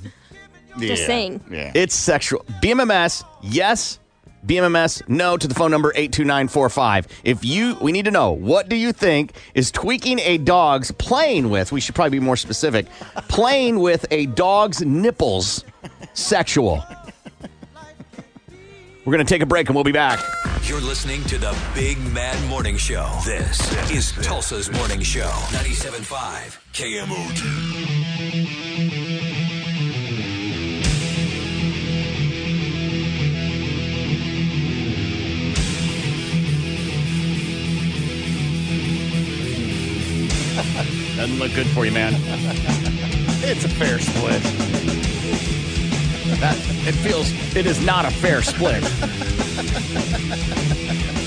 Speaker 9: Just saying.
Speaker 10: Yeah.
Speaker 8: It's sexual. BMMS, yes. BMMS, no to the phone number 82945. If you, we need to know, what do you think is tweaking a dog's playing with, we should probably be more specific, playing with a dog's nipples sexual? We're going to take a break and we'll be back.
Speaker 19: You're listening to the Big Mad Morning Show. This is Tulsa's Morning Show, 97.5 KMOD.
Speaker 8: Doesn't look good for you, man. it's a fair split. That- it feels, it is not a fair split.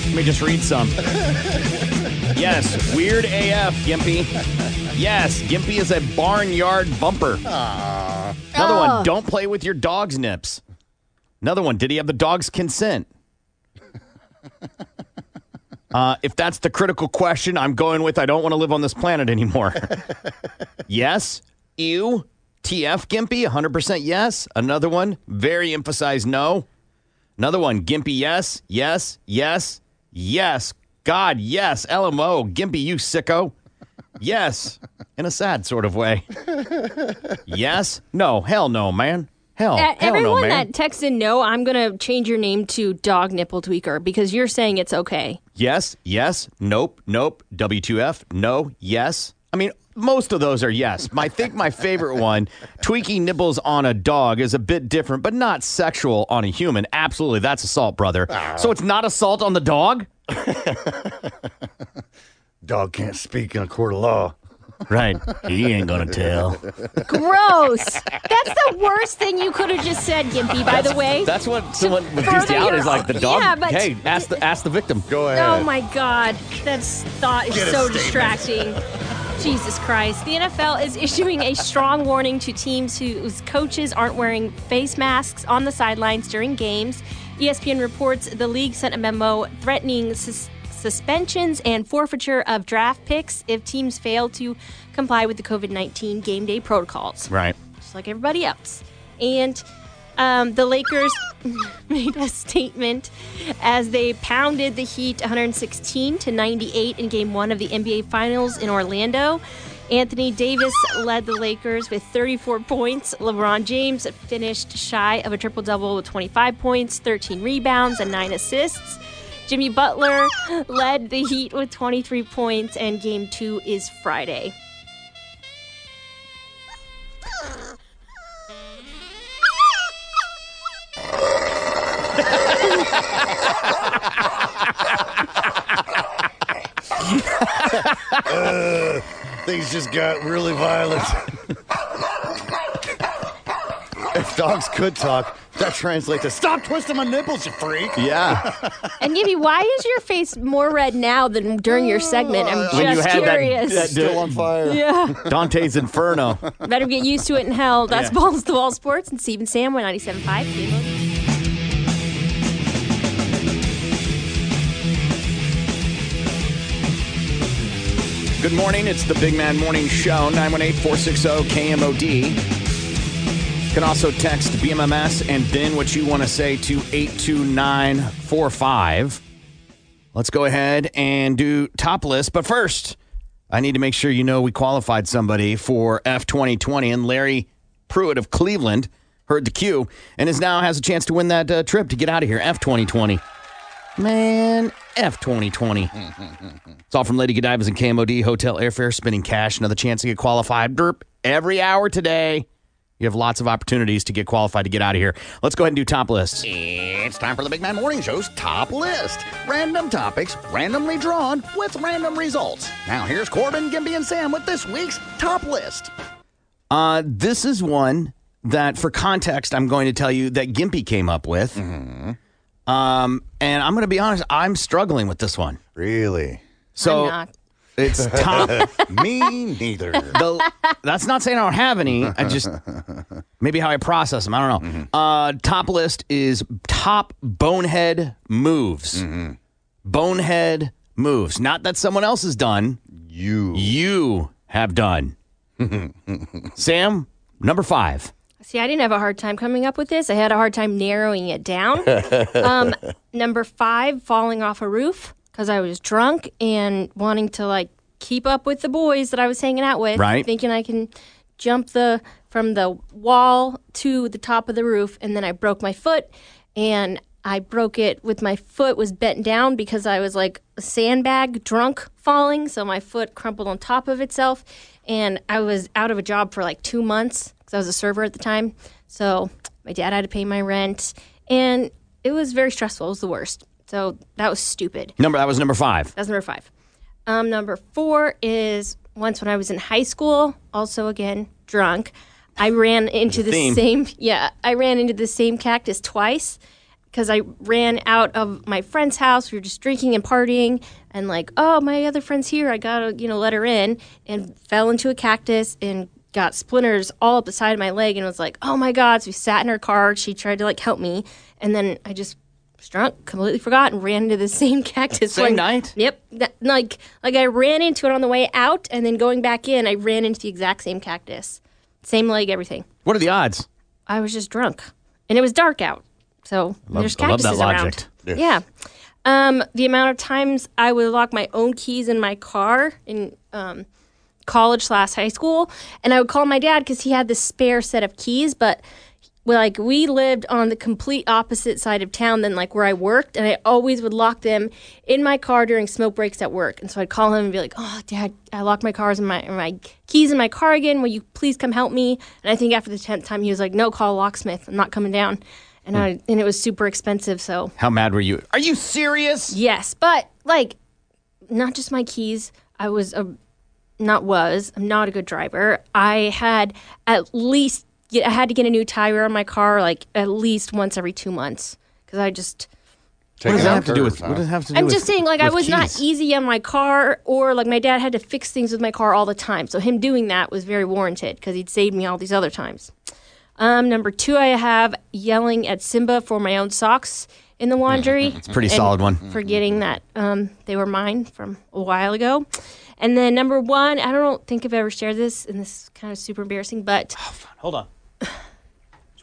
Speaker 8: Let me just read some. Yes, weird AF, Gimpy. Yes, Gimpy is a barnyard bumper. Another
Speaker 9: Oh.
Speaker 8: one, don't play with your dog's nips. Another one, did he have the dog's consent? Uh, if that's the critical question, I'm going with I don't want to live on this planet anymore. yes. Ew. TF Gimpy, 100% yes. Another one, very emphasized no. Another one, Gimpy, yes. Yes. Yes. Yes. God, yes. LMO, Gimpy, you sicko. Yes. In a sad sort of way. Yes. No. Hell no, man. Oh, Hell,
Speaker 9: Uh,
Speaker 8: hell no,
Speaker 9: everyone
Speaker 8: man.
Speaker 9: that texts in, no, I'm going to change your name to Dog Nipple Tweaker because you're saying it's okay.
Speaker 8: Yes, yes, nope, nope, W2F, no, yes. I mean, most of those are yes. My- I think my favorite one, tweaking nipples on a dog, is a bit different, but not sexual on a human. Absolutely, that's assault, brother.
Speaker 9: Ah.
Speaker 8: So it's not assault on the dog?
Speaker 17: Dog can't speak in a court of law.
Speaker 8: Right. He ain't gonna tell.
Speaker 9: Gross. That's the worst thing you could have just said, Gimpy, by the way.
Speaker 8: That's what someone with
Speaker 9: further
Speaker 8: Beastie out
Speaker 9: your-
Speaker 8: is like the dog.
Speaker 9: Yeah, but-
Speaker 8: hey, ask the ask the victim.
Speaker 17: Go
Speaker 9: Oh my God, that thought is
Speaker 8: Get a
Speaker 9: so
Speaker 8: statement.
Speaker 9: distracting. Jesus Christ. The NFL is issuing a strong warning to teams whose coaches aren't wearing face masks on the sidelines during games. E ESPN reports the league sent a memo threatening sus- suspensions and forfeiture of draft picks if teams fail to comply with the COVID 19 game day protocols
Speaker 8: Right.
Speaker 9: just like everybody else. And um, the Lakers made a statement as they pounded the Heat 116 to 98 in Game One of the NBA Finals in Orlando. Anthony Davis led the Lakers with 34 points. LeBron James finished shy of a triple double with 25 points, 13 rebounds, and nine assists. Jimmy Butler led the Heat with 23 points, and Game Two is Friday.
Speaker 17: Uh, things just got really violent. if dogs could talk, that translates to stop twisting my nipples, you freak.
Speaker 8: Yeah.
Speaker 9: And Gibby, why is your face more red now than during your segment? I'm just
Speaker 8: when you had
Speaker 9: curious.
Speaker 8: that, uh, that
Speaker 9: Yeah.
Speaker 8: Dante's Inferno.
Speaker 9: Better get used to it in hell. That's
Speaker 8: Yeah.
Speaker 9: Balls to Wall Sports and Steve and Sam 197.5. KMOD.
Speaker 8: Good morning. It's the Big Man Morning Show, 918 460 KMOD. You can also text BMMS and then what you want to say to 82945. Let's go ahead and do top list. But first, I need to make sure you know we qualified somebody for F2020. And Larry Pruitt of Cleveland heard the cue and is now has a chance to win that uh, trip to get out of here. F2020. Man, F2020. It's all from Lady Godivas and KMOD, hotel airfare, spending cash, another chance to get qualified. Derp, every hour today. You have lots of opportunities to get qualified to get out of here. Let's go ahead and do top lists.
Speaker 13: It's time for the Big Man Morning Show's top list. Random topics, randomly drawn, with random results. Now here's Corbin, Gimby, and Sam with this week's top list.
Speaker 8: Uh, this is one that, for context, I'm going to tell you that Gimpy came up with. Um, and I'm going to be honest, I'm struggling with this one.
Speaker 17: Really?
Speaker 8: So
Speaker 17: I'm not.
Speaker 8: it's top.
Speaker 17: Me neither.
Speaker 8: The, that's not saying I don't have any. I just maybe how I process them. I don't know.
Speaker 9: Mm-hmm.
Speaker 8: Uh, top list is top bonehead moves.
Speaker 9: Mm-hmm.
Speaker 8: Bonehead moves. Not that someone else has done.
Speaker 17: You.
Speaker 8: You have done. Sam, number five.
Speaker 9: See, I didn't have a hard time coming up with this. I had a hard time narrowing it down. um, number five, falling off a roof because I was drunk and wanting to like keep up with the boys that I was hanging out with,
Speaker 8: Right.
Speaker 9: thinking I can jump the from the wall to the top of the roof, and then I broke my foot and I broke it with my foot was bent down because I was like a sandbag drunk falling, so my foot crumpled on top of itself, and I was out of a job for like two months because I was a server at the time. So my dad had to pay my rent, and it was very stressful. It was the worst. So that was stupid.
Speaker 8: Number that was number five.
Speaker 9: That's number five. Um, number four is once when I was in high school, also again drunk, I ran into the
Speaker 8: theme.
Speaker 9: same yeah I ran into the same cactus twice because I ran out of my friend's house. We were just drinking and partying, and like oh my other friend's here, I gotta you know let her in, and fell into a cactus and got splinters all up the side of my leg, and was like oh my god. So we sat in her car. She tried to like help me, and then I just was drunk, completely forgot, and ran into the same cactus.
Speaker 8: Same
Speaker 9: one-
Speaker 8: night?
Speaker 9: Yep. That- like like I ran into it on the way out, and then going back in, I ran into the exact same cactus, same leg, everything.
Speaker 8: What are the odds?
Speaker 9: I was just drunk, and it was dark out, so
Speaker 8: Love-
Speaker 9: there's
Speaker 8: I love
Speaker 9: cactuses
Speaker 8: that
Speaker 9: around.
Speaker 8: logic.
Speaker 9: Yeah.
Speaker 8: Yeah.
Speaker 9: Um, the amount of times I would lock my own keys in my car in um, college slash high school, and I would call my dad because he had this spare set of keys, but well, like we lived on the complete opposite side of town than like where I worked, and I always would lock them in my car during smoke breaks at work. And so I'd call him and be like, "Oh, Dad, I locked my cars in my or my keys in my car again. Will you please come help me?" And I think after the tenth time, he was like, "No, call a locksmith. I'm not coming down." And I and it was super expensive, so
Speaker 8: How mad were you? Are you serious?
Speaker 9: Yes, but like, not just my keys. I was a, not was. I'm not a good driver. I had at least get, I had to get a new tire on my car like at least once every two months because I just.
Speaker 8: What does
Speaker 17: Taking
Speaker 8: that
Speaker 17: out
Speaker 8: have to do
Speaker 17: curves,
Speaker 8: with?
Speaker 17: huh?
Speaker 8: What does it have to do
Speaker 9: I'm
Speaker 8: with?
Speaker 9: just saying, like, I
Speaker 8: with
Speaker 9: was not
Speaker 8: keys?
Speaker 9: easy on my car, or like my dad had to fix things with my car all the time. So him doing that was very warranted because he'd saved me all these other times. Um, number two, I have yelling at Simba for my own socks in the laundry. It's
Speaker 8: Mm-hmm, a pretty solid one. Mm-hmm.
Speaker 9: Forgetting that um, they were mine from a while ago. And then number one, I don't think I've ever shared this, and this is kind of super embarrassing, but
Speaker 8: Hold on. Just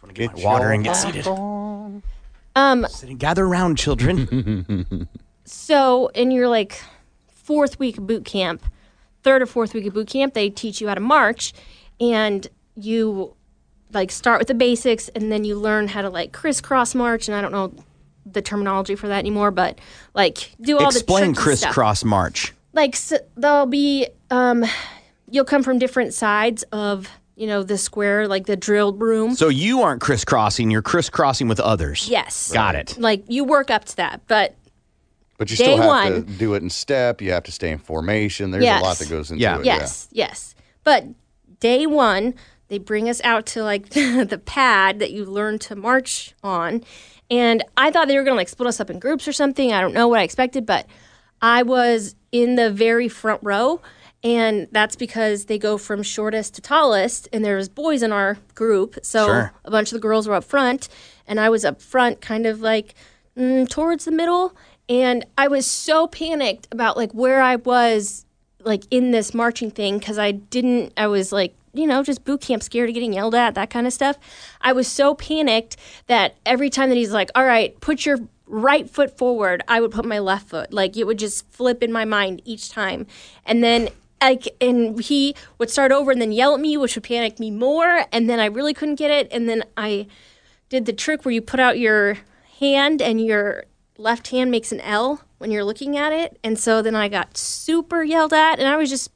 Speaker 8: want to get, my
Speaker 17: your
Speaker 8: water and get
Speaker 17: back
Speaker 8: seated.
Speaker 9: um,
Speaker 8: Sit and gather around, children.
Speaker 9: so in your like fourth week of boot camp, third or fourth week of boot camp, they teach you how to march, and you like start with the basics, and then you learn how to like crisscross march, and I don't know the terminology for that anymore, but like do all
Speaker 8: Explain
Speaker 9: the tricky stuff.
Speaker 8: crisscross march.
Speaker 9: Like s there'll be um, you'll come from different sides of you know the square, like the drilled room.
Speaker 8: So you aren't crisscrossing; you're crisscrossing with others.
Speaker 9: yes,
Speaker 8: Got it.
Speaker 9: Like you work up to that, but
Speaker 17: But you
Speaker 9: Day
Speaker 17: still have to
Speaker 9: one.
Speaker 17: do it in step. You have to stay in formation. There's a lot
Speaker 9: Yes.
Speaker 17: that goes into it.
Speaker 9: Yes, yes. But day one, they bring us out to like the pad that you learn to march on. And I thought they were going to like split us up in groups or something. I don't know what I expected, but I was in the very front row. And that's because they go from shortest to tallest. And there was boys in our group. So
Speaker 8: Sure.
Speaker 9: a bunch of the girls were up front. And I was up front, kind of like mm, towards the middle. And I was so panicked about like where I was like in this marching thing because I didn't, I was like, you know, just boot camp scared of getting yelled at, that kind of stuff. I was so panicked that every time that he's like, all right, put your right foot forward, I would put my left foot. Like it would just flip in my mind each time. And then, like, and he would start over and then yell at me, which would panic me more. And then I really couldn't get it. And then I, did the trick where you put out your hand and your left hand makes an L when you're looking at it. And so then I got super yelled at and I was just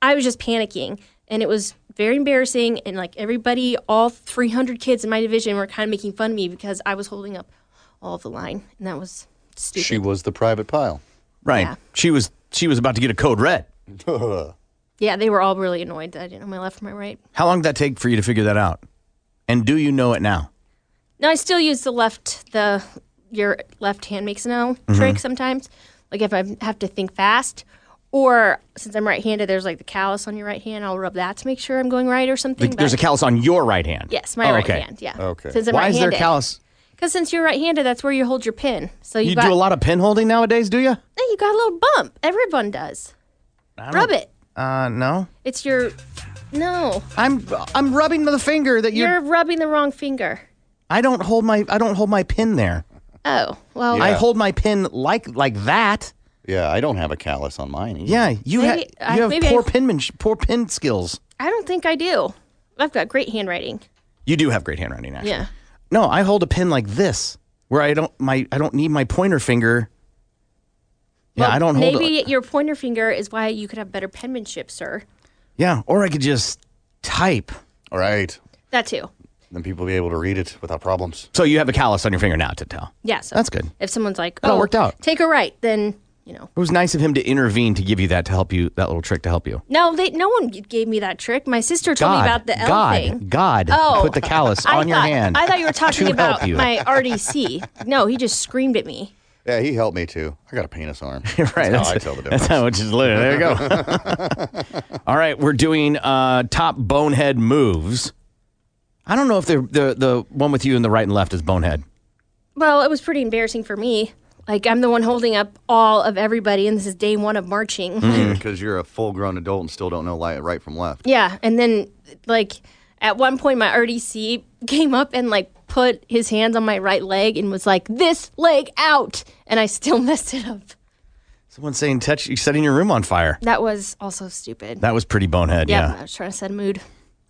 Speaker 9: I was just panicking and it was very embarrassing and like everybody all 300 kids in my division were kind of making fun of me because I was holding up all of the line and that was
Speaker 17: Yeah.
Speaker 9: stupid.
Speaker 17: She was the private pile.
Speaker 8: Right. She was she was about to get a code red.
Speaker 9: yeah, they were all really annoyed that I didn't know my left from my right.
Speaker 8: How long did that take for you to figure that out? And do you know it now?
Speaker 9: No, I still use the left the your left hand makes an L
Speaker 8: Mhm.
Speaker 9: trick sometimes. Like if I have to think fast, or since I'm right-handed, there's like the callus on your right hand. I'll rub that to make sure I'm going right or something.
Speaker 8: The- there's a
Speaker 9: but-
Speaker 8: callus on your right hand.
Speaker 9: Yes, my
Speaker 8: Oh,
Speaker 9: right
Speaker 8: okay.
Speaker 9: hand. Yeah. Since I'm
Speaker 8: Why is there a
Speaker 9: right-handed.
Speaker 8: callus?
Speaker 9: Because since you're right-handed, that's where you hold your pin. So
Speaker 8: You,
Speaker 9: you, got,
Speaker 8: do a lot of pin holding nowadays, do you?
Speaker 9: Hey, you got a little bump. Everyone does. Rub it.
Speaker 8: Uh, no.
Speaker 9: It's your. No.
Speaker 8: I'm I'm rubbing the finger that
Speaker 9: you're. You're rubbing the wrong finger.
Speaker 8: I don't hold my I don't hold my pin there.
Speaker 9: Oh well.
Speaker 8: I hold my pin like like that.
Speaker 17: Yeah, I don't have a callus on mine. Either.
Speaker 8: Yeah, you ha-
Speaker 9: Maybe- I-
Speaker 8: you have
Speaker 9: maybe I-
Speaker 8: poor pinman poor pin skills.
Speaker 9: I don't think I do. I've got great handwriting.
Speaker 8: You do have great handwriting, actually.
Speaker 9: Yeah.
Speaker 8: No, I hold a pin like this. where I don't my I don't need my pointer finger. Yeah, I don't hold.
Speaker 9: Maybe
Speaker 8: it.
Speaker 9: your pointer finger is why you could have better penmanship, sir.
Speaker 8: Yeah, or I could just type.
Speaker 10: All right.
Speaker 9: That too.
Speaker 10: Then people will be able to read it without problems.
Speaker 8: So you have a callus on your finger now to tell.
Speaker 9: Yeah. So
Speaker 8: That's good.
Speaker 9: If someone's like,
Speaker 8: That
Speaker 9: "Oh,
Speaker 8: worked out.
Speaker 9: Take a right," then you know.
Speaker 8: It was nice of him to intervene to give you that to help you that little trick to help you.
Speaker 9: No, they. No one gave me that trick. My sister told
Speaker 8: God,
Speaker 9: me about the L
Speaker 8: God,
Speaker 9: thing. Oh.
Speaker 8: God, put the callus
Speaker 9: I
Speaker 8: on your
Speaker 9: thought-
Speaker 8: hand
Speaker 9: I thought you were talking
Speaker 8: to help
Speaker 9: about
Speaker 8: you.
Speaker 9: my RDC. No, he just screamed at me.
Speaker 10: Yeah, he helped me too. I got a penis arm.
Speaker 8: right.
Speaker 10: That's
Speaker 8: That's,
Speaker 10: how I tell the difference.
Speaker 8: that's how it's just literally. There you go. All right, we're doing uh, top bonehead moves. I don't know if they're, the the one with you in the right and left is bonehead.
Speaker 9: Well, it was pretty embarrassing for me. Like I'm the one holding up all of everybody, and this is day one of marching.
Speaker 10: Because you're a full grown adult and still don't know li- right from left.
Speaker 9: Yeah, and then like at one point my RDC came up and like put his hands on my right leg and was like, "This leg out," and I still messed it up.
Speaker 8: Someone saying touch you setting your room on fire.
Speaker 9: That was also stupid.
Speaker 8: That was pretty bonehead.
Speaker 9: Yep,
Speaker 8: Yeah.
Speaker 9: I was trying to set a mood.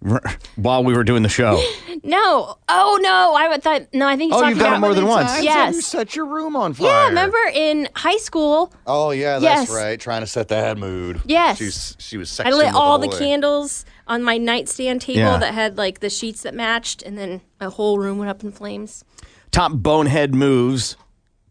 Speaker 8: R- While we were doing the show.
Speaker 9: No, oh no, I would thought no. I think he's
Speaker 8: Oh,
Speaker 9: talking
Speaker 8: you've done it
Speaker 9: about
Speaker 8: more than once.
Speaker 9: Yes,
Speaker 10: You set your room on fire.
Speaker 9: yeah. Remember in high school,
Speaker 10: Oh yeah, that's
Speaker 9: Yes.
Speaker 10: right. Trying to set that mood.
Speaker 9: Yes.
Speaker 10: She's, she was sexting
Speaker 9: I lit
Speaker 10: with
Speaker 9: all
Speaker 10: the,
Speaker 9: the
Speaker 10: boy.
Speaker 9: candles on my nightstand table
Speaker 8: Yeah.
Speaker 9: that had like the sheets that matched, and then my whole room went up in flames.
Speaker 8: Top bonehead moves.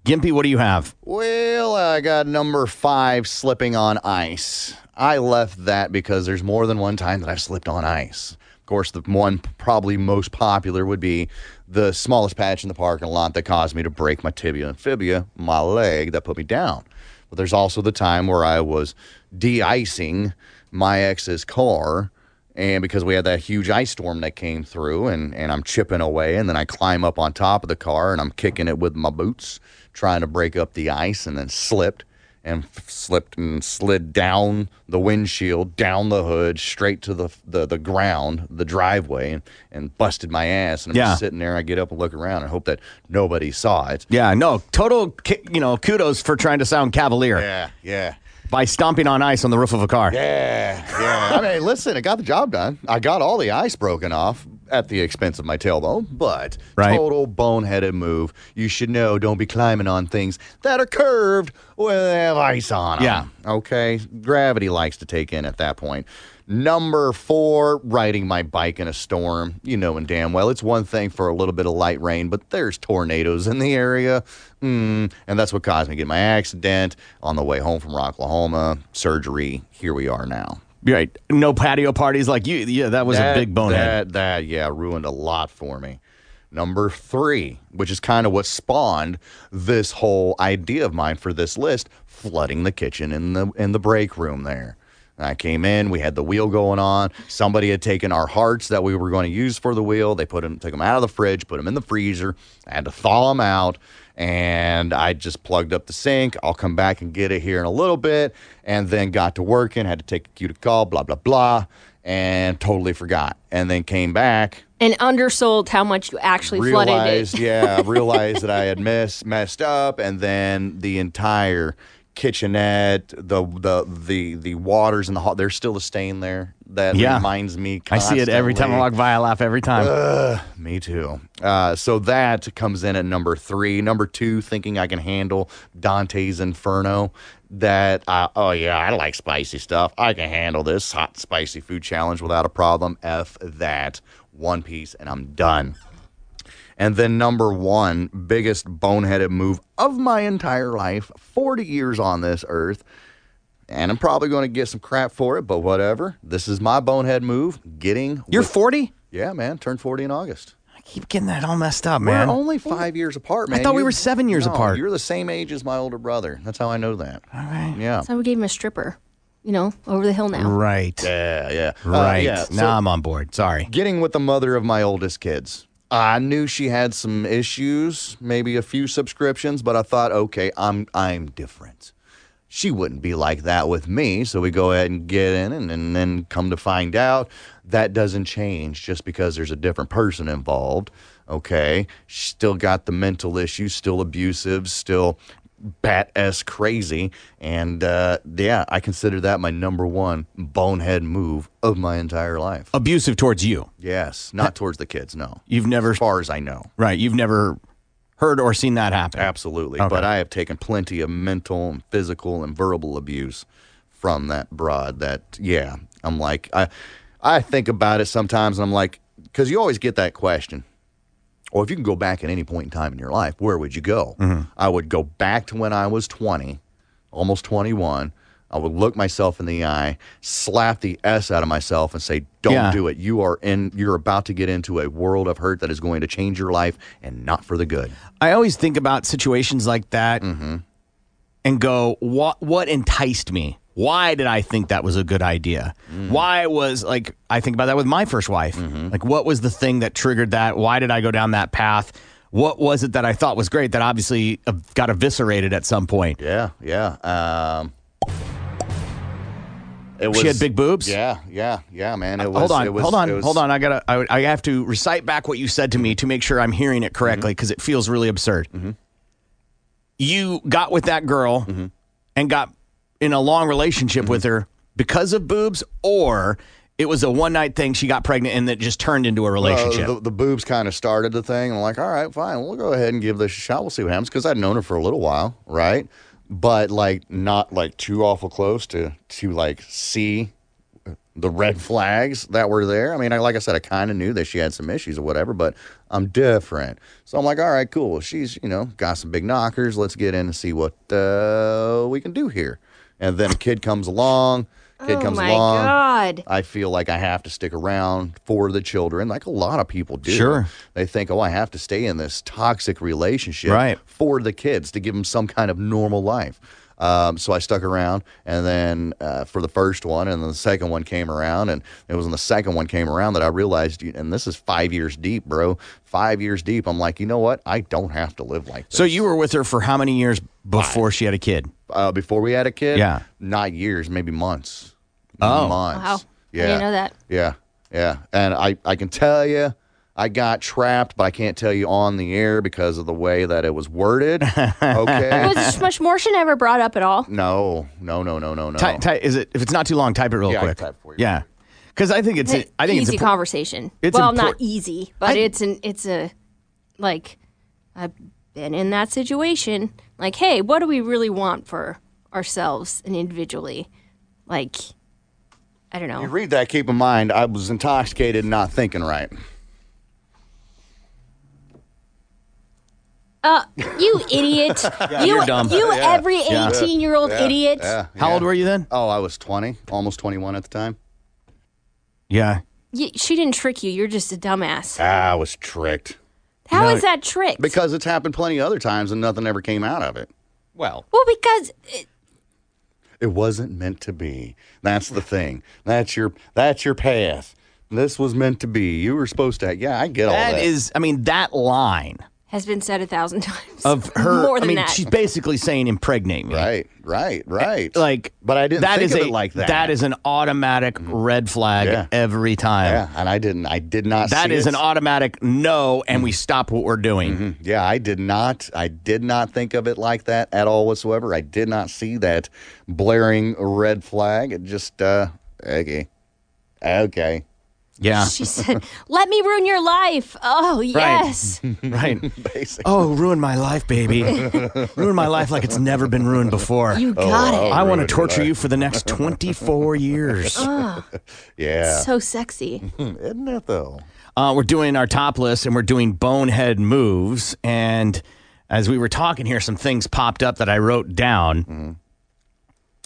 Speaker 8: Gimpy, what do you have?
Speaker 10: Well, I got number five slipping on ice. I left that because there's more than one time that I've slipped on ice. Of course, the one probably most popular would be the smallest patch in the parking lot that caused me to break my tibia and fibia, my leg that put me down. But there's also the time where I was de icing my ex's car. And because we had that huge ice storm that came through, and, and I'm chipping away, and then I climb up on top of the car and I'm kicking it with my boots, trying to break up the ice, and then slipped and f- slipped and slid down the windshield, down the hood, straight to the, the, the ground, the driveway, and, and busted my ass. And I'm
Speaker 8: Yeah.
Speaker 10: just sitting there, and I get up and look around and hope that nobody saw it.
Speaker 8: Yeah, no, total, ki- you know, kudos for trying to sound cavalier.
Speaker 10: Yeah, yeah.
Speaker 8: By stomping on ice on the roof of a car.
Speaker 10: Yeah, yeah. I mean, listen, it got the job done. I got all the ice broken off at the expense of my tailbone, but
Speaker 8: Right.
Speaker 10: total boneheaded move. You should know don't be climbing on things that are curved when they have ice on them.
Speaker 8: Yeah.
Speaker 10: Okay. Gravity likes to take in at that point. Number four, riding my bike in a storm. You know, and damn well, it's one thing for a little bit of light rain, but there's tornadoes in the area. Mm, and that's what caused me to get my accident on the way home from Rocklahoma. Surgery. Here we are now.
Speaker 8: Right. No patio parties like you. Yeah, that was a big bonehead.
Speaker 10: That, that, yeah, ruined a lot for me. Number three, which is kind of what spawned this whole idea of mine for this list, flooding the kitchen in the in the break room there. And I came in, we had the wheel going on. Somebody had taken our hearts that we were going to use for the wheel. They put them, took them out of the fridge, put them in the freezer. I had to thaw them out, and I just plugged up the sink. I'll come back and get it here in a little bit, and then got to working. Had to take a cue to call, blah blah blah, and totally forgot. And then came back,
Speaker 9: And undersold how much you actually flooded it.
Speaker 10: realized, yeah, realized that I had mess, messed up, and then the entire kitchenette, the the the the waters and the hot. There's still a stain there that
Speaker 8: Yeah.
Speaker 10: reminds me.
Speaker 8: I see it every time
Speaker 10: constantly.
Speaker 8: I
Speaker 10: Uh,
Speaker 8: walk by. I laugh every time.
Speaker 10: Ugh, me too. Uh, so that comes in at number three. Number two, thinking I can handle Dante's Inferno. That I, oh yeah, I like spicy stuff. I can handle this hot spicy food challenge without a problem. F that one piece, and I'm done. And then number one, biggest boneheaded move of my entire life, 40 years on this earth. And I'm probably going to get some crap for it, but whatever. This is my bonehead move. Getting
Speaker 8: You're 40?
Speaker 10: Yeah, man. Turned 40 in August.
Speaker 8: Keep getting that all messed up, man.
Speaker 10: We're only five years apart,
Speaker 8: I
Speaker 10: man.
Speaker 8: thought we
Speaker 10: You-
Speaker 8: were seven years
Speaker 10: No,
Speaker 8: apart.
Speaker 10: You're the same age as my older brother. That's how I know that. All
Speaker 8: right.
Speaker 10: Yeah.
Speaker 9: So we gave him a stripper, you know, over the hill now.
Speaker 8: Right.
Speaker 10: Yeah, yeah. Uh,
Speaker 8: Right.
Speaker 10: yeah, so-
Speaker 8: now I'm on board. Sorry.
Speaker 10: Getting with the mother of my oldest kids. I knew she had some issues, maybe a few subscriptions, but I thought, okay, I'm I'm different. She wouldn't be like that with me, so we go ahead and get in and, and then come to find out that doesn't change just because there's a different person involved. Okay. She still got the mental issues, still abusive, still bat s crazy. And uh, yeah, I consider that my number one bonehead move of my entire life.
Speaker 8: Abusive towards you.
Speaker 10: Yes, not towards the kids. No,
Speaker 8: You've never,
Speaker 10: as far as I know.
Speaker 8: right. You've never heard or seen that happen.
Speaker 10: Absolutely. But I have taken plenty of mental and physical and verbal abuse from that broad that yeah, I'm like I I think about it sometimes and I'm like cuz you always get that question. Or if you can go back at any point in time in your life, where would you go? I would go back to when I was 20, almost 21. I would look myself in the eye, slap the S out of myself, and say, "Don't
Speaker 8: Yeah.
Speaker 10: do it. You are in. You're about to get into a world of hurt that is going to change your life, and not for the good."
Speaker 8: I always think about situations like that and go, what what enticed me? Why did I think that was a good idea? Why was like I think about that with my first wife. Like what was the thing that triggered that? Why did I go down that path? What was it that I thought was great that obviously uh, got eviscerated at some point?
Speaker 10: Yeah, yeah. Um, it
Speaker 8: She had big boobs?
Speaker 10: Yeah, yeah, yeah, man. It was,
Speaker 8: hold on,
Speaker 10: it was-
Speaker 8: hold on,
Speaker 10: it was-
Speaker 8: hold on. I gotta, I, I have to recite back what you said to me to make sure I'm hearing it correctly
Speaker 10: Mm-hmm.
Speaker 8: because it feels really absurd. You got with that girl
Speaker 10: Mm-hmm.
Speaker 8: and got in a long relationship with her because of boobs, or it was a one night thing. She got pregnant and that just turned into a relationship.
Speaker 10: Uh, the, the boobs kind of started the thing. And I'm like, all right, fine. We'll go ahead and give this a shot. We'll see what happens. Because I'd known her for a little while, right? But like, not like too awful close to to like see the red flags that were there. I mean, I, like I said, I kind of knew that she had some issues or whatever, but I'm different. So I'm like, all right, cool. She's you know got some big knockers. Let's get in and see what uh, we can do here. And then a kid comes along. Kid
Speaker 9: Oh
Speaker 10: comes
Speaker 9: my
Speaker 10: along.
Speaker 9: God.
Speaker 10: I feel like I have to stick around for the children, like a lot of people do.
Speaker 8: Sure.
Speaker 10: They think, oh, I have to stay in this toxic relationship
Speaker 8: Right.
Speaker 10: for the kids to give them some kind of normal life. Um, so I stuck around, and then uh, for the first one, and then the second one came around, and it was when the second one came around that I realized, you- and this is five years deep, bro. Five years deep. I'm like, you know what? I don't have to live like this.
Speaker 8: so you were with her for how many years before she had a kid?
Speaker 10: uh, before we had a kid,
Speaker 8: Yeah.
Speaker 10: not years, maybe months.
Speaker 8: Oh.
Speaker 10: months.
Speaker 9: Wow. I didn't know that.
Speaker 10: Yeah, yeah. And I, I can tell you, I got trapped, but I can't tell you on the air because of the way that it was worded. Okay.
Speaker 9: Was Mushmortion ever brought up at all?
Speaker 10: no, no, no, no, no, no.
Speaker 8: Ty- ty- is it if it's not too long? Type it real
Speaker 10: Oh. Yeah, I
Speaker 8: quick.
Speaker 10: can type
Speaker 8: yeah, because I think it's,
Speaker 9: Hey,
Speaker 8: I think
Speaker 9: easy
Speaker 8: it's impor-
Speaker 9: conversation.
Speaker 8: It's
Speaker 9: well,
Speaker 8: import-
Speaker 9: not easy, but it's an it's a like I've been in that situation. Like, hey, what do we really want for ourselves and individually? Like, I don't
Speaker 10: You
Speaker 9: know.
Speaker 10: read that, keep in mind, I was intoxicated and not thinking right.
Speaker 9: Uh, you idiot!
Speaker 10: Yeah,
Speaker 9: you
Speaker 10: you're dumb.
Speaker 9: you
Speaker 10: Yeah,
Speaker 9: every
Speaker 10: yeah.
Speaker 9: eighteen-year-old
Speaker 10: Yeah,
Speaker 9: idiot.
Speaker 10: yeah,
Speaker 8: How
Speaker 10: yeah.
Speaker 8: old were you then?
Speaker 10: Oh, I was 20, almost 21 at the time.
Speaker 8: Yeah,
Speaker 9: You, she didn't trick you. You're just a dumbass.
Speaker 10: I was tricked.
Speaker 9: How is
Speaker 10: No.
Speaker 9: that trick?
Speaker 10: Because it's happened plenty of other times and nothing ever came out of it.
Speaker 8: Well,
Speaker 9: well, because
Speaker 10: It wasn't meant to be. That's the thing. That's your that's your path. This was meant to be. You were supposed to. Yeah, I get all that.
Speaker 8: that is, I mean, that line
Speaker 9: has been said a thousand times.
Speaker 8: of her.
Speaker 9: More than
Speaker 8: I mean,
Speaker 9: that.
Speaker 8: she's basically saying impregnate me.
Speaker 10: right, right, right.
Speaker 8: Like,
Speaker 10: but I didn't
Speaker 8: that
Speaker 10: think
Speaker 8: is
Speaker 10: of
Speaker 8: a
Speaker 10: it like that. Mm-hmm.
Speaker 8: That is an automatic red flag
Speaker 10: Yeah.
Speaker 8: every time.
Speaker 10: yeah, and I didn't. I did not.
Speaker 8: That
Speaker 10: see Mm-hmm.
Speaker 8: is
Speaker 10: it.
Speaker 8: an automatic no, and we stop what we're doing.
Speaker 17: Mm,
Speaker 10: Yeah, I did not. I did not think of it like that at all whatsoever. I did not see that blaring red flag. It just uh okay, okay.
Speaker 8: Yeah,
Speaker 9: she said, "Let me ruin your life." Oh yes.
Speaker 8: right.
Speaker 10: Basically.
Speaker 8: Oh, ruin my life, baby. ruin my life like it's never been ruined before.
Speaker 9: You Oh, got I'll it.
Speaker 8: I want to
Speaker 10: ruin your
Speaker 8: torture
Speaker 10: life.
Speaker 8: you for the next 24 years.
Speaker 9: Ah,
Speaker 10: Yeah.
Speaker 9: so sexy.
Speaker 10: Isn't it though?
Speaker 8: Uh, we're doing our top list and we're doing bonehead moves. And as we were talking here, some things popped up that I wrote down.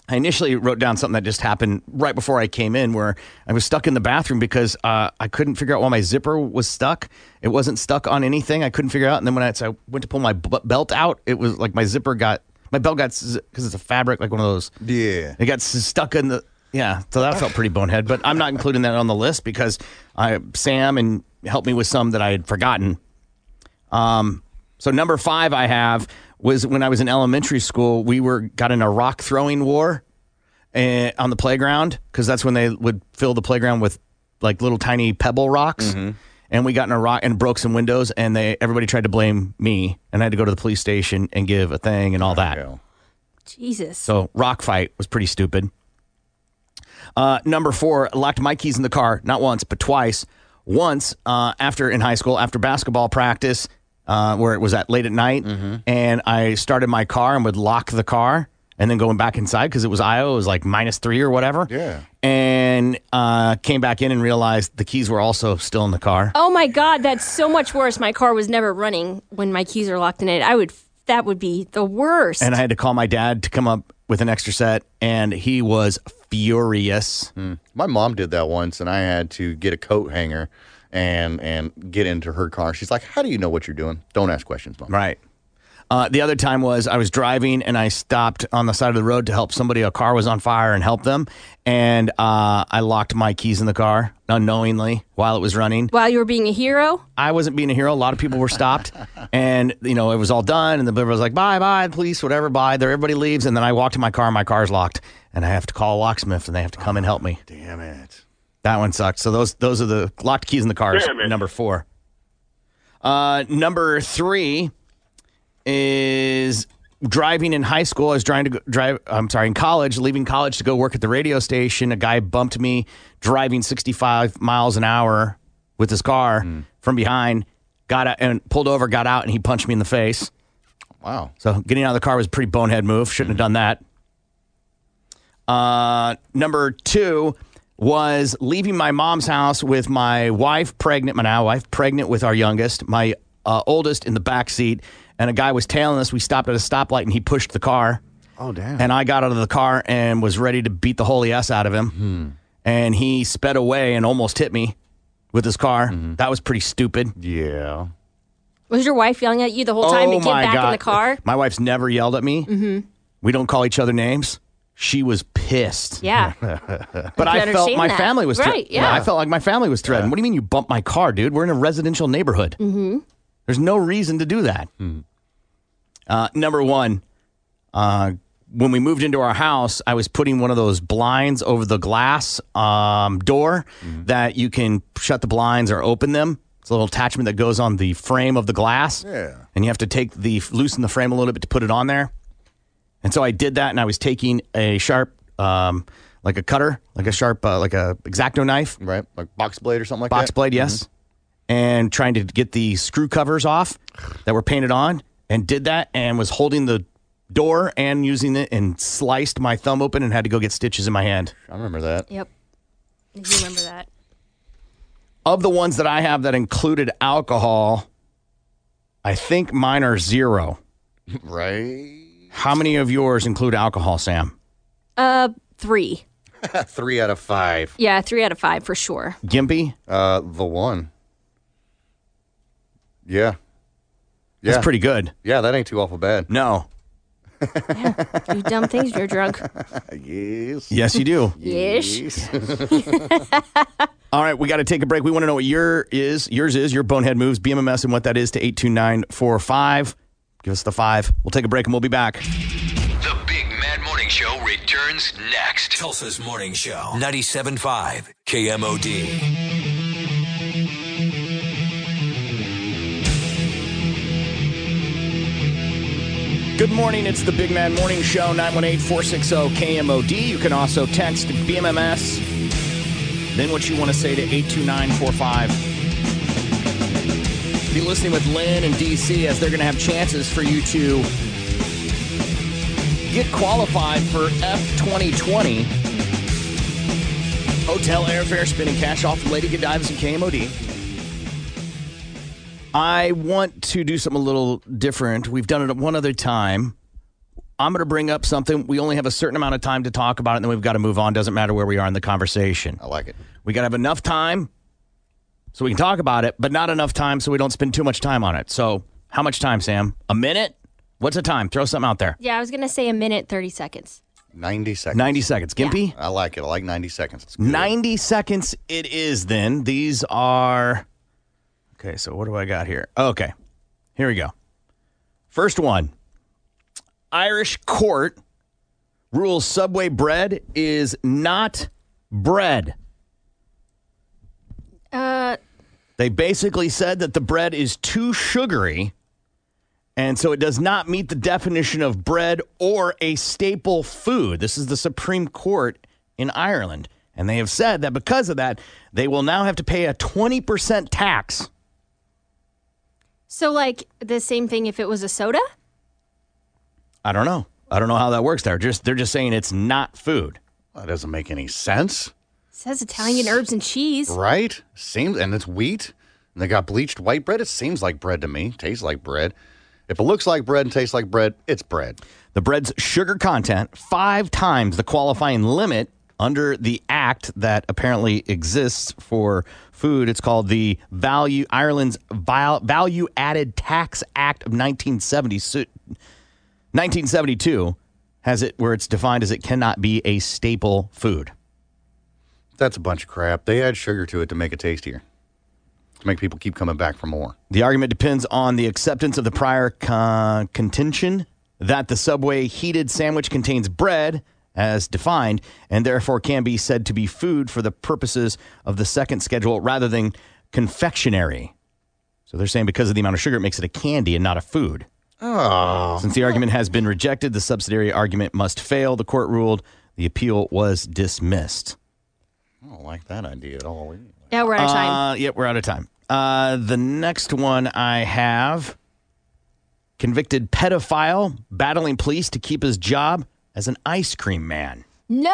Speaker 8: I initially wrote down something that just happened right before I came in, where I was stuck in the bathroom because uh, I couldn't figure out why my zipper was stuck. It wasn't stuck on anything. I couldn't figure it out. And then when I, so I went to pull my b- belt out, it was like my zipper got my belt got because it's a fabric like one of those.
Speaker 10: Yeah.
Speaker 8: It got s- stuck in the yeah. So that felt pretty bonehead. But I'm not including that on the list because I Sam and helped me with some that I had forgotten. Um, so number five I have was when I was in elementary school. We were got in a rock throwing war eh, on the playground because that's when they would fill the playground with like little tiny pebble rocks. And we got in a rock and broke some windows, and they everybody tried to blame me, and I had to go to the police station and give a thing and all that.
Speaker 9: Jesus.
Speaker 8: So rock fight was pretty stupid. Uh, number four, locked my keys in the car not once but twice. Once uh, after in high school, after basketball practice, uh, where it was at late at night, and I started my car and would lock the car, and then going back inside because it was Iowa, it was like minus three or whatever.
Speaker 17: Yeah.
Speaker 8: And uh, came back in and realized the keys were also still in the car.
Speaker 9: Oh my God, that's so much worse. My car was never running when my keys are locked in it. I would, that would be the worst.
Speaker 8: And I had to call my dad to come up with an extra set, and he was furious.
Speaker 17: My mom did that once, and I had to get a coat hanger and and get into her car. She's like, "How do you know what you're doing? Don't ask questions, mom."
Speaker 8: Right. Uh, the other time was I was driving and I stopped on the side of the road to help somebody. A car was on fire and help them. And uh, I locked my keys in the car unknowingly while it was running.
Speaker 9: While you were being a hero,
Speaker 8: I wasn't being a hero. A lot of people were stopped, and you know it was all done. And the deliverer was like, "Bye, bye, police, whatever, bye." There, everybody leaves, and then I walk to my car. My car's locked, and I have to call a locksmith, and they have to come and help me.
Speaker 17: Damn it!
Speaker 8: That one sucked. So those those are the locked keys in the cars.
Speaker 17: Damn it.
Speaker 8: Number four. Uh, number three is driving in high school. I was trying to go, drive. I'm sorry, in college, leaving college to go work at the radio station. A guy bumped me driving 65 miles an hour with his car from behind. Got out and pulled over. Got out and he punched me in the face.
Speaker 17: Wow.
Speaker 8: So getting out of the car was a pretty bonehead move. Shouldn't have done that. Uh, number two was leaving my mom's house with my wife pregnant, my now wife pregnant with our youngest, my uh, oldest in the back seat, and a guy was tailing us. We stopped at a stoplight and he pushed the car.
Speaker 17: Oh damn!
Speaker 8: And I got out of the car and was ready to beat the holy S out of him.
Speaker 17: Hmm.
Speaker 8: And he sped away and almost hit me with his car.
Speaker 17: Mm-hmm.
Speaker 8: That was pretty stupid.
Speaker 17: Yeah.
Speaker 9: was your wife yelling at you the whole
Speaker 8: Oh
Speaker 9: time to get back in the car?
Speaker 8: My wife's never yelled at me.
Speaker 9: Mm-hmm.
Speaker 8: We don't call each other names. She was pissed.
Speaker 9: Yeah.
Speaker 8: But I,
Speaker 9: can
Speaker 8: felt
Speaker 9: understand
Speaker 8: my
Speaker 9: that.
Speaker 8: family was thre-
Speaker 9: Right, yeah.
Speaker 8: I felt like my family was threatened. What do you mean you bumped my car, dude? We're in a residential neighborhood.
Speaker 9: Mm-hmm.
Speaker 8: There's no reason to do that. Uh, number one, uh, when we moved into our house, I was putting one of those blinds over the glass um, door that you can shut the blinds or open them. It's a little attachment that goes on the frame of the glass.
Speaker 17: Yeah.
Speaker 8: And you have to take the loosen the frame a little bit to put it on there. And so I did that, and I was taking a sharp, um, like a cutter, like a sharp, uh, like a exacto knife,
Speaker 17: right, like box blade or something like
Speaker 8: box
Speaker 17: that?
Speaker 8: blade, yes. And trying to get the screw covers off that were painted on, and did that, and was holding the door and using it, and sliced my thumb open, and had to go get stitches in my hand.
Speaker 17: I remember that.
Speaker 9: Yep. I do remember that.
Speaker 8: Of the ones that I have that included alcohol, I think mine are zero.
Speaker 17: Right.
Speaker 8: How many of yours include alcohol, Sam?
Speaker 9: Uh, three.
Speaker 17: Three out of five.
Speaker 9: Yeah, three out of five for sure.
Speaker 8: Gimpy.
Speaker 17: Uh, the one. Yeah. Yeah.
Speaker 8: That's pretty good.
Speaker 17: Yeah, that ain't too awful bad.
Speaker 8: No.
Speaker 9: You dumb things, you're drunk.
Speaker 17: Yes.
Speaker 8: Yes, you do.
Speaker 9: Yes.
Speaker 8: All right, we got to take a break. We want to know what your is, yours is, your bonehead moves, BMMS, and what that is to 82945. Give us the five. We'll take a break and we'll be back.
Speaker 12: The Big Mad Morning Show returns next. Tulsa's Morning Show, 97.5 KMOD.
Speaker 8: Good morning. It's the Big Man Morning Show, 918 460 KMOD. You can also text BMMS, then what you want to say to 82945. Be listening with Lynn and DC as they're going to have chances for you to get qualified for F2020. Hotel airfare, spinning cash off, Lady Godiva's and KMOD. I want to do something a little different. We've done it one other time. I'm going to bring up something. We only have a certain amount of time to talk about it, and then we've got to move on. Doesn't matter where we are in the conversation. I
Speaker 17: like it.
Speaker 8: We got to have enough time so we can talk about it, but not enough time so we don't spend too much time on it. So, how much time, Sam? A minute? What's the time? Throw something out there.
Speaker 9: Yeah, I was gonna say a minute thirty seconds.
Speaker 17: 90 seconds.
Speaker 8: 90 seconds. Gimpy?
Speaker 17: I like it. I like 90 seconds.
Speaker 8: 90 seconds it is then. These are. Okay, so what do I got here? Okay, here we go. First one Irish court rules Subway bread is not bread.
Speaker 9: Uh,
Speaker 8: They basically said that the bread is too sugary, and so it does not meet the definition of bread or a staple food. This is the Supreme Court in Ireland. And they have said that because of that, they will now have to pay a 20% tax
Speaker 9: So, like the same thing if it was a soda?
Speaker 8: I don't know. I don't know how that works there. Just they're just saying it's not food.
Speaker 10: That doesn't make any sense.
Speaker 9: It says Italian herbs and cheese.
Speaker 10: Right? Seems and it's wheat. And they got bleached white bread. It seems like bread to me. Tastes like bread. If it looks like bread and tastes like bread, it's bread.
Speaker 8: The bread's sugar content five times the qualifying limit under the act that apparently exists for food. It's called the Value Ireland's Val- Value Added Tax Act of 1970, so- 1972 has it where it's defined as it cannot be a staple food.
Speaker 10: That's a bunch of crap. They add sugar to it to make it tastier. To make people keep coming back for more.
Speaker 8: The argument depends on the acceptance of the prior con- contention that the Subway heated sandwich contains bread as defined and therefore can be said to be food for the purposes of the second schedule rather than confectionery. So they're saying because of the amount of sugar, it makes it a candy and not a food.
Speaker 10: Oh.
Speaker 8: Since the argument has been rejected, the subsidiary argument must fail. The court ruled the appeal was dismissed.
Speaker 10: I don't like that idea at all.
Speaker 9: Yeah, we're out of time.
Speaker 8: Uh, yep, we're out of time. Uh, the next one I have convicted pedophile battling police to keep his job as an ice cream man.
Speaker 9: Nope.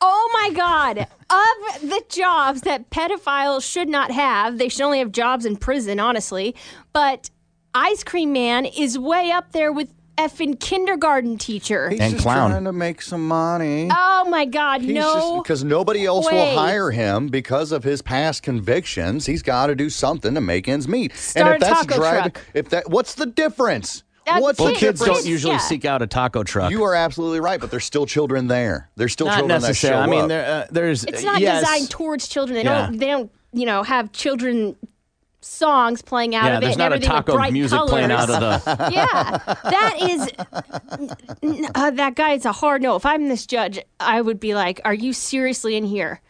Speaker 9: Oh my God. of the jobs that pedophiles should not have, they should only have jobs in prison, honestly. But Ice Cream Man is way up there with effing kindergarten teacher.
Speaker 10: He's just trying to make some money.
Speaker 9: Oh my God.
Speaker 10: He's
Speaker 9: no.
Speaker 10: because nobody else
Speaker 9: way.
Speaker 10: will hire him because of his past convictions. He's got to do something to make ends meet.
Speaker 9: Start a taco
Speaker 10: driving-
Speaker 9: truck.
Speaker 10: if that, what's the difference?
Speaker 9: That's
Speaker 10: what's
Speaker 8: Well,
Speaker 10: the
Speaker 8: kids
Speaker 10: difference?
Speaker 8: don't usually seek out a taco truck.
Speaker 10: You are absolutely right, but there's still children there. There's still
Speaker 8: Not
Speaker 10: children that show
Speaker 8: necessarily. I mean,
Speaker 10: up.
Speaker 8: there, uh, there's
Speaker 9: It's not
Speaker 8: yes.
Speaker 9: designed towards children. They
Speaker 8: Yeah.
Speaker 9: don't. They don't. You know, have children songs playing out
Speaker 8: Yeah,
Speaker 9: of it.
Speaker 8: there's
Speaker 9: and
Speaker 8: not a
Speaker 9: everything with
Speaker 8: taco
Speaker 9: bright
Speaker 8: music playing out
Speaker 9: colors.
Speaker 8: of the.
Speaker 9: yeah, that is n- n- uh, that guy. It's a hard no. If I'm this judge, I would be like, "Are you seriously in here?"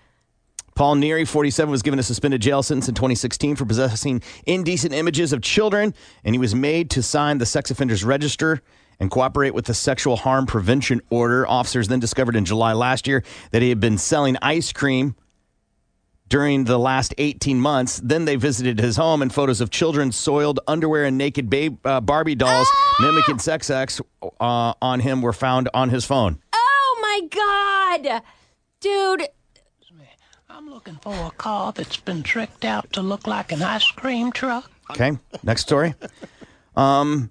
Speaker 8: Paul Neary, 47, was given a suspended jail sentence in 2016 for possessing indecent images of children, and he was made to sign the sex offenders register and cooperate with the sexual harm prevention order. Officers then discovered in July last year that he had been selling ice cream during the last 18 months. Then they visited his home, and photos of children, soiled underwear, and naked babe, uh, Barbie dolls mimicking sex acts uh, on him were found on his phone.
Speaker 9: Oh my god, dude!
Speaker 20: Looking for a car that's been tricked out to look like an ice cream truck.
Speaker 8: Okay, next story. Um,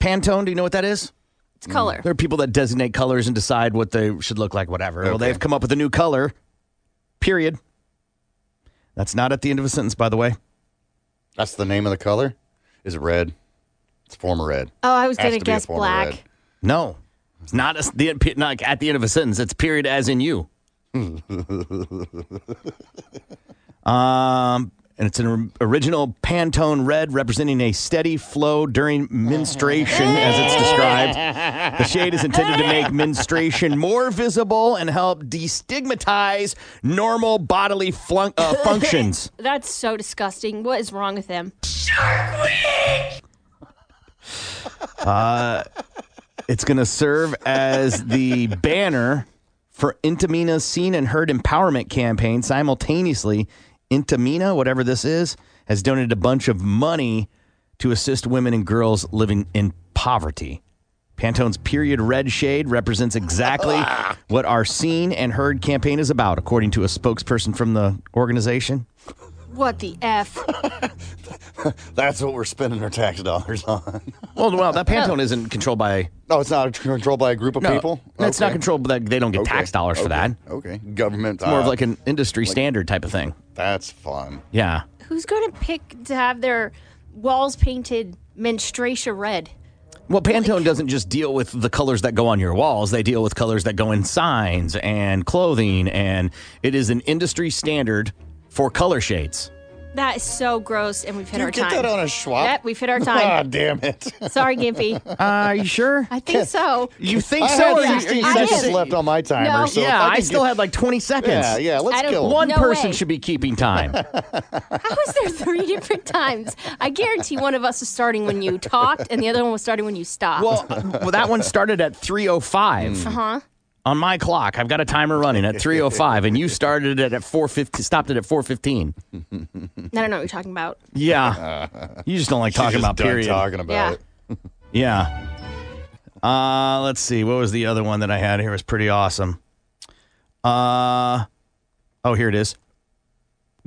Speaker 8: Pantone, do you know what that is? It's
Speaker 10: Mm.
Speaker 9: color.
Speaker 8: There are people that designate colors and decide what they should look like, whatever. Well, they've come up with a new color, period. That's not at the end of a sentence, by the way.
Speaker 10: That's the name of the color. Is it red? It's former red.
Speaker 9: Oh, I was
Speaker 10: Has
Speaker 9: gonna
Speaker 10: to be a
Speaker 9: guess
Speaker 10: former
Speaker 9: black.
Speaker 10: red.
Speaker 8: No, it's not, a, the, not at the end of a sentence. It's period as in you. Um, and it's an or- original Pantone red representing a steady flow during menstruation, as it's described. The shade is intended to make menstruation more visible and help destigmatize normal bodily flun- uh, functions.
Speaker 9: That's so disgusting. What is wrong with him?
Speaker 8: Uh, it's going to serve as the banner for Intamina's Seen and Heard Empowerment Campaign. Simultaneously, Intamina, whatever this is, has donated a bunch of money to assist women and girls living in poverty. Pantone's period red shade represents exactly what our Seen and Heard campaign is about, according to a spokesperson from the organization.
Speaker 9: What the f?
Speaker 10: That's what we're spending our tax dollars on.
Speaker 8: Well, well, that Pantone isn't controlled by.
Speaker 10: No, it's not controlled by a group of people.
Speaker 8: It's not
Speaker 10: Okay.
Speaker 8: controlled. by- They don't get tax dollars for that.
Speaker 10: Okay, government.
Speaker 8: It's more of
Speaker 10: uh,
Speaker 8: like an industry standard type of thing.
Speaker 10: That's fun.
Speaker 8: Yeah.
Speaker 9: Who's gonna pick to have their walls painted menstruation red?
Speaker 8: Well, Pantone doesn't just deal with the colors that go on your walls. They deal with colors that go in signs and clothing, and it is an industry standard for color shades.
Speaker 9: That is so gross, and we've hit
Speaker 10: You
Speaker 9: our
Speaker 10: get
Speaker 9: time.
Speaker 10: that on a Schwab?
Speaker 9: Yep, we've hit our time.
Speaker 10: Ah, damn it.
Speaker 9: Sorry, Gimpy.
Speaker 8: are Uh, you sure?
Speaker 9: I think so.
Speaker 8: You think
Speaker 10: I
Speaker 8: so?
Speaker 10: had
Speaker 8: or you-
Speaker 10: 16
Speaker 8: you just-
Speaker 10: seconds left on my timer, No. so if
Speaker 8: yeah,
Speaker 10: I
Speaker 8: I,
Speaker 10: could
Speaker 8: still
Speaker 10: get-
Speaker 8: had like 20 seconds.
Speaker 10: Yeah, yeah, let's I don't- kill 'em.
Speaker 8: One
Speaker 9: no
Speaker 8: person
Speaker 9: way.
Speaker 8: should be keeping time.
Speaker 9: How is there three different times? I guarantee one of us was starting when you talked, and the other one was starting when you stopped.
Speaker 8: well, uh, well, that one started at 3:05.
Speaker 9: uh huh.
Speaker 8: on my clock. I've got a timer running at 3:05, and you started it at 4:15. Stopped it at 4:15.
Speaker 9: I don't know what you're talking about.
Speaker 8: Yeah, you just don't like
Speaker 9: She's
Speaker 8: talking
Speaker 9: just
Speaker 8: about
Speaker 9: done
Speaker 8: period.
Speaker 9: talking about Yeah. it.
Speaker 8: yeah. Uh, let's see. What was the other one that I had here? It was pretty awesome. Uh, oh, here it is.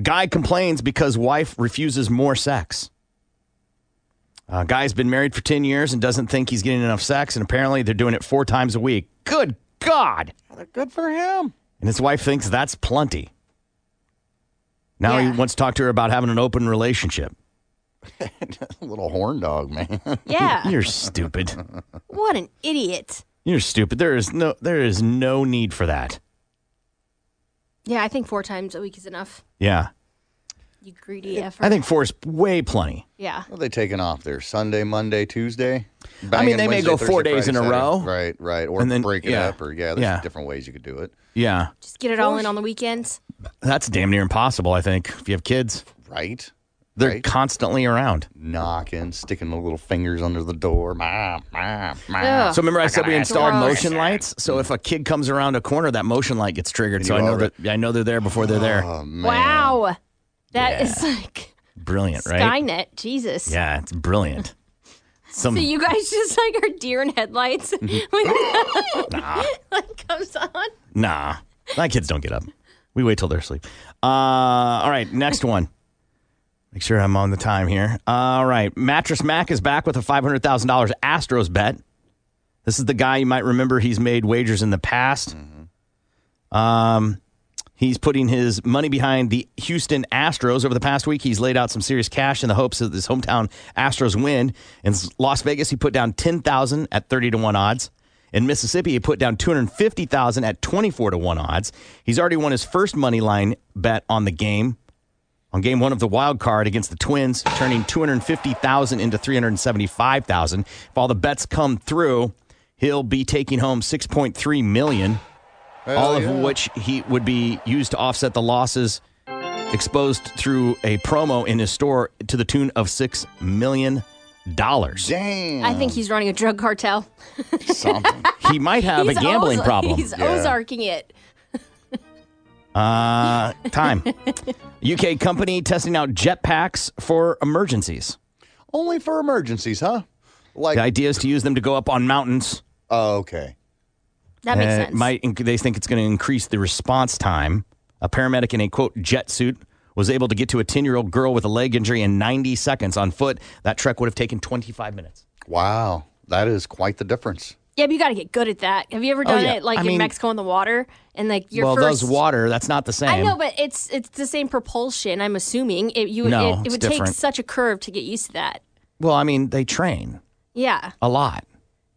Speaker 8: Guy complains because wife refuses more sex. Uh, guy's been married for 10 years and doesn't think he's getting enough sex, and apparently they're doing it four times a week. Good God.
Speaker 13: Good for him.
Speaker 8: And his wife thinks that's plenty. Now he wants to talk to her about having an open relationship.
Speaker 10: Little horn dog, man.
Speaker 9: Yeah.
Speaker 8: You're stupid.
Speaker 9: What an idiot.
Speaker 8: You're stupid. There is no there is no need for that.
Speaker 9: Yeah, I think four times a week is enough.
Speaker 8: Yeah.
Speaker 9: You greedy effort.
Speaker 8: I think four is way plenty.
Speaker 9: Yeah.
Speaker 10: What are they taking off there? Sunday, Monday, Tuesday? Banging
Speaker 8: they may go four days in a row.
Speaker 10: Right, right. Or
Speaker 8: And then-
Speaker 10: break it
Speaker 8: yeah.
Speaker 10: up. Or, yeah, there's
Speaker 8: Yeah.
Speaker 10: different ways you could do it.
Speaker 8: Yeah.
Speaker 9: Just get it all in on the weekends.
Speaker 8: That's damn near impossible, I think, if you have kids.
Speaker 10: Right.
Speaker 8: They're constantly around.
Speaker 10: Knocking, sticking the little fingers under the door. Ma, ma, ma.
Speaker 8: So remember I said
Speaker 10: gotta
Speaker 8: we
Speaker 10: ask
Speaker 8: installed
Speaker 10: you.
Speaker 8: motion lights? So if a kid comes around a corner, that motion light gets triggered.
Speaker 10: And
Speaker 8: So
Speaker 10: you Um,
Speaker 8: I know
Speaker 10: already-
Speaker 8: that I know they're there before they're there.
Speaker 9: Wow. that is like
Speaker 8: Brilliant, right?
Speaker 9: Skynet. Jesus.
Speaker 8: Yeah, it's brilliant. Some Mm-hmm.
Speaker 9: so you guys just like are deer in headlights when that like, comes on.
Speaker 8: Nah, my kids don't get up. We wait till they're asleep. Uh, all right, next one. Make sure I'm on the time here. All right, Mattress Mac is back with a $500,000 Astros bet. This is the guy you might remember. He's made wagers in the past. Um, he's putting his money behind the Houston Astros over the past week. He's laid out some serious cash in the hopes that his hometown Astros win. In Las Vegas, he put down ten thousand at thirty to one odds. In Mississippi, he put down two hundred fifty thousand at twenty-four to one odds. He's already won his first money line bet on the game. On game one of the wild card against the Twins, turning two hundred fifty thousand into three hundred seventy-five thousand. If all the bets come through, he'll be taking home six point three million all of
Speaker 10: yeah.
Speaker 8: which he would be used to offset the losses exposed through a promo in his store to the tune of six million dollars.
Speaker 10: Dang.
Speaker 9: I think he's running a drug cartel.
Speaker 8: he might have
Speaker 9: He's
Speaker 8: a gambling
Speaker 9: Oz-
Speaker 8: problem.
Speaker 9: He's Ozarking it.
Speaker 8: Uh, time. UK company testing out jetpacks for emergencies.
Speaker 10: Only for emergencies, huh? Like
Speaker 8: the idea is to use them to go up on mountains.
Speaker 10: Oh, okay.
Speaker 9: That makes
Speaker 8: Uh, it
Speaker 9: sense.
Speaker 8: Might inc- they think it's going to increase the response time? A paramedic in a quote jet suit was able to get to a ten-year-old girl with a leg injury in 90 seconds on foot. That trek would have taken 25 minutes.
Speaker 10: Wow. That is quite the difference.
Speaker 9: Yeah, but you got to get good at that. Have you ever
Speaker 8: Oh,
Speaker 9: done
Speaker 8: yeah.
Speaker 9: it like
Speaker 8: I
Speaker 9: in
Speaker 8: mean-
Speaker 9: Mexico in the water and like your
Speaker 8: well,
Speaker 9: first?
Speaker 8: those water, that's not the same.
Speaker 9: I know, but it's it's the same propulsion. I'm assuming it you
Speaker 8: No,
Speaker 9: it, it
Speaker 8: it's
Speaker 9: would
Speaker 8: different.
Speaker 9: take such a curve to get used to that.
Speaker 8: well, I mean, they train
Speaker 9: Yeah,
Speaker 8: a lot,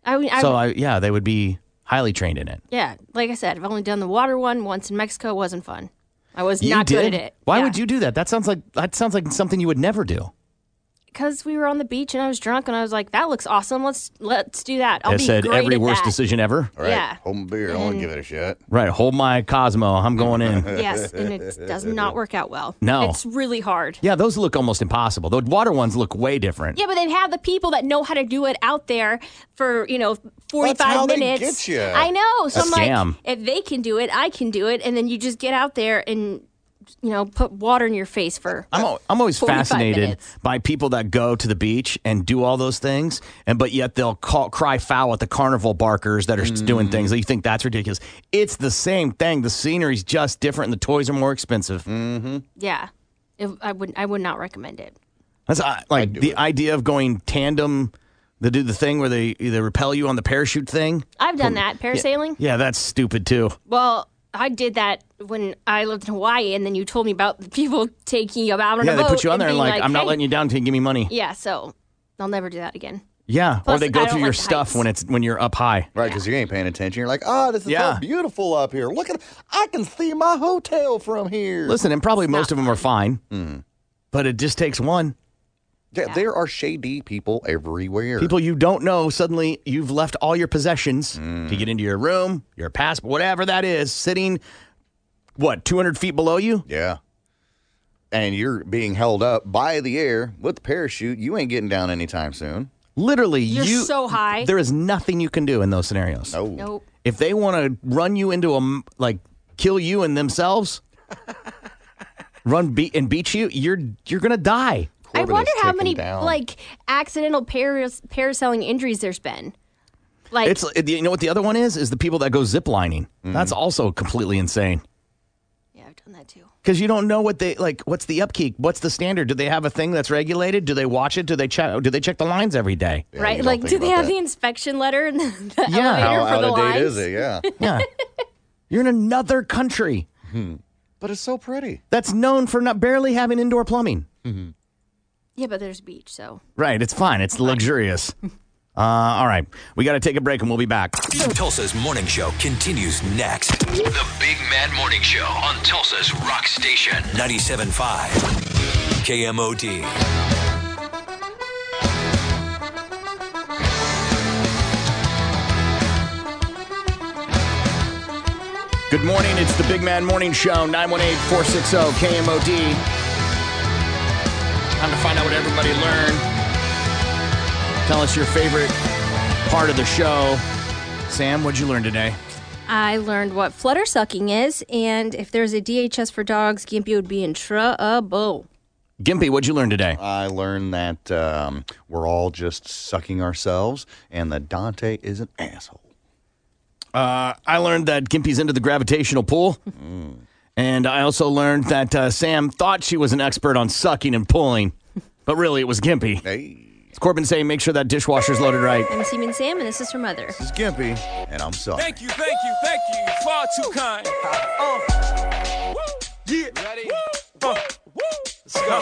Speaker 9: I, would- I
Speaker 8: so
Speaker 9: would-
Speaker 8: I, yeah, they would be highly trained in it.
Speaker 9: yeah. Like I said, I've only done the water one once in Mexico. It wasn't fun. I was
Speaker 8: you
Speaker 9: not
Speaker 8: did?
Speaker 9: good at it
Speaker 8: Why would you do that? That sounds like that sounds like something you would never do.
Speaker 9: because we were on the beach and I was drunk and I was like, "That looks awesome. Let's let's do that." I'll
Speaker 8: I
Speaker 9: be
Speaker 8: said
Speaker 9: great
Speaker 8: every
Speaker 9: at
Speaker 8: worst
Speaker 9: that.
Speaker 8: decision ever.
Speaker 9: Right. Yeah.
Speaker 10: Hold my beer. I
Speaker 8: Mm-hmm.
Speaker 10: want to give it a shot.
Speaker 8: Right, hold my Cosmo. I'm going in.
Speaker 9: Yes, and it does not work out well.
Speaker 8: No.
Speaker 9: it's really hard.
Speaker 8: Yeah, those look almost impossible. The water ones look way different.
Speaker 9: Yeah, but they have the people that know how to do it out there for you know forty
Speaker 8: That's how
Speaker 9: five
Speaker 8: they
Speaker 9: minutes.
Speaker 8: get you.
Speaker 9: I know. So
Speaker 8: A
Speaker 9: I'm
Speaker 8: scam.
Speaker 9: like, if they can do it, I can do it. And then you just get out there and you know put water in your face for.
Speaker 8: I'm, al- I'm always
Speaker 9: 45
Speaker 8: fascinated
Speaker 9: minutes.
Speaker 8: by people that go to the beach and do all those things, and but yet they'll call, cry foul at the carnival barkers that are s- doing things that you think that's ridiculous. It's the same thing. The scenery's just different, and the toys are more expensive. Mm-hmm.
Speaker 9: Yeah, It- I would I would not recommend it.
Speaker 8: That's uh, like the idea of going tandem. They do the thing where they they repel you on the parachute thing.
Speaker 9: I've done that parasailing.
Speaker 8: Hmm. Yeah, that's stupid too.
Speaker 9: Well, I did that when I lived in Hawaii, and then you told me about the people taking you out on
Speaker 8: yeah,
Speaker 9: a
Speaker 8: they
Speaker 9: boat.
Speaker 8: put you on there and
Speaker 9: being
Speaker 8: like, I'm not
Speaker 9: "Hey."
Speaker 8: letting you down till you give me money.
Speaker 9: Yeah, so I'll never do that again.
Speaker 8: Yeah, or
Speaker 9: Plus,
Speaker 8: they
Speaker 9: I
Speaker 8: go
Speaker 9: don't
Speaker 8: through your
Speaker 9: like
Speaker 8: stuff when it's when you're up high.
Speaker 10: Right, because you ain't paying attention. You're like, ah, this is
Speaker 8: Yeah.
Speaker 10: so beautiful up here. Look at, I can see my hotel from here.
Speaker 8: Listen, and probably most of them are fine, but it just takes one.
Speaker 10: Yeah, there are shady people everywhere.
Speaker 8: People you don't know, suddenly you've left all your possessions to get into your room, your passport, whatever that is, sitting, what, 200 feet below you?
Speaker 10: Yeah. And you're being held up by the air with the parachute. You ain't getting down anytime soon.
Speaker 8: Literally,
Speaker 9: You're
Speaker 8: you-
Speaker 9: so high.
Speaker 8: There is nothing you can do in those scenarios. No.
Speaker 9: Nope.
Speaker 8: If they want to run you into a m- like kill you and themselves, run beat and beat you, you're you're gonna die.
Speaker 9: I wonder how many like accidental paras- paraselling injuries there's been. Like
Speaker 8: it's it- you know what the other one is is the people that go ziplining. That's also completely insane. Yeah, I've done that too. Because you don't know what they like. What's the upkeep? What's the standard? Do they have a thing that's regulated? Do they watch it? Do they check? Do they check the lines every day?
Speaker 9: right? Like, do they have the inspection letter and the, the
Speaker 8: Yeah.
Speaker 9: elevator
Speaker 8: How
Speaker 9: for
Speaker 8: out
Speaker 9: the
Speaker 8: of date
Speaker 9: lines?
Speaker 8: is it?
Speaker 10: Yeah.
Speaker 8: Yeah. You're in another country
Speaker 10: But it's so pretty.
Speaker 8: that's known for not barely having indoor plumbing.
Speaker 9: Yeah, but there's a beach, so
Speaker 8: Right. It's fine. It's luxurious. uh, all right. We got to take a break and we'll be back.
Speaker 21: Tulsa's morning show continues next. The Big Mad Morning Show on Tulsa's Rock Station 97.5 KMOD.
Speaker 8: Good morning. It's the Big Man Morning Show, 918 460 KMOD. Time to find out what everybody learned. Tell us your favorite part of the show. Sam, what'd you learn today?
Speaker 9: I learned what flutter sucking is, and if there's a DHS for dogs, Gimpy would be in trouble.
Speaker 8: Gimpy, what'd you learn today?
Speaker 10: I learned that um, we're all just sucking ourselves and that Dante is an asshole.
Speaker 8: Uh, I learned that Gimpy's into the gravitational pull. Mm. And I also learned that uh, Sam thought she was an expert on sucking and pulling, but really it was Gimpy. It's Corbin saying, make sure that dishwasher's loaded right.
Speaker 9: I'm Seaman Sam, and this is her mother.
Speaker 10: This is Gimpy, and I'm sorry.
Speaker 12: Thank you, thank you, thank you. You're Far too kind. Uh, yeah. Ready? Uh,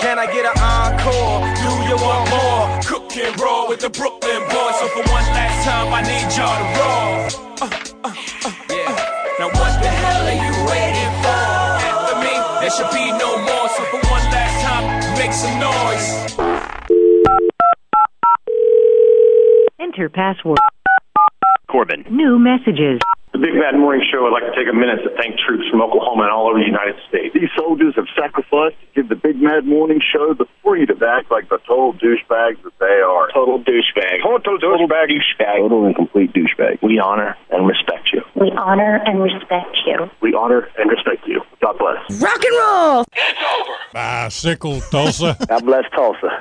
Speaker 12: Can I get an encore? Do you want more? Cook and roll with the Brooklyn boys. So for one last time, I need y'all to roll. Uh, uh, uh, uh. Now what the hell are you waiting for? After me, there should be no more. So for one last time, make some noise.
Speaker 7: Enter password.
Speaker 22: Corbin.
Speaker 7: New messages.
Speaker 22: The Big Bad Morning Show would like to take a minute to thank troops from Oklahoma and all over the United States.
Speaker 2: These soldiers have sacrificed to give the Big Mad Morning Show the freedom to act like the total douchebags that they are. Total douchebag. Total douchebag. douchebag. Total and complete douchebag.
Speaker 22: We honor and respect you.
Speaker 7: We honor and respect you.
Speaker 22: We honor and respect you. God bless.
Speaker 7: Rock and roll!
Speaker 14: Bicycle Tulsa. God bless Tulsa.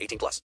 Speaker 21: 18 plus.